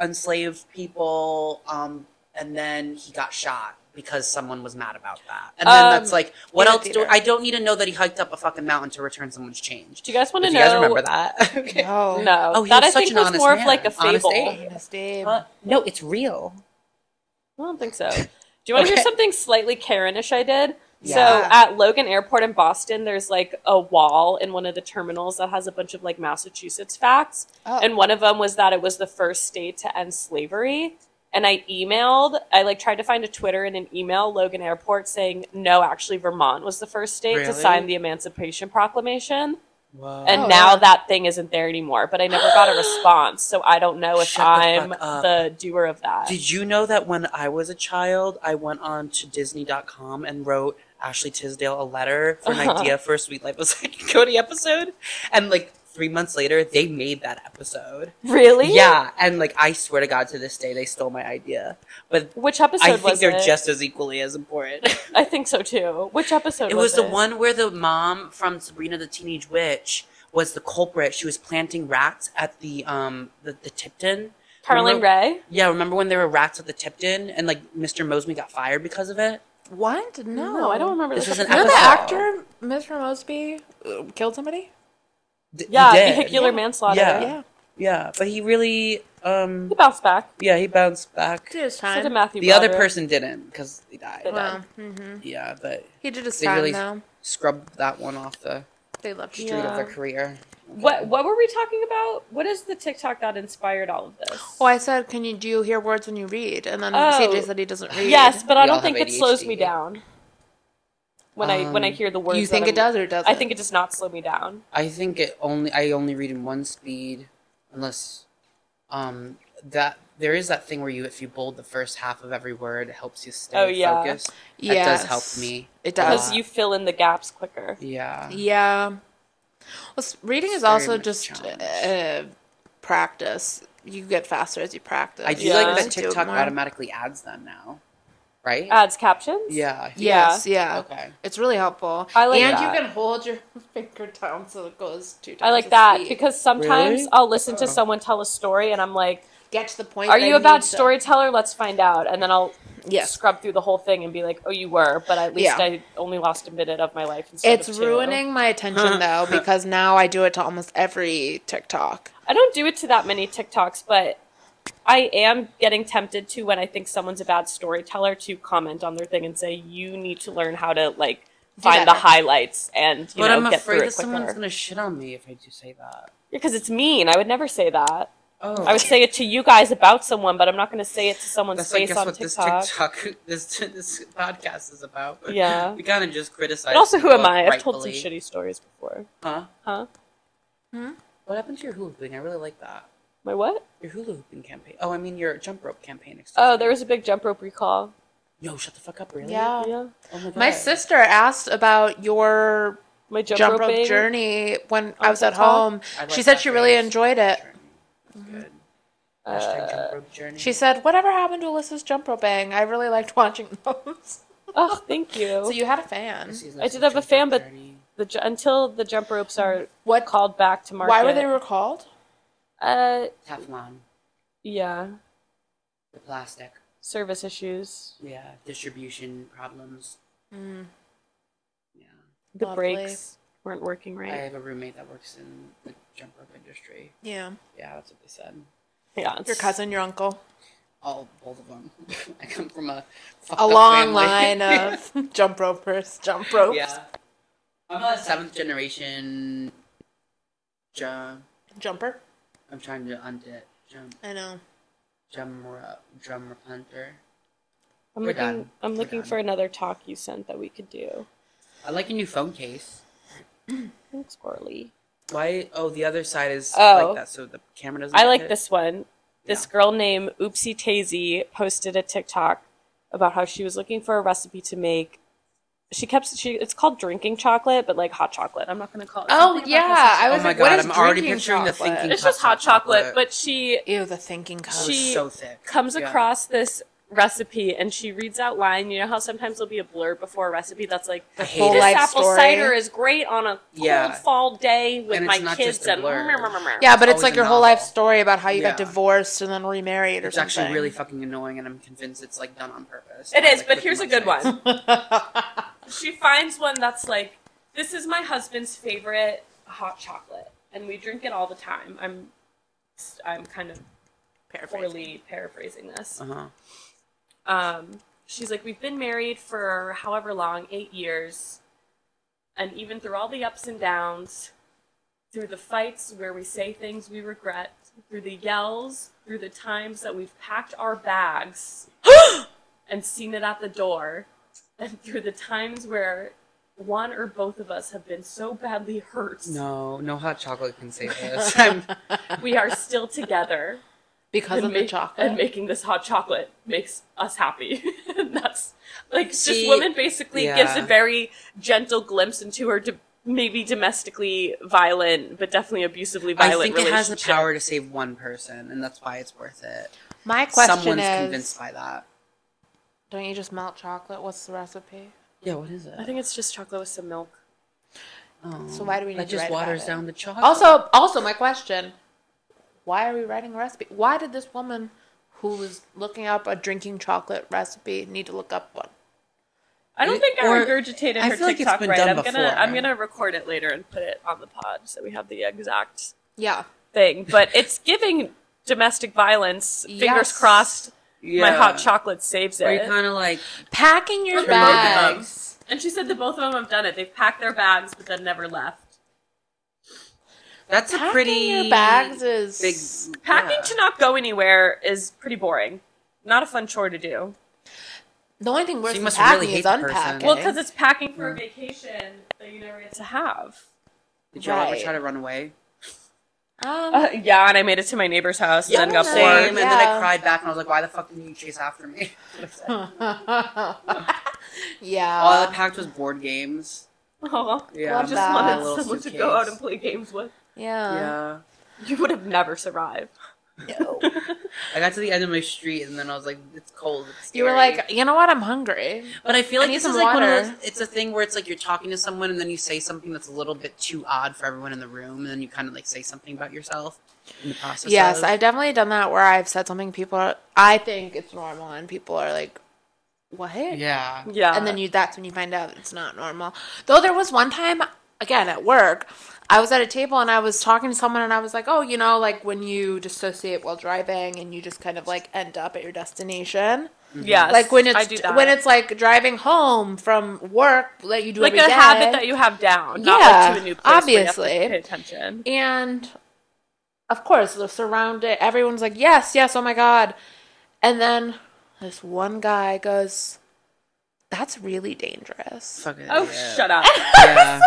S2: enslaved people, um, and then he got shot because someone was mad about that. And then
S3: Um,
S2: that's like, what
S1: in a
S2: else do
S1: theater.
S2: I don't need to know that he hiked up a fucking mountain to return someone's change.
S3: do you guys want
S2: Do
S3: to
S2: you
S3: know?
S2: guys remember that? [LAUGHS]
S3: [LAUGHS]
S2: Okay.
S1: No.
S3: No,
S2: Oh, he
S3: that
S2: was
S3: I
S2: such
S3: think
S2: an
S3: was
S2: honest
S3: more of
S2: man.
S3: like a
S2: Honest
S3: fable.
S2: Abe.
S1: Honest Abe.
S2: Uh, no, it's real.
S3: I don't think so. Do you want to
S1: Okay.
S3: hear something slightly Karenish I did? So
S2: Yeah.
S3: at Logan Airport in Boston, there's like a wall in one of the terminals that has a bunch of like Massachusetts facts,
S1: Oh.
S3: and one of them was that it was the first state to end slavery. And I emailed, I like tried to find a Twitter and an email Logan Airport saying no, actually Vermont was the first state to
S2: Really?
S3: sign the Emancipation Proclamation,
S2: Whoa.
S3: and
S1: Oh,
S3: now
S1: yeah.
S3: that thing isn't there anymore. But I never got a response, so I don't know if
S2: Shut the
S3: I'm
S2: fuck up.
S3: the doer of that.
S2: Did you know that when I was a child, I went on to Disney.com and wrote Ashley Tisdale a letter for an
S3: Uh-huh.
S2: idea for a Sweet Life of Zack and Cody episode? And like three months later, they made that episode.
S3: really?
S2: Yeah, and like I swear to God, to this day, they stole my idea. But
S3: Which episode
S2: I think
S3: was
S2: they're
S3: it?
S2: just as equally as important. [LAUGHS]
S3: I think so too. Which episode?
S2: It was the one where the mom from Sabrina the Teenage Witch was the culprit. She was planting rats at the um the, the Tipton.
S3: Caroline
S2: Remember-
S3: Ray.
S2: Yeah, remember when there were rats at the Tipton and like Mr. Mosby got fired because of it?
S1: What? No,
S3: I don't remember
S2: This
S3: this.
S2: was an
S1: You know the
S2: episode.
S1: actor, Mr. Mosby, uh, killed somebody?
S2: D- he
S3: Yeah,
S2: did.
S3: vehicular
S1: Yeah.
S3: manslaughter.
S2: Yeah.
S1: Yeah.
S2: Yeah, but he really um
S3: He bounced back.
S2: yeah, he bounced back.
S1: Did his
S3: So did
S1: time.
S3: Matthew.
S2: The other
S3: Broderick.
S2: person didn't because he died.
S3: They died.
S1: Well, mhm.
S2: Yeah, but
S1: He did his
S2: They
S1: time,
S2: really-
S1: though.
S2: scrubbed that one off the
S1: They loved
S2: street
S1: you.
S2: of their career.
S3: What What were we talking about? What is the TikTok that inspired all of this?
S1: Oh, I said, can you do you hear words when you read? And then
S3: Oh.
S1: CJ said he doesn't read.
S3: yes, but I
S2: We
S3: don't
S2: all
S3: think
S2: have
S3: it slows me
S2: ADHD.
S3: down. When I when I
S2: Um,
S3: hear the words,
S1: you think
S3: that
S1: it
S3: I'm-
S1: does or doesn't?
S3: I think it does not slow me down.
S2: I think it only I only read in one speed, unless um that there is that thing where you if you bold the first half of every word it helps you stay
S3: Oh, yeah.
S2: focused. That does
S1: Yes.
S2: help me.
S1: It
S3: Because
S1: does.
S2: Uh,
S3: you fill in the gaps quicker.
S2: Yeah.
S1: Yeah. Well, s- reading
S2: It's
S1: is
S2: very
S1: also
S2: much
S1: just
S2: challenge.
S1: uh, practice. You get faster as you practice.
S2: I do
S1: You
S3: Yeah.
S2: like that
S1: just do it
S2: TikTok
S1: more.
S2: automatically adds them now. Right?
S3: Adds captions.
S2: yeah.
S1: Yes, yeah.
S2: Okay.
S1: It's really helpful.
S3: I like
S1: and
S3: that.
S1: you can hold your [LAUGHS] finger down so it goes two times.
S3: I like
S1: the
S3: that
S1: speed.
S3: because sometimes
S2: Really?
S3: I'll listen to
S2: Oh.
S3: someone tell a story and I'm like,
S1: get to the point.
S3: Are
S1: that
S3: you a bad
S1: need to-
S3: storyteller? Let's find out. And then I'll
S1: Yes.
S3: scrub through the whole thing and be like, oh, you were, but at least
S1: Yeah.
S3: I only lost a minute of my life. Instead
S1: It's
S3: of two."
S1: ruining my
S3: [LAUGHS]
S1: attention though because now I do it to almost every TikTok.
S3: I don't do it to that many TikToks, but I am getting tempted to when I think someone's a bad storyteller to comment on their thing and say, you need to learn how to like find the
S1: better."
S3: highlights and you
S2: But
S3: know
S2: I'm
S3: get
S2: afraid
S3: through
S2: that
S3: it
S2: someone's
S3: quicker.
S2: gonna shit on me if I do say that.
S3: Because it's mean. I would never say that.
S2: Oh
S3: I would say it to you guys about someone, but I'm not going to say it to someone's
S2: that's like
S3: face
S2: guess
S3: on
S2: what
S3: TikTok.
S2: this TikTok [LAUGHS] this this podcast is about.
S3: Yeah.
S2: We kinda just criticize.
S3: But also, who
S2: people
S3: am I? I've told some
S2: rightfully.
S3: shitty stories before.
S2: Huh?
S3: Huh?
S2: What happened to your hula hooping? I really like that.
S3: My what?
S2: Your hula hooping campaign. Oh, I mean your jump rope campaign. Excuse
S3: Oh,
S2: me.
S3: there was a big jump rope recall.
S2: Yo, shut the fuck up, really?
S1: Yeah.
S3: Yeah.
S2: Oh my god.
S1: My sister asked about your
S3: My jump,
S1: jump, rope
S3: roping.
S1: journey when
S3: on
S1: I was at
S3: TikTok?
S1: home.
S2: I like
S1: she said
S2: that
S1: she really
S2: phrase.
S1: enjoyed it.
S2: Journey.
S3: Mm-hmm.
S2: Good.
S3: Uh,
S2: Hashtag jump rope journey.
S1: She said, "Whatever happened to Alyssa's jump rope bang? I really liked watching [LAUGHS] those."
S3: Oh, thank you.
S1: so you had a fan.
S2: This season
S3: I
S2: is
S3: did
S2: the
S3: have a
S2: jump
S3: fan,
S2: rope
S3: but-
S2: journey.
S3: the, ju- until the jump ropes are
S1: What?
S3: called back to market.
S1: Why were they recalled?
S3: Uh,
S2: Teflon,
S3: yeah.
S2: the plastic.
S3: Service issues.
S2: Yeah, distribution problems.
S1: Mm.
S2: Yeah.
S3: The
S1: Lovely.
S3: brakes weren't working
S2: I
S3: right.
S2: have a roommate that works in the jump rope industry.
S1: Yeah,
S2: Yeah, that's what they said.
S3: yeah. it's-
S1: your cousin, your uncle,
S2: All both of them. [LAUGHS] I come from a fucked
S1: a
S2: up
S1: long
S2: family. [LAUGHS]
S1: line of jump ropers, jump ropes,
S2: yeah. I'm a seventh generation jump.
S1: jumper.
S2: I'm trying to undo it. Jump,
S1: I know.
S2: jump, ro- drum hunter.
S3: I'm
S2: We're
S3: looking.
S2: done.
S3: I'm
S2: We're
S3: looking
S2: done.
S3: for another talk you sent that we could do.
S2: I like a new phone case.
S3: Thanks, Corley.
S2: Why? Oh, the other side is
S3: Oh.
S2: like that, so the camera doesn't.
S3: I
S2: get
S3: like
S2: hit.
S3: this one. This
S2: Yeah.
S3: girl named Oopsie Taisy posted a TikTok about how she was looking for a recipe to make. She kept she it's called drinking chocolate, but like hot chocolate. I'm not gonna call it.
S1: Oh
S3: something about
S1: yeah, I
S2: Oh
S1: was
S2: my
S1: like,
S2: God,
S1: "What is
S2: I'm already
S1: drinking
S2: picturing the
S1: chocolate?"
S2: thinking-
S3: this. It's just hot chocolate, but she
S1: Ew, the thinking cup.
S2: That was
S3: she
S2: so thick.
S3: comes
S2: Yeah.
S3: across this recipe and she reads out line. You know how sometimes there'll be a blurb before a recipe that's like
S2: I
S1: Full
S2: hate
S3: this
S2: it.
S1: life
S3: apple
S1: story.
S3: cider is great on a
S2: Yeah.
S3: cold fall day with
S2: And it's
S3: my
S2: not
S3: kids
S2: just a
S3: and
S2: blurb.
S1: yeah, but
S2: It's
S1: it's
S2: always
S1: like
S2: a
S1: your whole life
S2: novel.
S1: story about how you got
S2: Yeah.
S1: divorced and then remarried or
S2: It's
S1: something.
S2: actually really fucking annoying, and I'm convinced it's like done on purpose.
S3: It
S2: I
S3: is,
S2: like
S3: but
S2: with
S3: here's a
S2: much
S3: good
S2: eyes.
S3: one.
S1: [LAUGHS]
S3: she finds one that's like, this is my husband's favorite hot chocolate, and we drink it all the time. I'm, I'm kind of
S1: Paraphrasing.
S3: poorly paraphrasing this.
S2: Uh-huh.
S3: Um, she's like, We've been married for however long, eight years. And even through all the ups and downs, through the fights where we say things we regret, through the yells, through the times that we've packed our bags and seen it at the door, and through the times where one or both of us have been so badly hurt,
S2: No, no hot chocolate
S3: [LAUGHS]
S2: can save this. I'm,
S3: we are still together.
S1: because
S3: and
S1: of the
S3: make-
S1: chocolate.
S3: And making this hot chocolate makes us happy. [LAUGHS] and that's like
S2: She-
S3: this woman basically gives a
S2: yeah.
S3: very gentle glimpse into her do- maybe domestically violent, but definitely abusively
S2: I
S3: violent
S2: think it has the
S3: relationship.
S2: power to save one person, and that's why it's worth it.
S1: My question
S2: Someone's
S1: is,
S2: convinced by that.
S1: don't you just melt chocolate? What's the recipe?
S2: Yeah, what is it?
S3: I think it's just chocolate with some milk.
S2: Oh,
S1: So why do we need
S2: that
S1: to
S2: just
S1: write about
S2: waters
S1: it?
S2: down the chocolate?
S1: Also, also my question: Why are we writing a recipe? Why did this woman, who was looking up a drinking chocolate recipe, need to look up one?
S3: I don't think I
S2: Or-
S3: regurgitated
S2: I
S3: her
S2: feel like it's
S3: TikTok
S2: been
S3: right.
S2: done
S3: I'm gonna
S2: before.
S3: I'm gonna record it later and put it on the pod so we have the exact
S1: Yeah,
S3: thing. But it's giving domestic violence. Fingers
S1: Yes.
S3: crossed. My
S2: Yeah.
S3: hot chocolate saves it.
S2: Are you kind of like
S1: packing your
S3: Promote them.
S1: bags.
S3: And she said that both of them have done it. They've packed their bags, but then never left.
S2: that's a
S1: Packing
S2: pretty
S1: your bags
S2: big
S1: is
S3: Packing
S2: yeah.
S3: to not go anywhere is pretty boring. Not a fun chore to do.
S1: the only thing worse
S2: you
S1: than
S2: must
S1: packing
S2: really hate
S1: is
S2: the person.
S1: unpacking.
S3: Well,
S2: Okay.
S3: because it's packing for a vacation that you never get to have.
S2: Did y'all ever
S1: Right.
S2: try to run away?
S1: um,
S3: Uh, yeah, and I made it to my neighbor's house and then got
S1: Same,
S2: Same, and [LAUGHS]
S3: bored.
S2: then I
S1: yeah.
S2: cried back and I was like, why the fuck didn't you chase after me?
S3: uh,
S1: [LAUGHS] yeah.
S2: All I packed was board games.
S3: Oh,
S2: Yeah,
S1: I
S3: Uh, I just
S2: my
S1: Wow. My
S3: wanted
S2: little
S3: someone to
S2: suitcase.
S3: go out and play games with.
S1: yeah.
S2: Yeah.
S3: You would have never survived.
S1: No.
S2: I got to the end of my street and then I was like, it's cold. It's
S1: [LAUGHS] You were
S2: scary.
S1: like, you know what? I'm hungry.
S2: but I feel
S1: I
S2: like
S1: need
S2: this
S1: some
S2: is like one of
S1: water.
S2: those. It's a thing where it's like you're talking to someone and then you say something that's a little bit too odd for everyone in the room, and then you kind of like say something about yourself in the process.
S1: Yes,
S2: of-
S1: I've definitely done that where I've said something people are, I think it's normal and people are like, what?
S2: Yeah.
S3: Yeah.
S1: and then you that's when you find out it's not normal though there was one time again at work i was at a table and i was talking to someone and i was like oh you know like when you dissociate while driving and you just kind of like end up at your destination
S3: Mm-hmm. yes,
S1: like when it's
S3: I do that.
S1: when it's like driving home from work that you do
S3: like a
S1: every day.
S3: habit that you have down, not like
S1: Yeah,
S3: to a new place. where you have to
S1: obviously.
S3: pay attention.
S1: and of course the surrounded everyone's like yes yes oh my god and then this one guy goes that's really dangerous
S2: Fuck it.
S3: Oh,
S2: yeah.
S3: shut [LAUGHS] up.
S2: Yeah.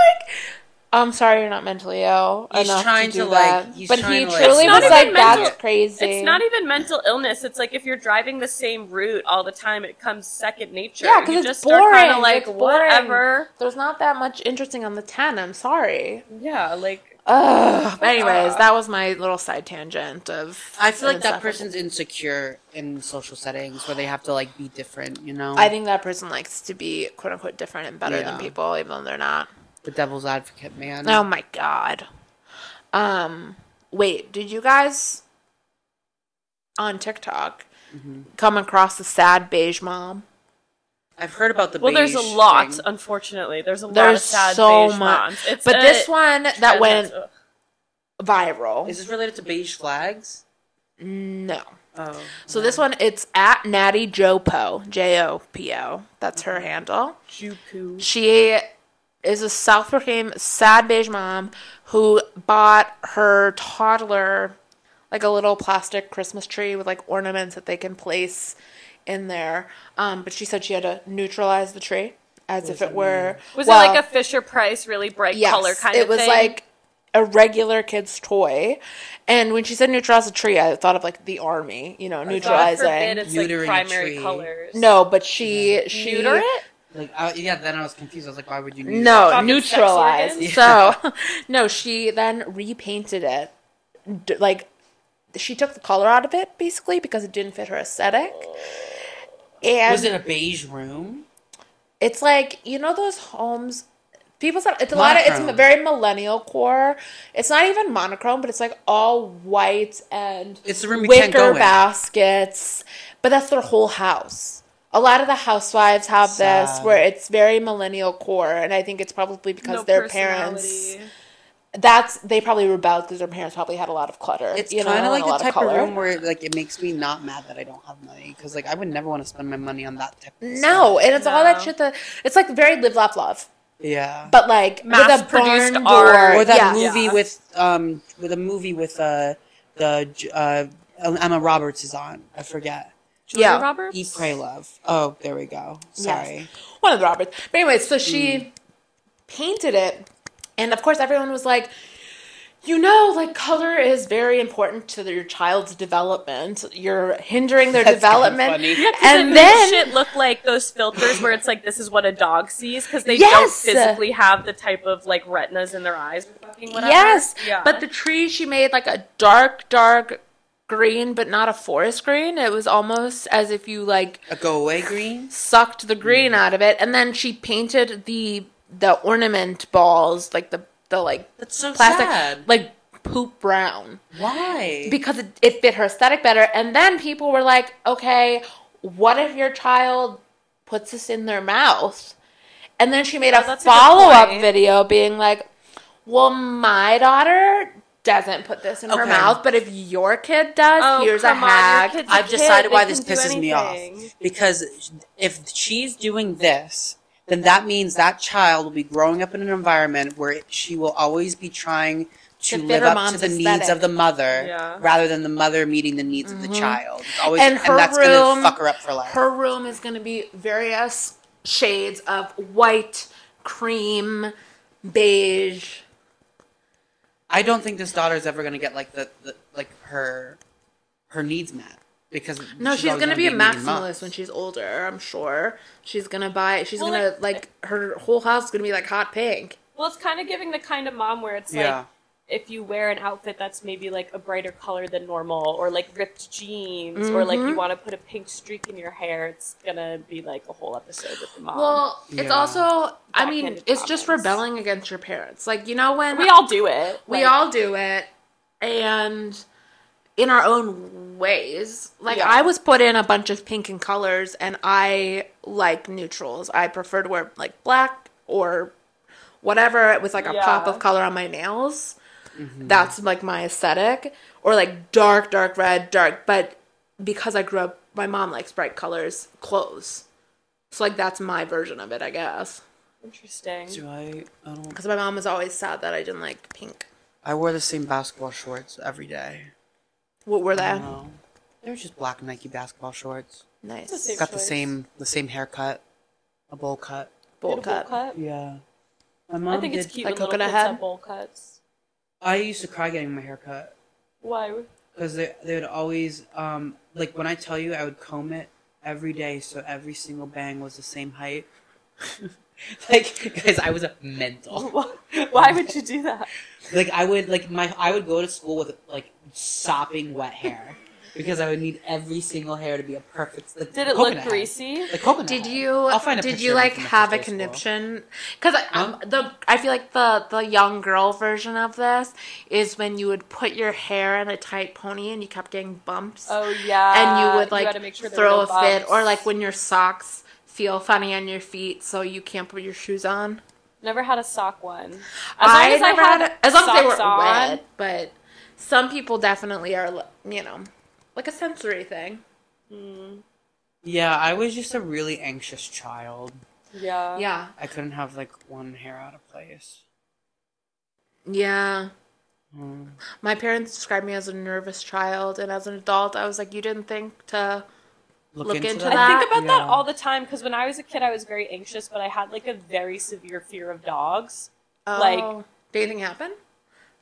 S1: I'm sorry, you're not mentally ill.
S2: He's
S1: enough
S2: trying
S1: to, do
S2: to,
S1: that.
S2: like- he's
S1: but
S2: trying
S1: he
S2: to, like- It's
S1: truly was
S2: not
S1: like,
S3: even mental-
S1: that's crazy.
S3: It's not even mental illness. It's like if you're driving the same route all the time, it comes second nature.
S1: Yeah, 'cause
S3: you
S1: it's
S3: just are kind of
S1: boring.
S3: like
S1: It's boring.
S3: whatever.
S1: There's not that much interesting on the ten. I'm sorry.
S3: Yeah, like
S1: Ugh. But anyways, that was my little side tangent of.
S2: I feel like that
S1: insufferable-
S2: person's insecure in social settings where they have to like be different, you know.
S1: I think that person likes to be quote unquote different and better
S2: Yeah. Mm-hmm.
S1: than people, even though they're not.
S2: the devil's advocate, man.
S1: Oh my god. Um. Wait, did you guys on TikTok come across the sad beige mom?
S2: I've heard about the
S3: well, there's a
S2: beige
S3: lot.
S2: thing.
S3: Unfortunately, there's a lot of
S1: There's
S3: sad
S1: so
S3: beige
S1: much.
S3: moms. It's
S1: But
S3: a- uh,
S1: this one that went
S3: Ugh.
S1: viral.
S2: Is this related to beige flags?
S1: No.
S2: Oh,
S1: So this one, it's at Natty Jopo, J O P O. That's
S3: Mm-hmm.
S1: her handle.
S3: Juku.
S1: She is a self proclaimed sad beige mom who bought her toddler like a little plastic Christmas tree with like ornaments that they can place in there. Um, but she said she had to neutralize the tree as if it were
S3: Was
S1: well,
S3: it like a Fisher Price really bright
S1: yes,
S3: color kind
S1: it
S3: of
S1: was
S3: thing?
S1: like a regular kid's toy. And when she said neutralize the tree, I thought of like the army, you know,
S3: God
S1: neutralizing.
S3: forbid it's like
S2: Neutering a
S3: primary
S2: tree.
S3: colors.
S1: No, but she she
S3: neuter it.
S2: like I, yeah. Then I was confused. I was like, why would you? Need
S1: No,
S3: Fucking sex
S1: neutralized.
S3: organs?
S1: So,
S3: [LAUGHS]
S1: no, she then repainted it. D- like she took the color out of it basically because it didn't fit her aesthetic.
S2: That?
S1: And
S2: Was it a beige room?
S1: it's like you know those homes. People said it's a lot of
S2: Monochrome.
S1: it's very millennial core. It's not even monochrome, but it's like all white and
S2: It's the room you can't go
S1: wicker
S2: in.
S1: baskets, but that's their whole house. A lot of the housewives have this
S2: Sad.
S1: where it's very millennial core, and I think it's probably because
S3: No
S1: their parents
S3: personality.
S1: that's they probably rebelled because their parents probably had a lot of clutter.
S2: It's
S1: you know,
S2: kind of
S1: and
S2: like
S1: a lot
S2: the type of,
S1: color.
S2: room where like it makes me not mad that I don't have money because like I would never want to spend my money on that type. of
S1: No,
S2: stuff.
S1: and it's all that
S3: No.
S1: shit that it's like very live, laugh, love,
S2: yeah,
S1: but like with a
S3: Mass-produced
S1: barn
S3: art.
S1: door.
S2: or that
S1: yeah.
S2: movie
S3: Yeah.
S2: with um with a movie with uh the J- uh Emma Roberts is on. I forget.
S3: Julia
S1: Yeah.
S3: Roberts.
S2: Eat, pray, love. Oh, there we go. Sorry.
S1: one of the Roberts. But anyway, so she
S2: Mm.
S1: painted it, and of course, everyone was like, you know, like color is very important to your child's development. You're hindering their
S2: That's kinda
S1: development.
S2: funny.
S3: Yeah, 'cause it
S1: and
S3: makes
S1: then
S3: shit look like those filters where it's like this is what a dog sees because they don't
S1: Yes!
S3: physically have the type of like retinas in their eyes or fucking whatever.
S1: Yes,
S3: Yeah.
S1: but the tree she made like a dark, dark green, but not a forest green. It was almost as if you like
S2: A go away green.
S1: sucked the green
S2: Mm.
S1: out of it, and then she painted the the ornament balls like the the like
S2: That's so
S1: plastic like poop brown
S2: Why?
S1: because it, it fit her aesthetic better. And then people were like, okay, what if your child puts this in their mouth? And then she made Oh, a
S3: that's a good
S1: follow up
S3: point.
S1: video being like, well, my daughter doesn't put this in her
S2: Okay.
S1: mouth, but if your kid does,
S3: Oh,
S1: here's a
S3: come on, your
S1: hack.
S3: kid's a
S2: I've
S3: kid,
S2: decided
S3: they
S2: why
S3: can
S2: this
S3: do
S2: pisses me off.
S3: anything.
S2: Because if she's doing this, then that means that child will be growing up in an environment where she will always be trying to
S1: To fit
S2: live
S1: her
S2: up to
S1: mom's
S2: the needs
S1: aesthetic.
S2: of the mother
S3: Yeah.
S2: rather than the mother meeting the needs of the child. It's always,
S1: Mm-hmm. And
S2: and,
S1: her
S2: that's
S1: room-
S2: gonna fuck her up for life.
S1: Her room is going to be various shades of white, cream, beige.
S2: I don't think this daughter's ever gonna get like the, the like her her needs met because
S1: No, she's,
S2: always
S1: gonna be a
S2: needy mom.
S1: maximalist when she's older. I'm sure she's gonna buy. She's
S3: Well,
S1: gonna
S3: like-
S1: like her whole house is gonna be like hot pink.
S3: Well, it's kind of giving the kind of mom where it's
S2: Yeah.
S3: like if you wear an outfit that's maybe like a brighter color than normal or like ripped jeans or like
S1: Mm-hmm.
S3: you want to put a pink streak in your hair, it's gonna be like a whole episode with the mom.
S1: Well, it's
S2: Yeah.
S1: also. I mean,
S3: Backhanded
S1: it's just
S3: comments.
S1: rebelling against your parents. Like you know when
S3: we all do it.
S1: we
S3: like-
S1: all do it, and in our own ways. Like
S3: Yeah.
S1: I was put in a bunch of pink and colors, and I like neutrals. I prefer to wear like black or whatever with like a pop
S3: Yeah. Mm-hmm.
S1: of color on my nails. That's like my aesthetic, or like dark, dark red, dark. But because I grew up, my mom likes bright colors, clothes. So like that's my version of it, I guess.
S3: Interesting.
S2: Do I? I don't.
S1: Because my mom was always sad that I didn't like pink.
S2: I wore the same basketball shorts every day.
S1: What were
S2: I
S1: they?
S2: don't know. They were just black Nike basketball shorts.
S1: Nice.
S3: the same
S2: got the
S3: choice.
S2: same the same haircut, a bowl cut.
S1: Bowl
S3: Did a bowl
S1: cut.
S3: cut?
S2: Yeah, my mom
S3: I think
S2: did.
S3: it's cute
S1: Um, like
S3: when little
S1: coconut
S3: kids
S1: head?
S3: have bowl cuts.
S2: I used to cry getting my haircut
S3: Why?
S2: because they they would always um like when I tell you I would comb it every day so every single bang was the same height. [LAUGHS] like guys, I was a
S1: Oh.
S2: mental.
S3: [LAUGHS] Why
S1: [LAUGHS]
S3: would you do that?
S2: Like I would like my I would go to school with like sopping wet hair because I would need every single hair to be a perfect. Like,
S3: Did it
S2: coconut
S3: look
S2: head.
S3: greasy?
S2: Like coconut.
S1: Did
S2: head.
S1: you?
S2: I'll find a
S1: did
S2: picture
S1: you
S2: of it
S1: like
S2: from my
S1: have a
S2: first school.
S1: conniption? Because um, the I feel like the the young girl version of this is when you would put your hair in a tight pony and you kept getting bumps,
S3: Oh yeah.
S1: and you would like
S3: gotta make sure there were
S1: throw
S3: no
S1: a fit,
S3: bumps.
S1: or like when your socks feel funny on your feet, so you can't put your shoes on.
S3: never had a sock one. As
S1: I
S3: long as
S1: never
S3: I had,
S1: as long as they
S3: socks
S1: were
S3: on,
S1: wet, but some people definitely are, li- you know, like a sensory thing.
S3: Hmm,
S2: Yeah, I was just a really anxious child.
S3: Yeah.
S1: Yeah,
S2: I couldn't have like one hair out of place.
S1: yeah.
S2: Mm.
S1: My parents described me as a nervous child, and as an adult, I was like, "You didn't think to." Look into
S2: that.
S1: that.
S3: I think about
S2: Yeah.
S3: that all the time because when I was a kid, I was very anxious, but I had like a very severe fear of dogs.
S1: Oh,
S3: Like-
S1: did anything happen?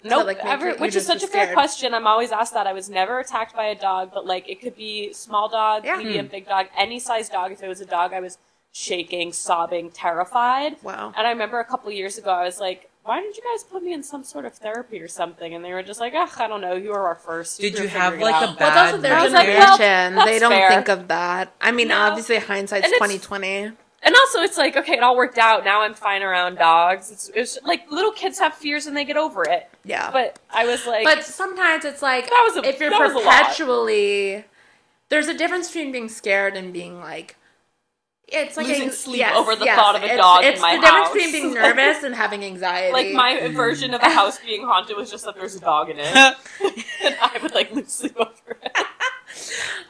S3: No,
S1: like, make
S3: ever,
S1: it- you
S3: which is
S1: just
S3: such
S1: be
S3: a fair
S1: scared.
S3: question. I'm always asked that. I was never attacked by a dog, but like it could be small dog,
S1: Yeah.
S3: medium, big dog, any size dog. If it was a dog, I was shaking, sobbing, terrified.
S1: Wow.
S3: And I remember a couple years ago, I was like, "Why didn't you guys put me in some sort of therapy or something?" And they were just like, "Ugh, I don't know. You were our first.
S2: Did
S3: We
S2: you
S3: were
S2: have
S3: figuring it
S2: like
S3: out."
S2: a
S1: Well,
S2: bad
S1: that's what their
S3: I was like,
S1: generation.
S3: well,
S1: they
S3: that's
S1: don't
S3: fair.
S1: think of that. I mean,
S3: No.
S1: obviously, hindsight's
S3: And it's-
S1: twenty twenty.
S3: And also, it's like, okay, it all worked out. Now I'm fine around dogs. It's, it's like little kids have fears and they get over it.
S1: Yeah, but,
S3: But I was like,
S1: sometimes it's like
S3: That was a-
S1: if you're
S3: that was a lot.
S1: perpetually there's a difference between being scared and being like It's like
S3: Losing
S1: anx-
S3: sleep
S1: yes,
S3: over the
S1: yes,
S3: thought of a
S1: it's-
S3: dog in
S1: It's
S3: my
S1: the difference
S3: house.
S1: between being
S3: [LAUGHS]
S1: nervous and having anxiety.
S3: Like my version of a
S1: Mm-hmm.
S3: house being haunted was just that there's a dog in it,
S2: [LAUGHS]
S3: and I would like lose sleep over it.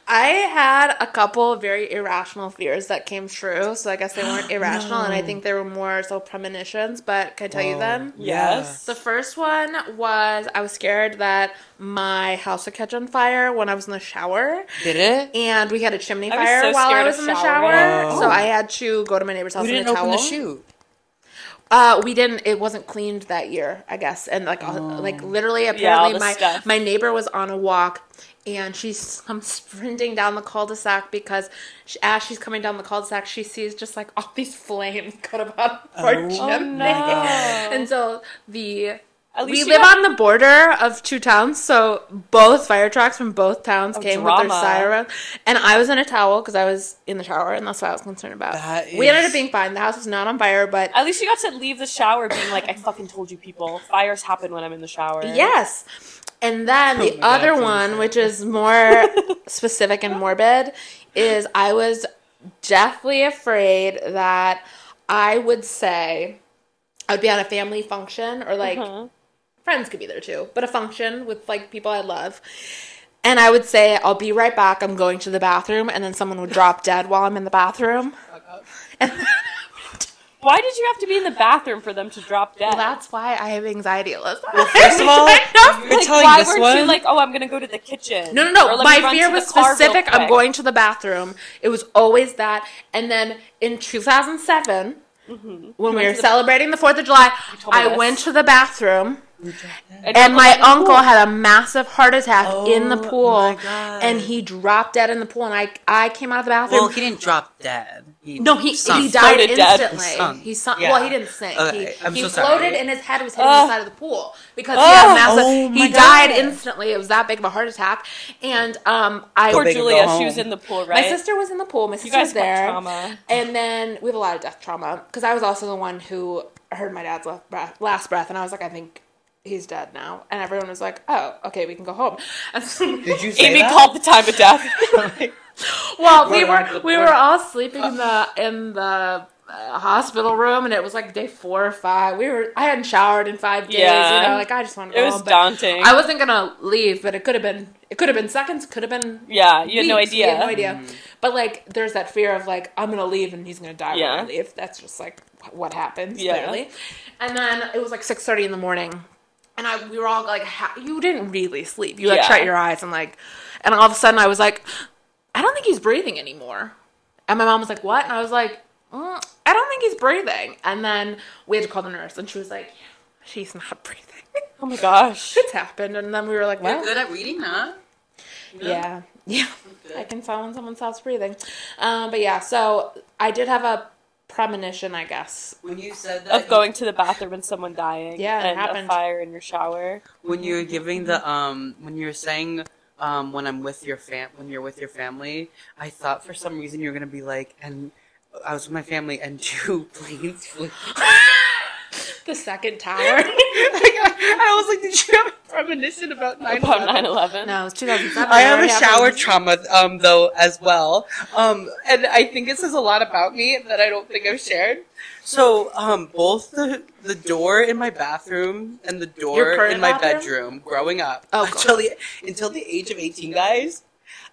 S1: I had a couple of very irrational fears that came true, so I guess they weren't irrational, and I
S2: No.
S1: think they were more so premonitions. But can I tell you
S2: Whoa.
S1: them?
S2: Yeah.
S3: Yes.
S1: The first one was I was scared that my house would catch on fire when I was in the shower,
S2: Did it?
S1: and we had a chimney
S3: I was
S1: fire
S3: so
S1: while I
S3: scared
S1: was
S3: of
S1: in the
S3: showering.
S1: shower,
S2: Whoa.
S1: so I had to go to my neighbor's house
S2: Who
S1: in
S2: didn't
S1: a towel.
S2: open the chute?
S1: Uh, we didn't. It wasn't cleaned that year, I guess. And like, uh, like literally, apparently,
S3: Oh. the
S1: my
S3: stuff.
S1: my neighbor was on a walk, and she's [LAUGHS] comes sprinting down the cul-de-sac because she, as she's coming down the cul-de-sac, she sees just like all these flames [LAUGHS] cut about our
S2: Oh.
S1: chimney.
S2: Oh,
S3: no.
S1: And so the
S3: At
S1: we
S3: least
S1: live on the border of two towns, so both fire trucks from both towns came with their
S3: drama.
S1: sirens. And I was in a towel because I was in the shower, and that's what I was concerned about.
S2: That
S1: We ended
S2: is-
S1: up being fine. The house was not on fire, but
S3: At least you got to leave the shower being like, I fucking told you people. Fires happen when I'm in the shower.
S1: Yes. And then
S2: Oh my
S1: the
S2: God,
S1: other
S2: please.
S1: one, which is
S2: [LAUGHS]
S1: more specific and morbid, is I was deathly afraid that I would say I would be on a family function or like
S3: Uh-huh.
S1: friends could be there too, but a function with like people I love. And I would say, I'll be right back. I'm going to the bathroom. And then someone would drop dead while I'm in the bathroom.
S3: Why did you have to be in the bathroom for them to drop dead?
S1: Well, that's why I have anxiety, Alyssa.
S2: First
S1: [LAUGHS]
S2: of all, you're
S3: like,
S2: telling
S3: why
S2: this
S3: weren't you
S2: one.
S3: like, oh, I'm gonna go to the kitchen?
S1: No, no, no.
S3: Or, "Let me
S1: My
S3: run
S1: fear
S3: to the
S1: was
S3: car real
S1: specific. I'm
S3: quick."
S1: going to the bathroom. It was always that. And then in 2007, when we
S3: to
S1: were
S3: the-
S1: celebrating the 4th of July,
S3: Mm-hmm. told me
S1: I
S3: this.
S1: went to the bathroom
S3: And,
S1: and
S3: you're
S1: my
S3: like,
S1: uncle had a massive heart attack in the
S2: Oh,
S1: pool
S2: my God.
S1: and he dropped dead in the pool and I I came out of the bathroom.
S2: Well, he didn't drop dead. He
S1: no, he
S2: sunk.
S1: he died
S3: Floated dead.
S1: instantly.
S2: He sunk.
S1: He sunk.
S2: Yeah.
S1: Well, he didn't sink.
S2: Okay,
S1: He,
S2: I'm
S1: he
S2: so sorry.
S1: floated and his head was hitting
S3: Ugh.
S1: the side of the pool because he had a
S3: Ugh.
S1: massive.
S2: Oh my
S1: he died
S2: God.
S1: instantly. It was that big of a heart attack. And um, I
S3: Poor
S2: Big and go
S3: Julia, she was
S2: home.
S3: in the pool, right?
S1: my sister was in the pool. My
S3: you
S1: sister
S3: guys
S1: was
S3: there.
S1: there.
S3: trauma.
S1: And then we have a lot of death trauma because I was also the one who heard my dad's last breath, last breath, and I was like, I think he's dead now. And everyone was like, Oh, okay, we can go home. [LAUGHS] And so-
S2: Did you say
S3: Amy
S2: that?
S3: called the time of
S1: [LAUGHS]
S3: death.
S2: [LAUGHS]
S1: well, we
S2: Right around
S1: were
S2: the
S1: we
S2: corner.
S1: were all sleeping in the in the uh, hospital room, and it was like day four or five. We were I hadn't showered in five days.
S3: Yeah.
S1: You know, like I just wanted to
S3: it
S1: go
S3: was
S1: home. Oh, but
S3: daunting.
S1: I wasn't gonna leave, but it could have been it could have been seconds, could have been
S3: yeah, you had no
S1: weeks. We
S3: idea.
S1: had no idea. But like, there's that fear of like, I'm gonna leave and he's gonna die
S3: Yeah.
S1: when I leave. That's just like wh- what happens
S3: Yeah.
S1: clearly. And then it was like 6:30 in the morning, and I we were all like, ha- you didn't really sleep. You like
S3: Yeah.
S1: shut your eyes and like, and all of a sudden I was like, I don't think he's breathing anymore. And my mom was like, what? And I was like, mm, I don't think he's breathing. And then we had to call the nurse, and she was like, she's not [LAUGHS] breathing.
S3: Oh my
S1: [LAUGHS]
S3: gosh.
S1: it's happened. And then we were like,
S2: You're
S1: well,
S2: good at reading, huh?
S1: yeah. [LAUGHS] Yeah.
S2: Good.
S1: I can tell when someone stops breathing. Um, but yeah, so I did have a premonition, I guess.
S2: When you said that,
S3: Of going to the bathroom and someone dying.
S1: Yeah, it
S3: and
S1: happened.
S3: a fire in your shower.
S2: when you were giving the um, when you were saying um, when I'm with your fam, when you're with your family, I thought for some reason you were gonna be like, and I was with my family, and [LAUGHS] two planes flew.
S1: The second tower.
S2: I was like, did you have a premonition about nine?
S3: About 9 11.
S1: [LAUGHS] no, it's 2007.
S2: I have
S1: It
S2: a
S1: happened.
S2: shower trauma, um, though, as well. Um, and I think it says a lot about me that I don't think I've shared. So, um, both the, the door in my bathroom and the
S1: Your
S2: door
S1: current
S2: in my
S1: bathroom?
S2: bedroom growing up
S1: Oh, God.
S2: until, the, until the age of 18, guys,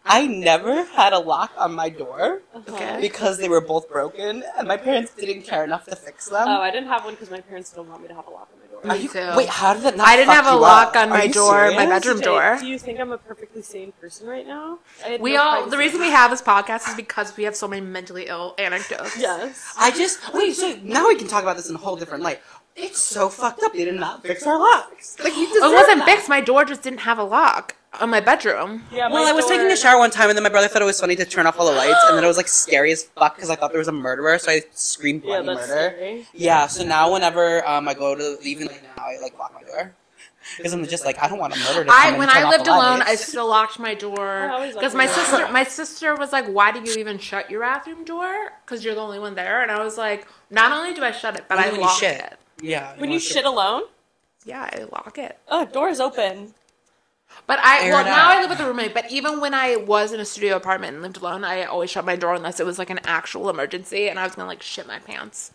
S2: I never had a lock on my door
S3: Uh-huh.
S1: Okay.
S2: because they were both broken and my parents didn't care enough to fix
S1: Um,
S2: them.
S3: Oh, I didn't have one because my parents don't want me to have a lock on my door.
S1: Me
S2: Are you-
S1: too.
S2: Wait, how did that not
S1: I didn't
S2: fuck
S1: have a
S2: you
S1: lock
S2: up?
S1: on
S2: Are
S1: my
S2: you
S1: door in my
S2: serious?
S1: bedroom
S3: Jay,
S1: door.
S3: Do you think I'm a perfectly sane person right now? I had
S1: We
S3: no
S1: all, the
S3: privacy.
S1: reason we have this podcast is because we have so many mentally ill anecdotes.
S3: Yes.
S2: I just wait. So now we can talk about this in a whole different light. It's so fucked up. They did not fix our locks. Like you deserve
S1: [LAUGHS] Oh, It wasn't
S2: that.
S1: fixed. My door just didn't have a lock on my bedroom.
S3: Yeah,
S2: Well,
S3: my
S2: I was
S3: door-
S2: taking a shower one time, and then my brother thought it was funny to turn off all the lights, and then it was like scary as fuck because I thought there was a murderer, so I screamed
S3: Yeah,
S2: bloody
S3: that's
S2: murder.
S3: scary.
S2: Yeah. So now whenever um I go to even like now I like lock my door because I'm just like I don't want a murder to come
S1: I
S2: and
S1: when
S2: turn
S1: I
S2: off
S1: lived
S2: the
S1: alone, I
S2: lights.
S1: still locked my
S3: I
S1: door
S3: always lock
S1: because
S3: my
S1: my
S3: door.
S1: sister my sister was like, "Why do you even shut your bathroom door? Because you're the only one there." And I was like, "Not only do I shut it, but
S2: Only
S1: I
S2: when you
S1: lock
S2: shit.
S1: it.
S2: yeah.
S3: When you
S2: want to-
S3: shit alone?
S1: Yeah, I lock it."
S3: Oh, door's open.
S1: But I
S2: Air
S1: well
S2: it
S1: now
S2: out.
S1: I live with a roommate. But even when I was in a studio apartment and lived alone, I always shut my door unless it was like an actual emergency, and I was gonna like shit my pants.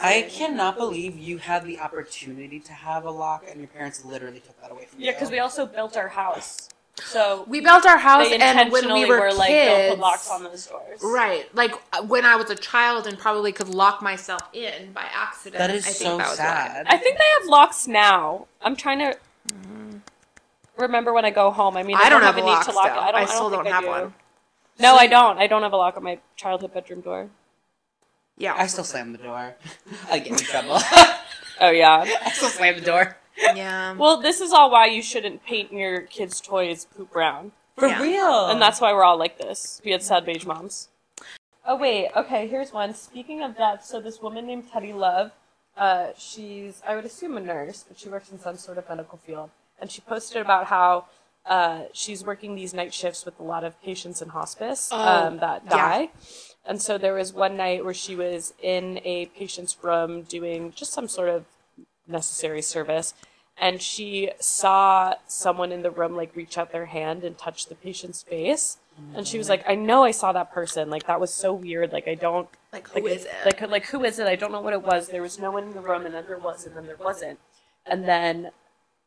S2: I cannot believe you had the opportunity to have a lock and your parents literally took that away from you.
S3: Yeah, because we also built our house, so
S1: We built our house,
S3: they
S1: and
S3: intentionally
S1: when we were,
S3: like
S1: kids,
S3: they'll put locks on those doors.
S1: right? Like uh, when I was a child, and probably could lock myself in by accident.
S2: That is
S1: I think
S2: so
S1: that was why.
S2: sad.
S3: I think they have locks now. I'm trying to remember when I go home. I mean, I,
S1: I don't have
S3: a
S1: a
S3: need
S1: lock.
S3: to
S1: Still.
S3: lock it. I
S1: I,
S3: don't. I
S1: still
S3: don't,
S1: don't,
S3: think I
S1: have
S3: do.
S1: one.
S3: No, I don't. I don't have a lock on my childhood bedroom door.
S1: Yeah,
S2: I still slam the door. [LAUGHS] I get in
S1: [LAUGHS]
S2: trouble.
S3: Oh yeah.
S2: I still slam the door.
S1: yeah.
S3: Well, this is all why you shouldn't paint your kids' toys poop brown,
S2: For
S1: Yeah.
S2: real.
S3: and that's why we're all like this. We had sad beige moms. Oh wait. Okay. Here's one. Speaking of death, so this woman named Teddy Love, uh, she's I would assume a nurse, but she works in some sort of medical field, and she posted about how. Uh, she's working these night shifts with a lot of patients in hospice
S1: Oh,
S3: um, that
S1: yeah.
S3: die. And so there was one night where she was in a patient's room doing just some sort of necessary service. And she saw someone in the room like reach out their hand and touch the patient's face. And she was
S1: Mm-hmm.
S3: like, I know I saw that person. Like, that was so weird. Like, I don't
S1: like who
S3: like,
S1: is it?
S3: Like, like who is it? I don't know what it was. There was no one in the room, and then there was, and then there wasn't, and then,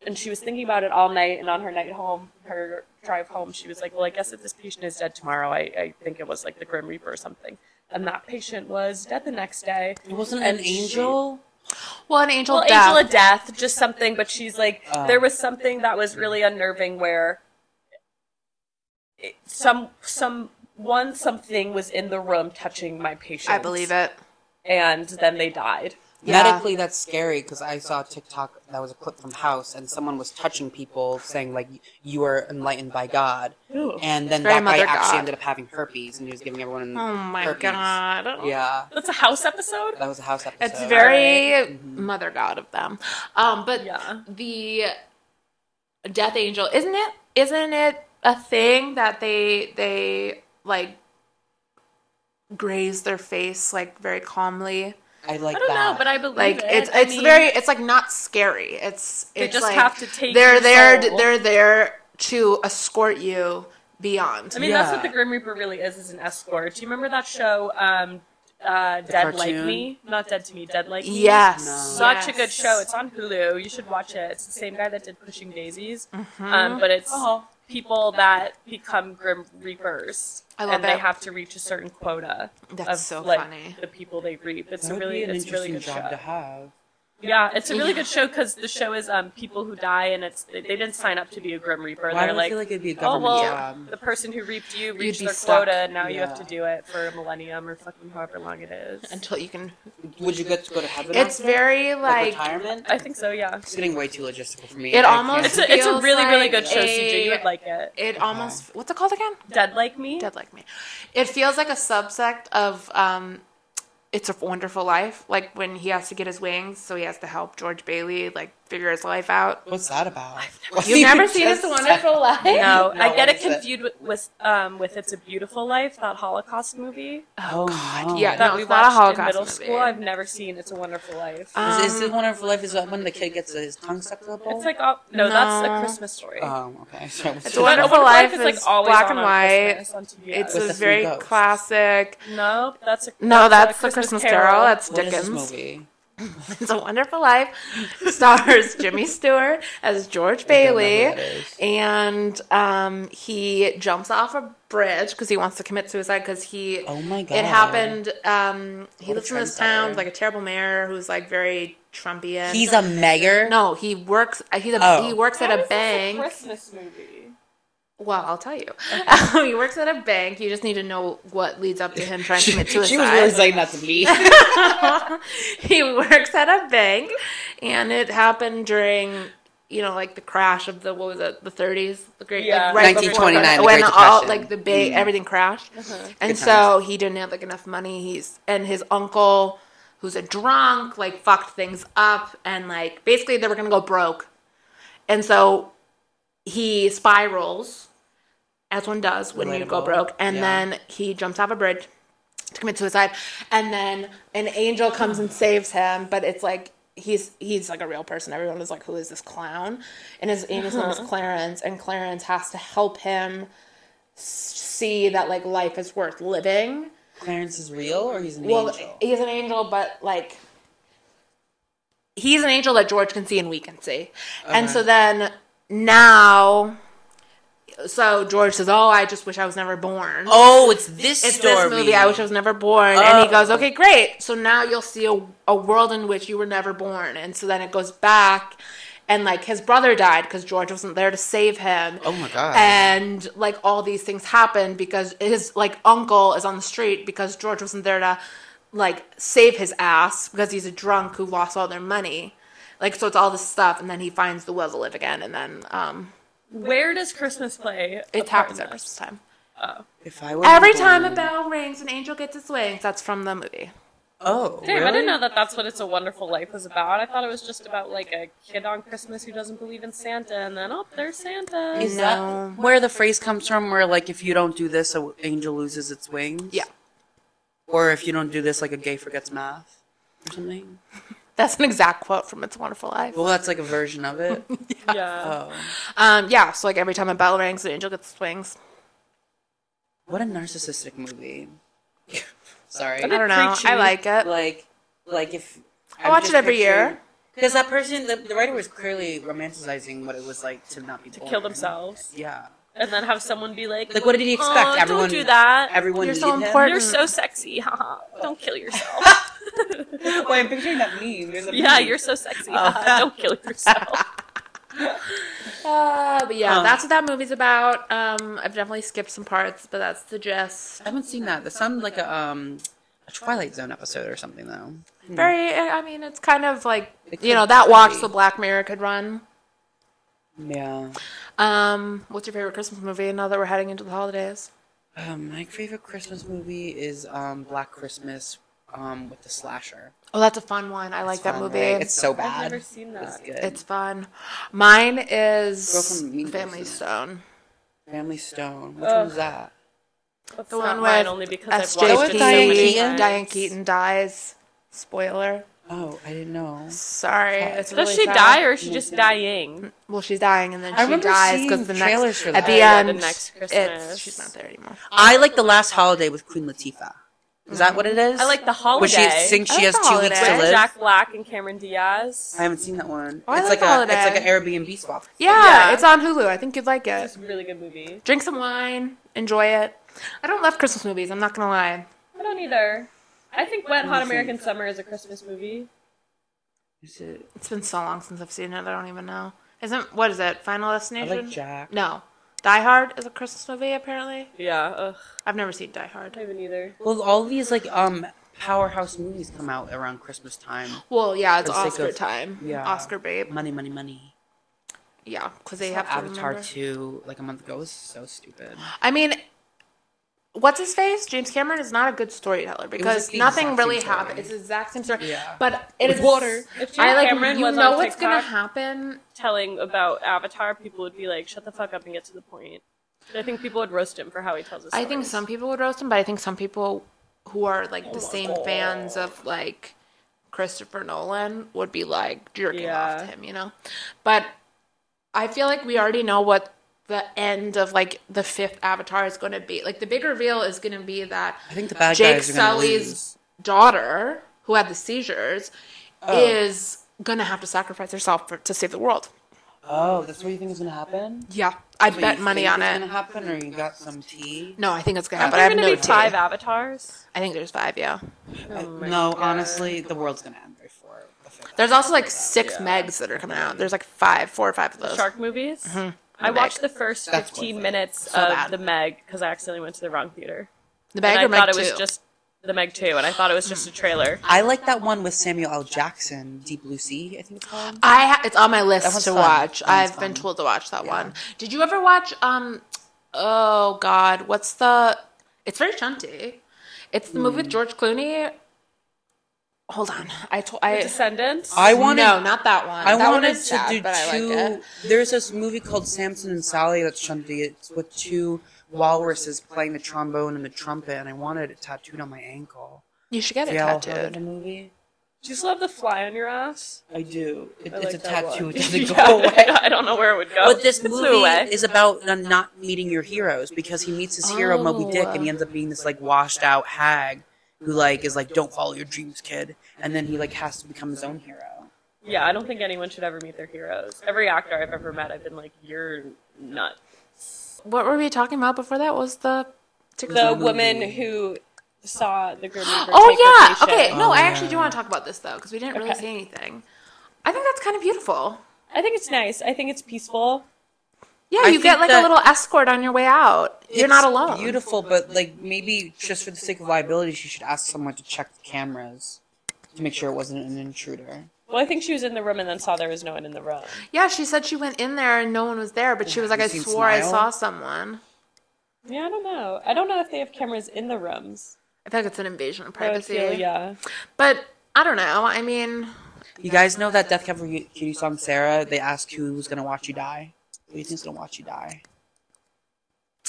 S3: and she was thinking about it all night. And on her night home, her drive home, she was like, "Well, I guess if this patient is dead tomorrow, I, I think it was like the Grim Reaper or something." And that patient was dead the next day.
S2: it wasn't
S3: And
S2: an
S3: she-
S2: angel.
S1: well, an angel.
S3: Well,
S1: of death.
S3: Angel of Death, just something. But she's like,
S2: Oh.
S3: there was something that was really unnerving where it, some some one something was in the room touching my patient.
S1: I believe it.
S3: and then they died.
S1: Yeah.
S2: Medically, that's scary because I saw a TikTok that was a clip from House, and someone was touching people, saying like, "You are enlightened by God," and then
S1: Very
S2: that guy
S1: mother
S2: actually
S1: God.
S2: ended up having herpes, and he was giving everyone.
S1: Oh my
S2: herpes.
S1: god.
S2: Yeah,
S3: That's a house episode.
S2: that was a House episode.
S1: It's very mother god of them. Um, but
S3: Yeah.
S1: the death angel, isn't it? Isn't it a thing that they they like graze their face like very calmly?
S2: I like
S3: I don't
S2: that.
S3: know, but I believe
S1: Like
S3: it.
S1: it's
S3: I
S1: it's
S3: mean,
S1: very it's like not scary. It's
S3: They
S1: it's
S3: just
S1: like
S3: have to take.
S1: they're
S3: your
S1: there
S3: soul.
S1: they're there to escort you beyond.
S3: I mean, that's what
S2: Yeah.
S3: the Grim Reaper really is, is an escort. Do you remember that show, um, uh, Dead Like
S2: cartoon?
S3: Me? Not Dead to Me, Dead Like Me.
S1: yes.
S2: No.
S3: Such a
S1: Yes.
S3: good show. It's on Hulu. You should watch it. It's the same guy that did Pushing Daisies,
S1: Mm-hmm.
S3: um, but it's
S2: Oh.
S3: people that become Grim Reapers,
S1: I love
S3: and they
S1: it.
S3: have to reach a certain quota of
S1: That's so
S3: like
S1: funny.
S3: the people they reap. It's
S2: That
S3: a
S2: would
S3: really,
S2: be an
S3: it's a really
S2: interesting
S3: good
S2: job
S3: show.
S2: to have.
S3: Yeah, it's a really good show because the show is um, people who die, and it's they, they didn't sign up to be a Grim Reaper.
S2: Why do
S3: They're
S2: I
S3: like,
S2: feel like it'd be a
S3: oh
S2: government
S3: well,
S2: job?
S3: the person who reaped you reached
S1: be
S3: their
S1: stuck.
S3: quota, and now you have
S2: Yeah.
S3: to do it for a millennium or fucking however long it is.
S1: Until you can
S2: Would you get to go to heaven?
S1: It's
S2: after?
S1: very
S2: like,
S1: like
S2: retirement.
S3: I think so. Yeah,
S2: It's getting way too logistical for me.
S1: It
S2: I
S1: almost-
S3: it's
S2: can't-
S3: a, it's a
S1: Feels
S3: really really
S1: like
S3: good show. CJ, you
S1: a-
S3: would like it.
S1: It almost what's it called again?
S3: Dead like me.
S1: Dead like me. It feels like a subsect of um, It's a Wonderful Life. Like when he has to get his wings, so he has to help George Bailey like figure his
S2: [LAUGHS]
S1: life out.
S2: What's that about?
S1: You've never seen It's a Wonderful Life?
S3: No,
S2: No,
S3: I get it
S2: what is it?
S3: confused with, with um with It's a Beautiful Life, that Holocaust movie
S2: Oh God!
S1: Yeah,
S3: that
S1: no,
S3: we
S1: it's not a
S3: watched in
S1: Holocaust
S3: middle
S1: movie.
S3: school. I've never seen It's a Wonderful Life.
S1: [LAUGHS] Um,
S2: is, is this Wonderful Life? Is that when the kid gets his tongue stuck in a bowl?
S3: it's like oh, no, that's
S1: no.
S3: a Christmas story.
S2: Oh, okay. [LAUGHS] So it's
S1: a Wonderful Life is black
S3: on
S1: and
S3: on
S1: white.
S3: Christmas on TBS.
S1: It's
S2: With
S1: a
S2: the
S1: very
S2: three ghosts.
S1: classic.
S3: no, that's a
S1: No, that's,
S3: a
S1: the Christmas Carol. That's
S2: What is
S1: Dickens.
S2: this movie?
S1: [LAUGHS] It's a Wonderful Life
S2: [LAUGHS]
S1: stars Jimmy Stewart as George Bailey,
S2: who that is.
S1: and um, he jumps off a bridge because he wants to commit suicide because he.
S2: Oh my God!
S1: It happened. Um, he
S2: What a
S1: lives in this town,
S2: trendsetter.
S1: like a terrible mayor who's like very Trumpian.
S2: He's a mayor.
S1: no, he works. uh, He's a,
S2: Oh.
S1: he works at
S3: How
S1: a
S3: is this
S1: bank.
S3: Christmas movie.
S1: well, I'll tell you, um, [LAUGHS] he works at a bank. You just need to know what leads up to him trying to
S2: [LAUGHS] She,
S1: commit suicide.
S2: she was really saying that to me. [LAUGHS]
S1: [LAUGHS] he works at a bank, and it happened during you know like the crash of the what was it the 30s the great
S3: Yeah.
S1: like, right before
S2: 1929, the
S1: when
S2: Great
S1: all
S2: Depression. Mm-hmm.
S1: like the big everything crashed and
S2: Good
S1: so he didn't have like enough money he's and his uncle who's a drunk like fucked things up and like basically they were gonna go broke and so he spirals as one does when you go
S2: Relatable.
S1: broke and
S2: Yeah.
S1: then he jumps off a bridge to commit suicide and then an angel comes and saves him but it's like he's he's like a real person. Everyone was like, "Who is this clown?" And his and his name
S2: Uh-huh.
S1: is Clarence, and Clarence has to help him s- see that like life is worth living.
S2: Clarence is real or he's an
S1: Well,
S2: angel?
S1: he's an angel, but like he's an angel that George can see and we can see. And
S2: Uh-huh.
S1: so then now, so George says, "Oh, I just wish I was never born."
S2: oh, it's this
S1: It's
S2: story.
S1: this movie. I wish I was never born. And he
S2: Oh.
S1: goes, okay, great. So now you'll see a, a world in which you were never born. And so then it goes back, and like his brother died because George wasn't there to save him.
S2: Oh my God.
S1: And like all these things happen because his like uncle is on the street because George wasn't there to like save his ass because he's a drunk who lost all their money. Like so, it's all this stuff, and then he finds the will to live again, and then um,
S3: Where does Christmas play? a
S1: it
S3: part
S1: happens
S3: in
S1: at
S3: this?
S1: Christmas time.
S2: if I were
S1: Every
S2: born-
S1: time a bell rings, an angel gets its wings. That's from the movie.
S2: Oh,
S3: Damn,
S2: really?
S3: I didn't know that that's what It's a Wonderful Life was about. I thought it was just about like a kid on Christmas who doesn't believe in Santa, and then oh, there's Santa.
S2: Is
S1: No.
S2: that where the phrase comes from? Where like if you don't do this, an angel loses its wings.
S1: Yeah.
S2: Or if you don't do this, like a gay forgets math, or something.
S1: That's an exact quote from It's a Wonderful Life.
S2: Well, that's like a version of [LAUGHS] it.
S3: Yeah.
S2: Oh,
S1: Um, yeah, so like every time a bell rings, an angel gets its wings.
S2: what a narcissistic movie. [LAUGHS] Sorry.
S1: I don't know. I
S3: Preachy.
S1: like it.
S2: Like, like if
S1: I watch it every year.
S2: Because that person, the, the writer was clearly romanticizing what it was like to not be to
S3: Kill themselves,
S2: Yeah.
S3: and then have someone be like,
S2: Like, what did he expect?
S3: "Aw,
S2: everyone
S3: don't do that.
S2: Everyone.
S1: You're so
S2: needed him?
S1: important.
S3: You're so sexy. Haha. Don't kill yourself. [LAUGHS]
S2: [LAUGHS] Well, I'm picturing that meme. There's a
S3: yeah,
S2: meme.
S3: you're so sexy. Haha. Don't kill yourself.
S1: Uh, but yeah,
S2: Um,
S1: that's what that movie's about. Um, I've definitely skipped some parts, but that's the gist.
S2: I haven't seen that. That sounds like a um a Twilight Zone episode or something though.
S1: Very, I mean, it's kind of like,
S2: Mm. It
S1: you know,
S2: could
S1: that watch
S2: be.
S1: the Black Mirror could run.
S2: Yeah.
S1: Um, what's your favorite Christmas movie now that we're heading into the holidays?
S2: Um, my favorite Christmas movie is um Black Christmas um with the slasher.
S1: Oh, that's a fun one. I like
S2: It's
S1: that
S2: fun,
S1: movie.
S2: right? It's so
S3: I've
S2: bad.
S3: never seen
S2: It's
S3: that.
S2: good.
S1: It's fun. Mine
S2: Girl
S1: is
S2: from Mean Girls,
S1: Family
S2: isn't it?
S1: Stone.
S2: Family Stone. Which
S3: Ugh.
S2: one's that?
S3: That's
S1: The
S3: not
S1: one
S3: mine
S1: with
S3: only because I've
S1: SJP.
S3: watched it so
S2: Diane
S3: many
S2: Keaton?
S3: times.
S1: Diane Keaton dies. Spoiler.
S2: Oh, I didn't know.
S1: Sorry. It's
S3: Does
S1: really
S3: she
S1: sad.
S3: die or is she just dying?
S1: Well, she's dying, and then
S2: I
S1: she
S2: remember
S1: dies
S2: seeing
S1: because the
S2: trailers
S1: next
S2: for
S1: at
S2: that.
S1: the
S3: Yeah,
S1: end,
S3: the next
S1: um, it's,
S3: Christmas.
S1: she's not there anymore.
S2: I like the last holiday with Queen Latifah. Is that what it is?
S3: Mm. I like the holiday.
S2: Where she thinks
S1: I
S2: she
S1: like
S2: has
S1: The
S2: two weeks to
S1: Holiday.
S2: live.
S3: Jack Black and Cameron Diaz.
S2: I haven't seen that one.
S1: Oh, I
S2: it's like,
S1: like The
S2: a it's like
S1: Holiday.
S2: an Airbnb swap.
S1: Yeah,
S3: Yeah.
S1: it's on Hulu. I think you'd like
S3: It's
S1: it.
S3: a really good movie.
S1: Drink some wine, enjoy it. I don't love Christmas movies. I'm not gonna lie.
S3: I don't either. I think Wet Hot
S2: Mhm.
S3: American Summer is a Christmas movie.
S2: Is it?
S1: It's been so long since I've seen it. I don't even know. Isn't what is it? Final
S2: I
S1: Destination?
S2: like Jack.
S1: No, Die Hard is a Christmas movie. Apparently,
S3: Yeah, ugh,
S1: I've never seen Die Hard.
S3: I haven't either.
S2: Well, all these like um powerhouse movies come out around Christmas time.
S1: Well, yeah, it's
S2: For the sake
S1: Oscar
S2: of-
S1: time.
S2: yeah.
S1: Oscar babe.
S2: Money, money, money.
S1: Yeah, because they
S2: So
S1: have to
S2: Avatar
S1: remember.
S2: two like a month ago was so stupid.
S1: I mean, what's his face? James Cameron is not a good storyteller because
S2: the
S1: nothing
S2: exact
S1: really
S2: same story.
S1: happened. It's the exact same story.
S2: Yeah.
S1: But it is
S2: With water.
S3: If James
S1: I like
S3: Cameron
S1: you
S3: was
S1: know
S3: on
S1: what's gonna
S3: TikTok-
S1: happen.
S3: Telling about Avatar, people would be like, "Shut the fuck up and get to the point." And I think people would roast him for how he tells his.
S1: I think
S3: stories. Oh
S1: some people would roast him, but I think some people who are like the same fans of like Christopher Nolan would be like jerking off to
S3: Yeah.
S1: him, you know. But I feel like we already know what the end of like the fifth Avatar is going to be. Like the big reveal is going to be that
S2: I think the bad
S1: Jake
S2: guys are gonna
S1: Sully's
S2: lose.
S1: daughter who had the seizures Oh. is gonna have to sacrifice herself for, to save the world.
S2: Oh, that's what you think is gonna happen?
S1: Yeah, I
S2: What
S1: bet
S2: you
S1: money
S2: think
S1: on
S2: is
S1: it.
S2: Gonna happen, or you got some tea?
S1: No, I think it's gonna
S2: Aren't
S1: happen.
S3: There
S1: I have
S3: are
S1: no
S3: gonna be five
S1: idea.
S3: avatars.
S1: I think there's five. Yeah, Oh
S2: I-
S3: my
S2: no,
S3: God.
S2: honestly, the world's gonna end before. The fifth.
S1: there's also like six
S3: Yeah.
S1: Megs that are coming out. There's like five, four or five of those.
S3: Shark movies. I
S1: Meg.
S3: watched the first
S2: That's
S3: 15
S2: worth it.
S3: minutes
S1: So
S3: of
S1: bad.
S3: the Meg because I accidentally went to the wrong theater.
S1: The
S3: and
S1: Meg
S3: I
S1: or
S3: thought
S1: Meg
S3: it was
S1: two.
S3: just the Meg 2, and I thought it was just a trailer.
S2: I like that one with Samuel L. Jackson, Deep Blue Sea. I think it's called.
S1: I ha- it's on my
S2: That
S1: list
S2: one's
S1: to
S2: fun.
S1: watch.
S2: That one's
S1: I've been
S2: fun.
S1: told to watch that
S2: Yeah.
S1: one. Did you ever watch um oh god, what's the it's very shunty. It's the movie with George Clooney. Hold on. I told I
S3: Descendants.
S2: I wanted.
S1: No, not that one.
S2: I
S1: that one
S2: wanted
S1: is
S2: to
S1: sad,
S2: do
S1: but I
S2: two.
S1: like it.
S2: There's this movie called Samson and Sally that's shunty. It's with two walruses playing the trombone and the trumpet, and I wanted it tattooed on my ankle.
S1: You should get it
S2: Have y'all heard of the
S1: tattooed.
S2: movie?
S3: Do you still have the fly on your ass?
S2: I do. It,
S3: I
S2: it's
S3: like
S2: a
S3: that
S2: tattoo.
S3: one. [LAUGHS]
S2: It doesn't
S3: Yeah,
S2: go away.
S3: I don't know where it would go.
S2: But this
S3: It's
S2: movie
S3: away.
S2: is about uh, not meeting your heroes because he meets his hero Moby Dick and he ends up being this like washed out hag who like is like don't follow your dreams, kid, and then he like has to become his own hero.
S3: Yeah, I don't think anyone should ever meet their heroes. Every actor I've ever met, I've been like, you're nuts.
S1: What were we talking about before that? Was the
S3: The
S2: movie.
S3: woman who saw the Grim Reaper. take
S1: oh yeah.
S3: vacation.
S1: Okay. No,
S2: Oh,
S1: I actually
S2: yeah.
S1: do want to talk about this though because we didn't really
S3: Okay.
S1: say anything. I think that's kind of beautiful.
S3: I think it's nice. I think it's peaceful.
S1: Yeah,
S2: I
S1: you get
S2: think
S1: like
S2: that-
S1: a little escort on your way out. You're
S2: It's
S1: not alone.
S2: Beautiful, but like maybe just for the sake of liability, she should ask someone to check the cameras to make sure it wasn't an intruder.
S3: Well, I think she was in the room and then saw there was no one in the room.
S1: Yeah, she said she went in there and no one was there, but she was like,
S2: You
S1: I
S2: seen
S1: swore I
S2: Smile?
S1: saw someone.
S3: Yeah, I don't know. I don't know if they have cameras in the rooms.
S1: I feel like it's an invasion of
S3: I would
S1: privacy.
S3: feel, yeah.
S1: But I don't know. I mean,
S2: You guys know that Death Cab for Cutie song, Sarah? They asked who was gonna watch you die. Who do you think's gonna watch you die?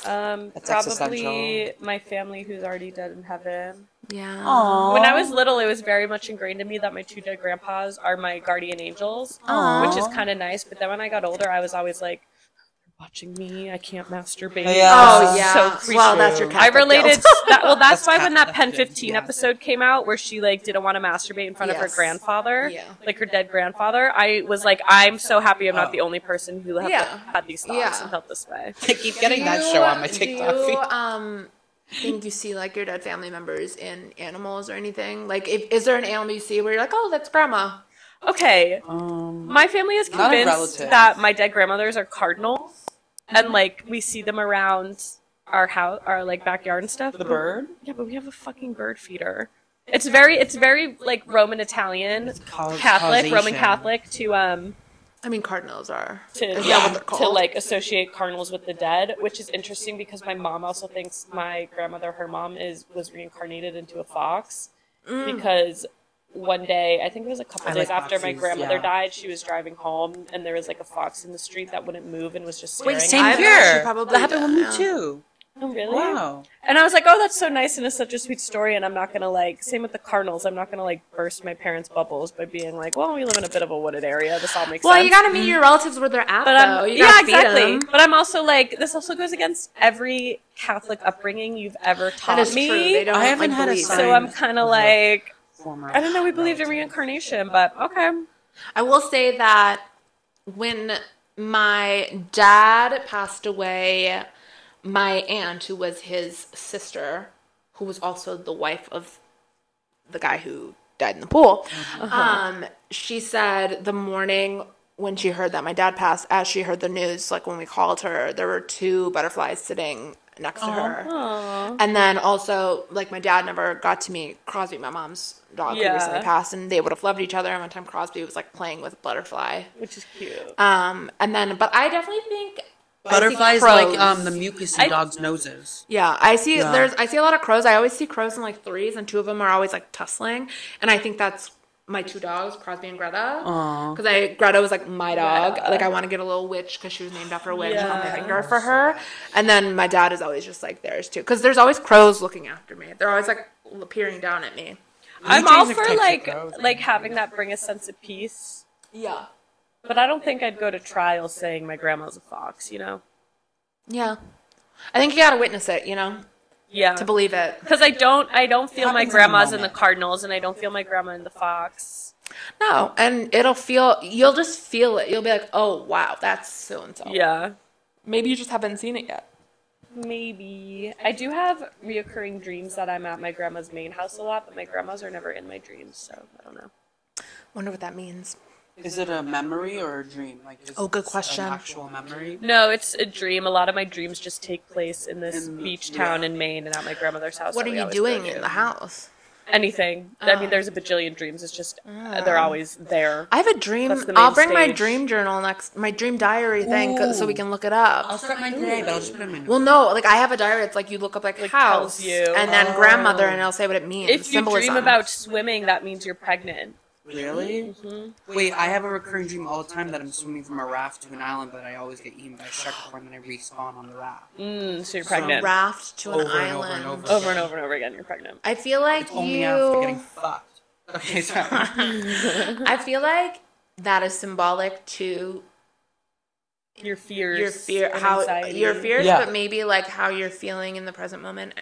S3: Um,
S2: That's
S3: probably
S2: existential.
S3: my family who's already dead in heaven.
S1: yeah.
S3: When I was little, it was very much ingrained in me that my two dead grandpas are my guardian angels,
S2: Aw.
S3: which is kind of nice. But then when I got older, I was always like, they're watching me. I can't masturbate.
S2: Yeah.
S1: Oh
S3: This is
S1: yeah.
S3: so creepy.
S1: well, that's your.
S3: I
S2: [LAUGHS]
S1: Catholic [LAUGHS]
S3: related
S1: guilt.
S3: that well that's,
S2: That's
S3: why when that
S2: Catholic,
S3: Pen
S2: yeah.
S3: 15 episode came out where she like didn't want to masturbate in front of her
S1: Yes.
S3: grandfather
S1: Yeah.
S3: like her dead grandfather I was like I'm so happy I'm not
S2: Oh.
S3: the only person who have
S1: Yeah.
S3: had these thoughts
S1: Yeah.
S3: and felt this way
S2: I keep getting that
S1: Do you-
S2: show on my
S1: Do
S2: TikTok
S1: you,
S2: feed.
S1: um, think you see like your dead family members in animals or anything? Like, if, is there an animal you see where you're like, oh, that's grandma?
S3: okay
S2: Um,
S3: my family is
S2: Not a
S3: convinced
S2: relative.
S3: that my dead grandmothers are cardinals and like we see them around our house our like backyard and stuff
S2: the bird?
S3: yeah but we have a fucking bird feeder it's very it's very like Roman Italian
S2: Caus-
S3: Catholic Roman
S2: causation.
S3: Catholic to um
S1: I mean, cardinals are.
S3: to
S1: Is that
S3: yeah,
S1: what they're
S3: to
S1: called?
S3: like associate cardinals with the dead, which is interesting because my mom also thinks my grandmother, her mom, is was reincarnated into a fox
S1: Mm.
S3: because one day I think it was a couple
S2: I
S3: days
S2: like
S3: after my
S2: foxes,
S3: grandmother
S2: yeah.
S3: died, she was driving home and there was like a fox in the street that wouldn't move and was just staring.
S1: Wait,
S2: same
S3: at-
S1: I've
S2: here.
S1: actually probably
S2: That happened with
S1: done
S2: me
S1: that.
S2: too.
S3: Oh, really?
S2: Wow.
S3: And I was like, oh, that's so nice and it's such a sweet story. And I'm not gonna like, same with the cardinals, I'm not gonna like burst my parents' bubbles by being like, well, we live in a bit of a wooded area. This all makes
S1: Well,
S3: sense.
S1: you gotta meet your relatives where they're at,
S3: But
S1: though.
S3: I'm,
S1: You
S3: yeah,
S1: gotta feed
S3: exactly.
S1: 'em.
S3: But I'm also like, this also goes against every Catholic upbringing you've ever taught
S1: That is
S3: me.
S1: true. They don't,
S2: I haven't
S1: like, uh,
S2: had a
S1: believe
S2: sign.
S1: that.
S3: so I'm kind of
S2: Of what?
S3: like,
S2: Former
S3: I don't know. We believed in
S2: relative.
S3: reincarnation, but okay.
S1: I will say that when my dad passed away, my aunt, who was his sister, who was also the wife of the guy who died in the pool, um, she said the morning when she heard that my dad passed, as she heard the news, like when we called her, there were two butterflies sitting next to her. And then also, like, my dad never got to meet Crosby, my mom's dog,
S3: Yeah.
S1: who recently passed, and they would have loved each other. And one time Crosby was, like, playing with a butterfly.
S3: Which is cute.
S1: Um, and then, but I definitely think. I see
S2: Butterflies
S1: crows.
S2: like um the mucus in
S3: I-
S2: dogs' noses.
S1: Yeah, I see.
S2: Yeah.
S1: There's, I see a lot of crows. I always see crows in like threes, and two of them are always like tussling. And I think that's my two dogs, Crosby and Greta.
S2: Aw.
S1: Because I Greta was like my dog.
S3: Yeah.
S1: Like I want to get a little witch because she was named after a witch on my
S3: Yeah.
S1: finger for her. And then my dad is always just like theirs too. Because there's always crows looking after me. They're always like peering down at me.
S3: I'm
S2: change
S3: all
S2: the
S3: for
S2: types of
S3: like
S2: crows and
S3: like having that bring a sense of peace,
S1: Yeah.
S3: but I don't think I'd go to trial saying my grandma's a fox. You know?
S1: Yeah. I think you gotta witness it, you know,
S3: Yeah.
S1: to believe it.
S3: Because I don't I don't feel my
S2: Happens in the
S3: grandma's in the
S2: moment.
S3: cardinals, and I don't feel my grandma in the fox.
S1: No, and it'll feel you'll just feel it. You'll be like, "Oh, wow, that's so and so."
S3: Yeah.
S1: Maybe you just haven't seen it yet.
S3: Maybe. I do have reoccurring dreams that I'm at my grandma's main house a lot, but my grandmas are never in my dreams, so I don't know.
S1: Wonder what that means.
S2: Is it a memory or a dream? Like is
S1: Oh, good
S2: this
S1: question.
S2: An actual memory.
S3: No, it's a dream. A lot of my dreams just take place in this
S2: In-
S3: beach
S2: yeah.
S3: town in Maine and at my grandmother's house.
S1: What
S3: that
S1: are
S3: we
S1: you
S3: always go
S1: doing
S3: to.
S1: in the house? Ah.
S3: Anything. I mean, there's a bajillion dreams. It's just they're always there.
S1: I have a dream.
S3: That's the main
S1: I'll bring my
S3: stage.
S1: dream journal next, my dream diary thing, 'cause- so we
S2: Ooh.
S1: can look it up.
S2: I'll start mine today, but I'll just put them in.
S1: well, no, like I have a diary. It's like you look up like,
S3: Like,
S1: house,
S3: tells you.
S1: and then
S2: Oh.
S1: grandmother, and it'll say what it means.
S3: If you
S1: symbolism.
S3: dream about swimming, that means you're pregnant. Mm-hmm.
S2: really? Wait, I have a recurring dream all the time that I'm swimming from a raft to an island, but I always get eaten by a shark before and then I respawn on the raft.
S3: Mm, so you're
S2: So-
S3: pregnant.
S1: raft to an
S2: Over and over
S1: island.
S2: and over.
S3: over and over and over again, you're pregnant.
S1: I feel like
S2: It's only
S1: you.
S2: after getting fucked. Okay, sorry.
S1: [LAUGHS] I feel like that is symbolic to
S5: Your fears.
S1: your fear,
S5: and
S1: how
S5: anxiety.
S1: your fears,
S2: Yeah.
S1: but maybe like how you're feeling in the present moment.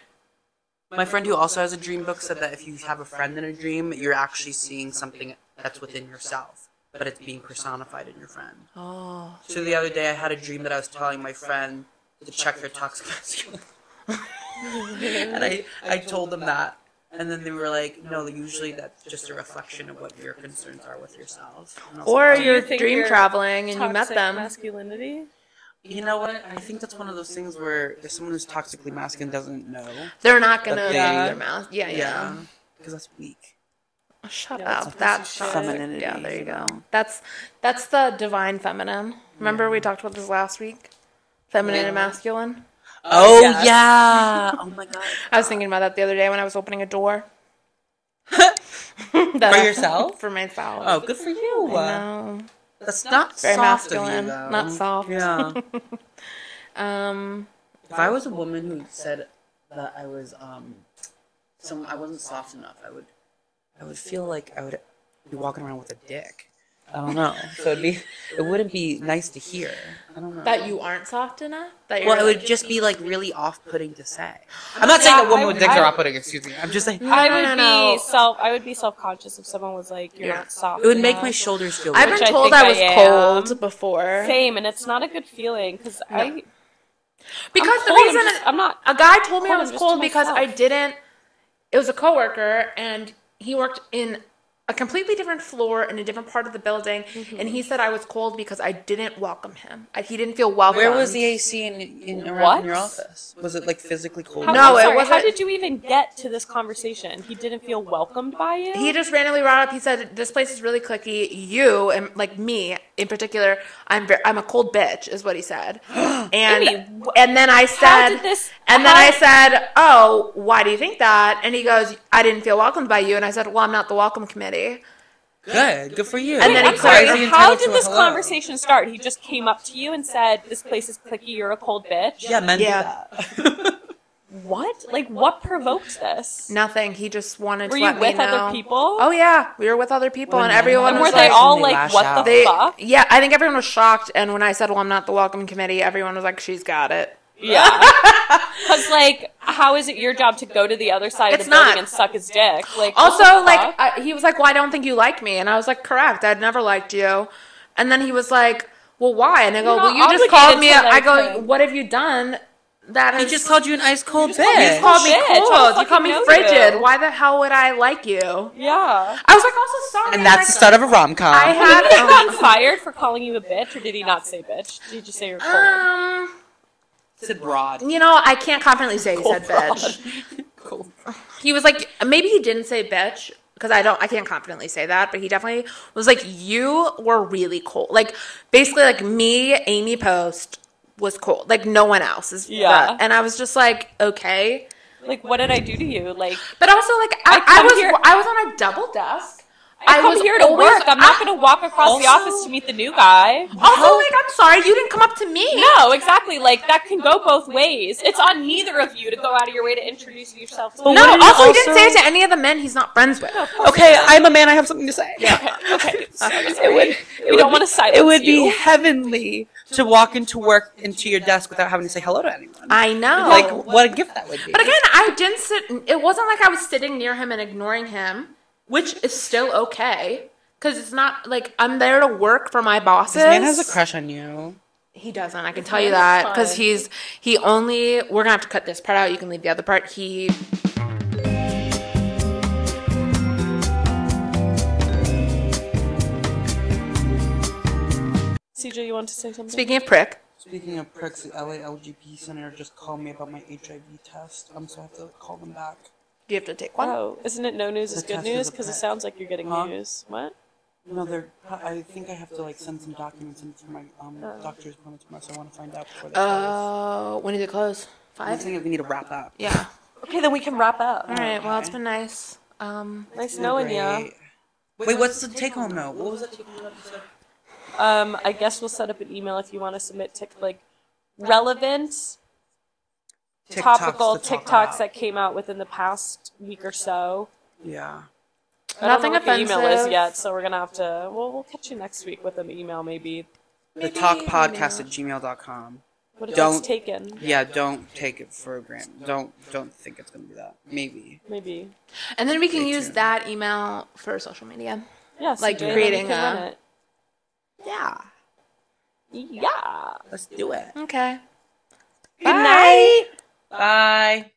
S2: My friend who also has a dream book said that if you have a friend in a dream, you're actually seeing something that's within yourself, but it's being personified in your friend.
S1: Oh,
S2: So the other day, I had a dream that I was telling my friend to check their toxic masculinity. [LAUGHS] and I, I told them that. And then they were like, no, usually that's just a reflection of what your concerns are with yourself. And I was
S1: or
S2: like,
S1: you're
S3: think
S1: dream
S3: you're
S1: traveling and you met
S3: Toxic
S1: them.
S3: Masculinity.
S2: you know what? I think that's one of those things where if someone who's toxically masculine doesn't know,
S1: They're not gonna
S2: But
S1: open
S2: they-
S1: their mouth. Yeah, yeah.
S2: yeah, because that's weak.
S1: Oh, Shut
S3: Yeah,
S1: up. That's
S3: toxic
S1: toxic.
S2: femininity,
S1: Yeah, there you
S2: you
S1: go.
S2: know.
S1: That's that's the divine feminine. Remember we talked about this last week? Feminine and masculine.
S2: Oh, yeah. [LAUGHS] oh, my God.
S1: I was thinking about that the other day when I was opening a door. [LAUGHS]
S2: For Oh. yourself?
S1: For myself. Um,
S2: Oh, good for you.
S1: No,
S2: That's not
S1: very
S2: soft
S1: masculine,
S2: of you, though.
S1: not
S2: [LAUGHS]
S1: soft.
S2: Yeah.
S1: [LAUGHS] Um,
S2: If I was a woman who said that I was um, some I wasn't soft enough, I would, I would feel like I would be walking around with a dick. I don't know. So it'd be, it wouldn't be nice to hear. I don't know.
S1: that you aren't soft enough. That you're
S2: well, it would just be like really off-putting to say. I'm not saying that women with dicks are off-putting. Excuse me. I'm just saying
S3: I
S1: no,
S3: would
S1: no, no.
S3: be self. I would be self conscious if someone was like, "You're
S1: Yeah.
S3: not soft."
S2: it would make
S3: enough.
S2: my shoulders feel.
S1: I've
S2: weird.
S1: been
S3: Which I
S1: told
S3: think
S1: I
S3: I
S1: was
S3: am.
S1: cold before.
S3: Same, and it's not a good feeling because I
S1: Because
S3: I'm
S1: the
S3: cold, I'm
S1: reason
S3: just- I'm not-
S1: a guy told me
S3: cold,
S1: I
S3: I'm
S1: was
S3: just
S1: cold
S3: to
S1: because I
S3: myself.
S1: didn't. It was a coworker, and he worked in a completely different floor in a different part of the building,
S3: Mm-hmm.
S1: and he said I was cold because I didn't welcome him. I, he didn't feel welcome.
S2: Where was the AC in, in around
S3: What?
S2: in your office? Was it like physically cold?
S3: How,
S1: No,
S3: I'm
S1: it
S3: sorry, How
S1: wasn't-
S3: did you even get to this conversation? He didn't feel welcomed by you.
S1: He just randomly brought up. He said, "This place is really clicky. You and like me in particular, I'm ver- I'm a cold bitch," is what he said. And
S3: [GASPS] Amy, wh-
S1: and then I said,
S3: how did this-
S1: and then
S3: how-
S1: I said, "Oh, why do you think that?" And he goes, "I didn't feel welcomed by you." And I said, "Well, I'm not the welcome committee."
S2: Good. Good for you.
S1: And then
S3: I'm
S1: he
S3: sorry.
S1: crazy
S3: How did this conversation start? He just came up to you and said, "This place is clicky. You're a cold bitch."
S2: Yeah, men
S1: Yeah.
S2: do that. [LAUGHS]
S3: What? Like, what provoked this?
S1: Nothing. He just wanted
S3: Were
S1: to
S3: you
S1: let me
S3: with other
S1: know.
S3: people?
S1: Oh yeah, we were with other people,
S2: Women.
S1: and everyone
S2: And
S3: And
S1: was
S3: were they
S1: like,
S3: all
S2: They
S3: like,
S2: lash
S3: "What
S2: out.
S3: the
S1: they-
S3: fuck"?
S1: yeah, I think everyone was shocked. And when I said, "Well, I'm not the welcome committee," everyone was like, "She's got it." [LAUGHS]
S3: Yeah. Because, like, how is it your job to go to the other side
S1: It's
S3: of the building
S1: not.
S3: and suck his dick? Like, what
S1: Also,
S3: the
S1: like
S3: fuck?
S1: I, he was like, "Well, I don't think you like me," and I was like, "Correct. I'd never liked you." And then he was like, "Well, why?" And I go,
S3: You're
S1: "Well,
S3: not
S1: you
S3: obligated
S1: just called me."
S3: to
S1: a- I
S3: like
S1: go,
S3: him.
S1: "What have you done?" That
S2: He
S1: has-
S2: just called you an ice cold
S1: you
S2: bitch.
S1: just called me
S3: "Oh, Shit, I don't
S1: cold. You
S3: fucking
S1: called me
S3: know you.
S1: frigid. Why the hell would I like you? I
S3: yeah.
S1: was like, also sorry.
S2: and that's the
S1: like,
S2: start of a rom com.
S1: I
S3: Have he
S1: had. um,
S3: gotten fired for calling you a bitch, or did he not say bitch? Did you say you're cold?
S1: Um,
S2: said broad.
S1: You know, I can't confidently say he said bitch. He was like, maybe he didn't say bitch because I don't, I can't confidently say that, but he definitely was like, you were really cold. Like, basically, like me, Amy Post was cold. Like, no one else is.
S3: Yeah.
S1: that. And I was just like, okay.
S3: like, what did I do to you? Like,
S1: But also, like,
S3: I
S1: I, I,
S3: come
S1: was,
S3: here-
S1: I was on a double desk.
S3: I, come
S1: was
S3: here to
S1: always-
S3: work. I'm not
S1: I-
S3: going to walk across the
S2: Also-
S3: office to meet the new guy.
S1: Also, like, I'm sorry, you didn't come up to me.
S3: No, exactly. Like that can go both ways. It's on neither of you to go out of your way to introduce yourself. To
S1: No,
S3: no.
S1: also,
S2: you
S1: he didn't say
S2: also-
S1: it to any of the men he's not friends with.
S2: Okay, I'm a man. I have something to say.
S3: Okay.
S2: It would. It
S3: We don't want to silence
S2: It would be
S3: you.
S1: [LAUGHS]
S2: heavenly to walk into work into your desk without having to say hello to anyone.
S1: I know.
S2: Like what a gift that would be.
S1: But again, I didn't sit. It wasn't like I was sitting near him and ignoring him, which is still okay because it's not like I'm there to work for my bosses.
S2: this man has a crush on you.
S1: He doesn't. I can tell you that
S3: is
S1: because
S3: fun.
S1: he's he only. We're gonna have to cut this part out. You can leave the other part. He.
S3: CJ, you want to say something?
S1: Speaking of prick,
S2: Speaking of pricks, the LA LGBT Center just called me about my HIV test. I'm so I have to call them back.
S1: do you have to take one?
S3: Oh, isn't it no news is
S2: The
S3: good
S2: test is
S3: news?
S2: a
S3: Because it
S2: pet.
S3: sounds like you're getting
S2: Huh?
S3: news. What?
S2: No, they're. I think I have to like send some documents in for my um, doctor's appointment tomorrow, so I want to find out before they close.
S1: Uh, when did it close?
S2: I
S1: Five.
S2: think we need to wrap up.
S1: Yeah.
S3: Okay, then we can wrap up.
S1: All right. Well, it's been nice. Um,
S3: Nice knowing you.
S2: Great. Wait, what's the take home note? What was that take home note? you said?
S3: Um, I guess we'll set up an email if you want to submit tick like relevant
S2: TikToks
S3: topical
S2: to talk
S3: TikToks
S2: about.
S3: that came out within the past week or so.
S2: Yeah.
S3: I don't
S6: Nothing
S3: know what the email is
S6: offensive.
S3: yet, so we're gonna have to. Well, we'll catch you next week with an email, maybe.
S2: The talk podcast at gmail.com.
S3: What if
S2: Don't-
S3: it's taken?
S2: Yeah, don't take it for granted. Don't don't think it's gonna be that. Maybe.
S3: Maybe.
S1: And then we can
S2: Me
S1: use
S2: too.
S1: that email for social media.
S3: Yeah. so
S1: Like
S3: Jane,
S1: creating
S3: we can
S1: a-
S3: run it.
S1: Yeah.
S3: Yeah.
S2: Let's do it.
S1: Okay.
S7: Bye.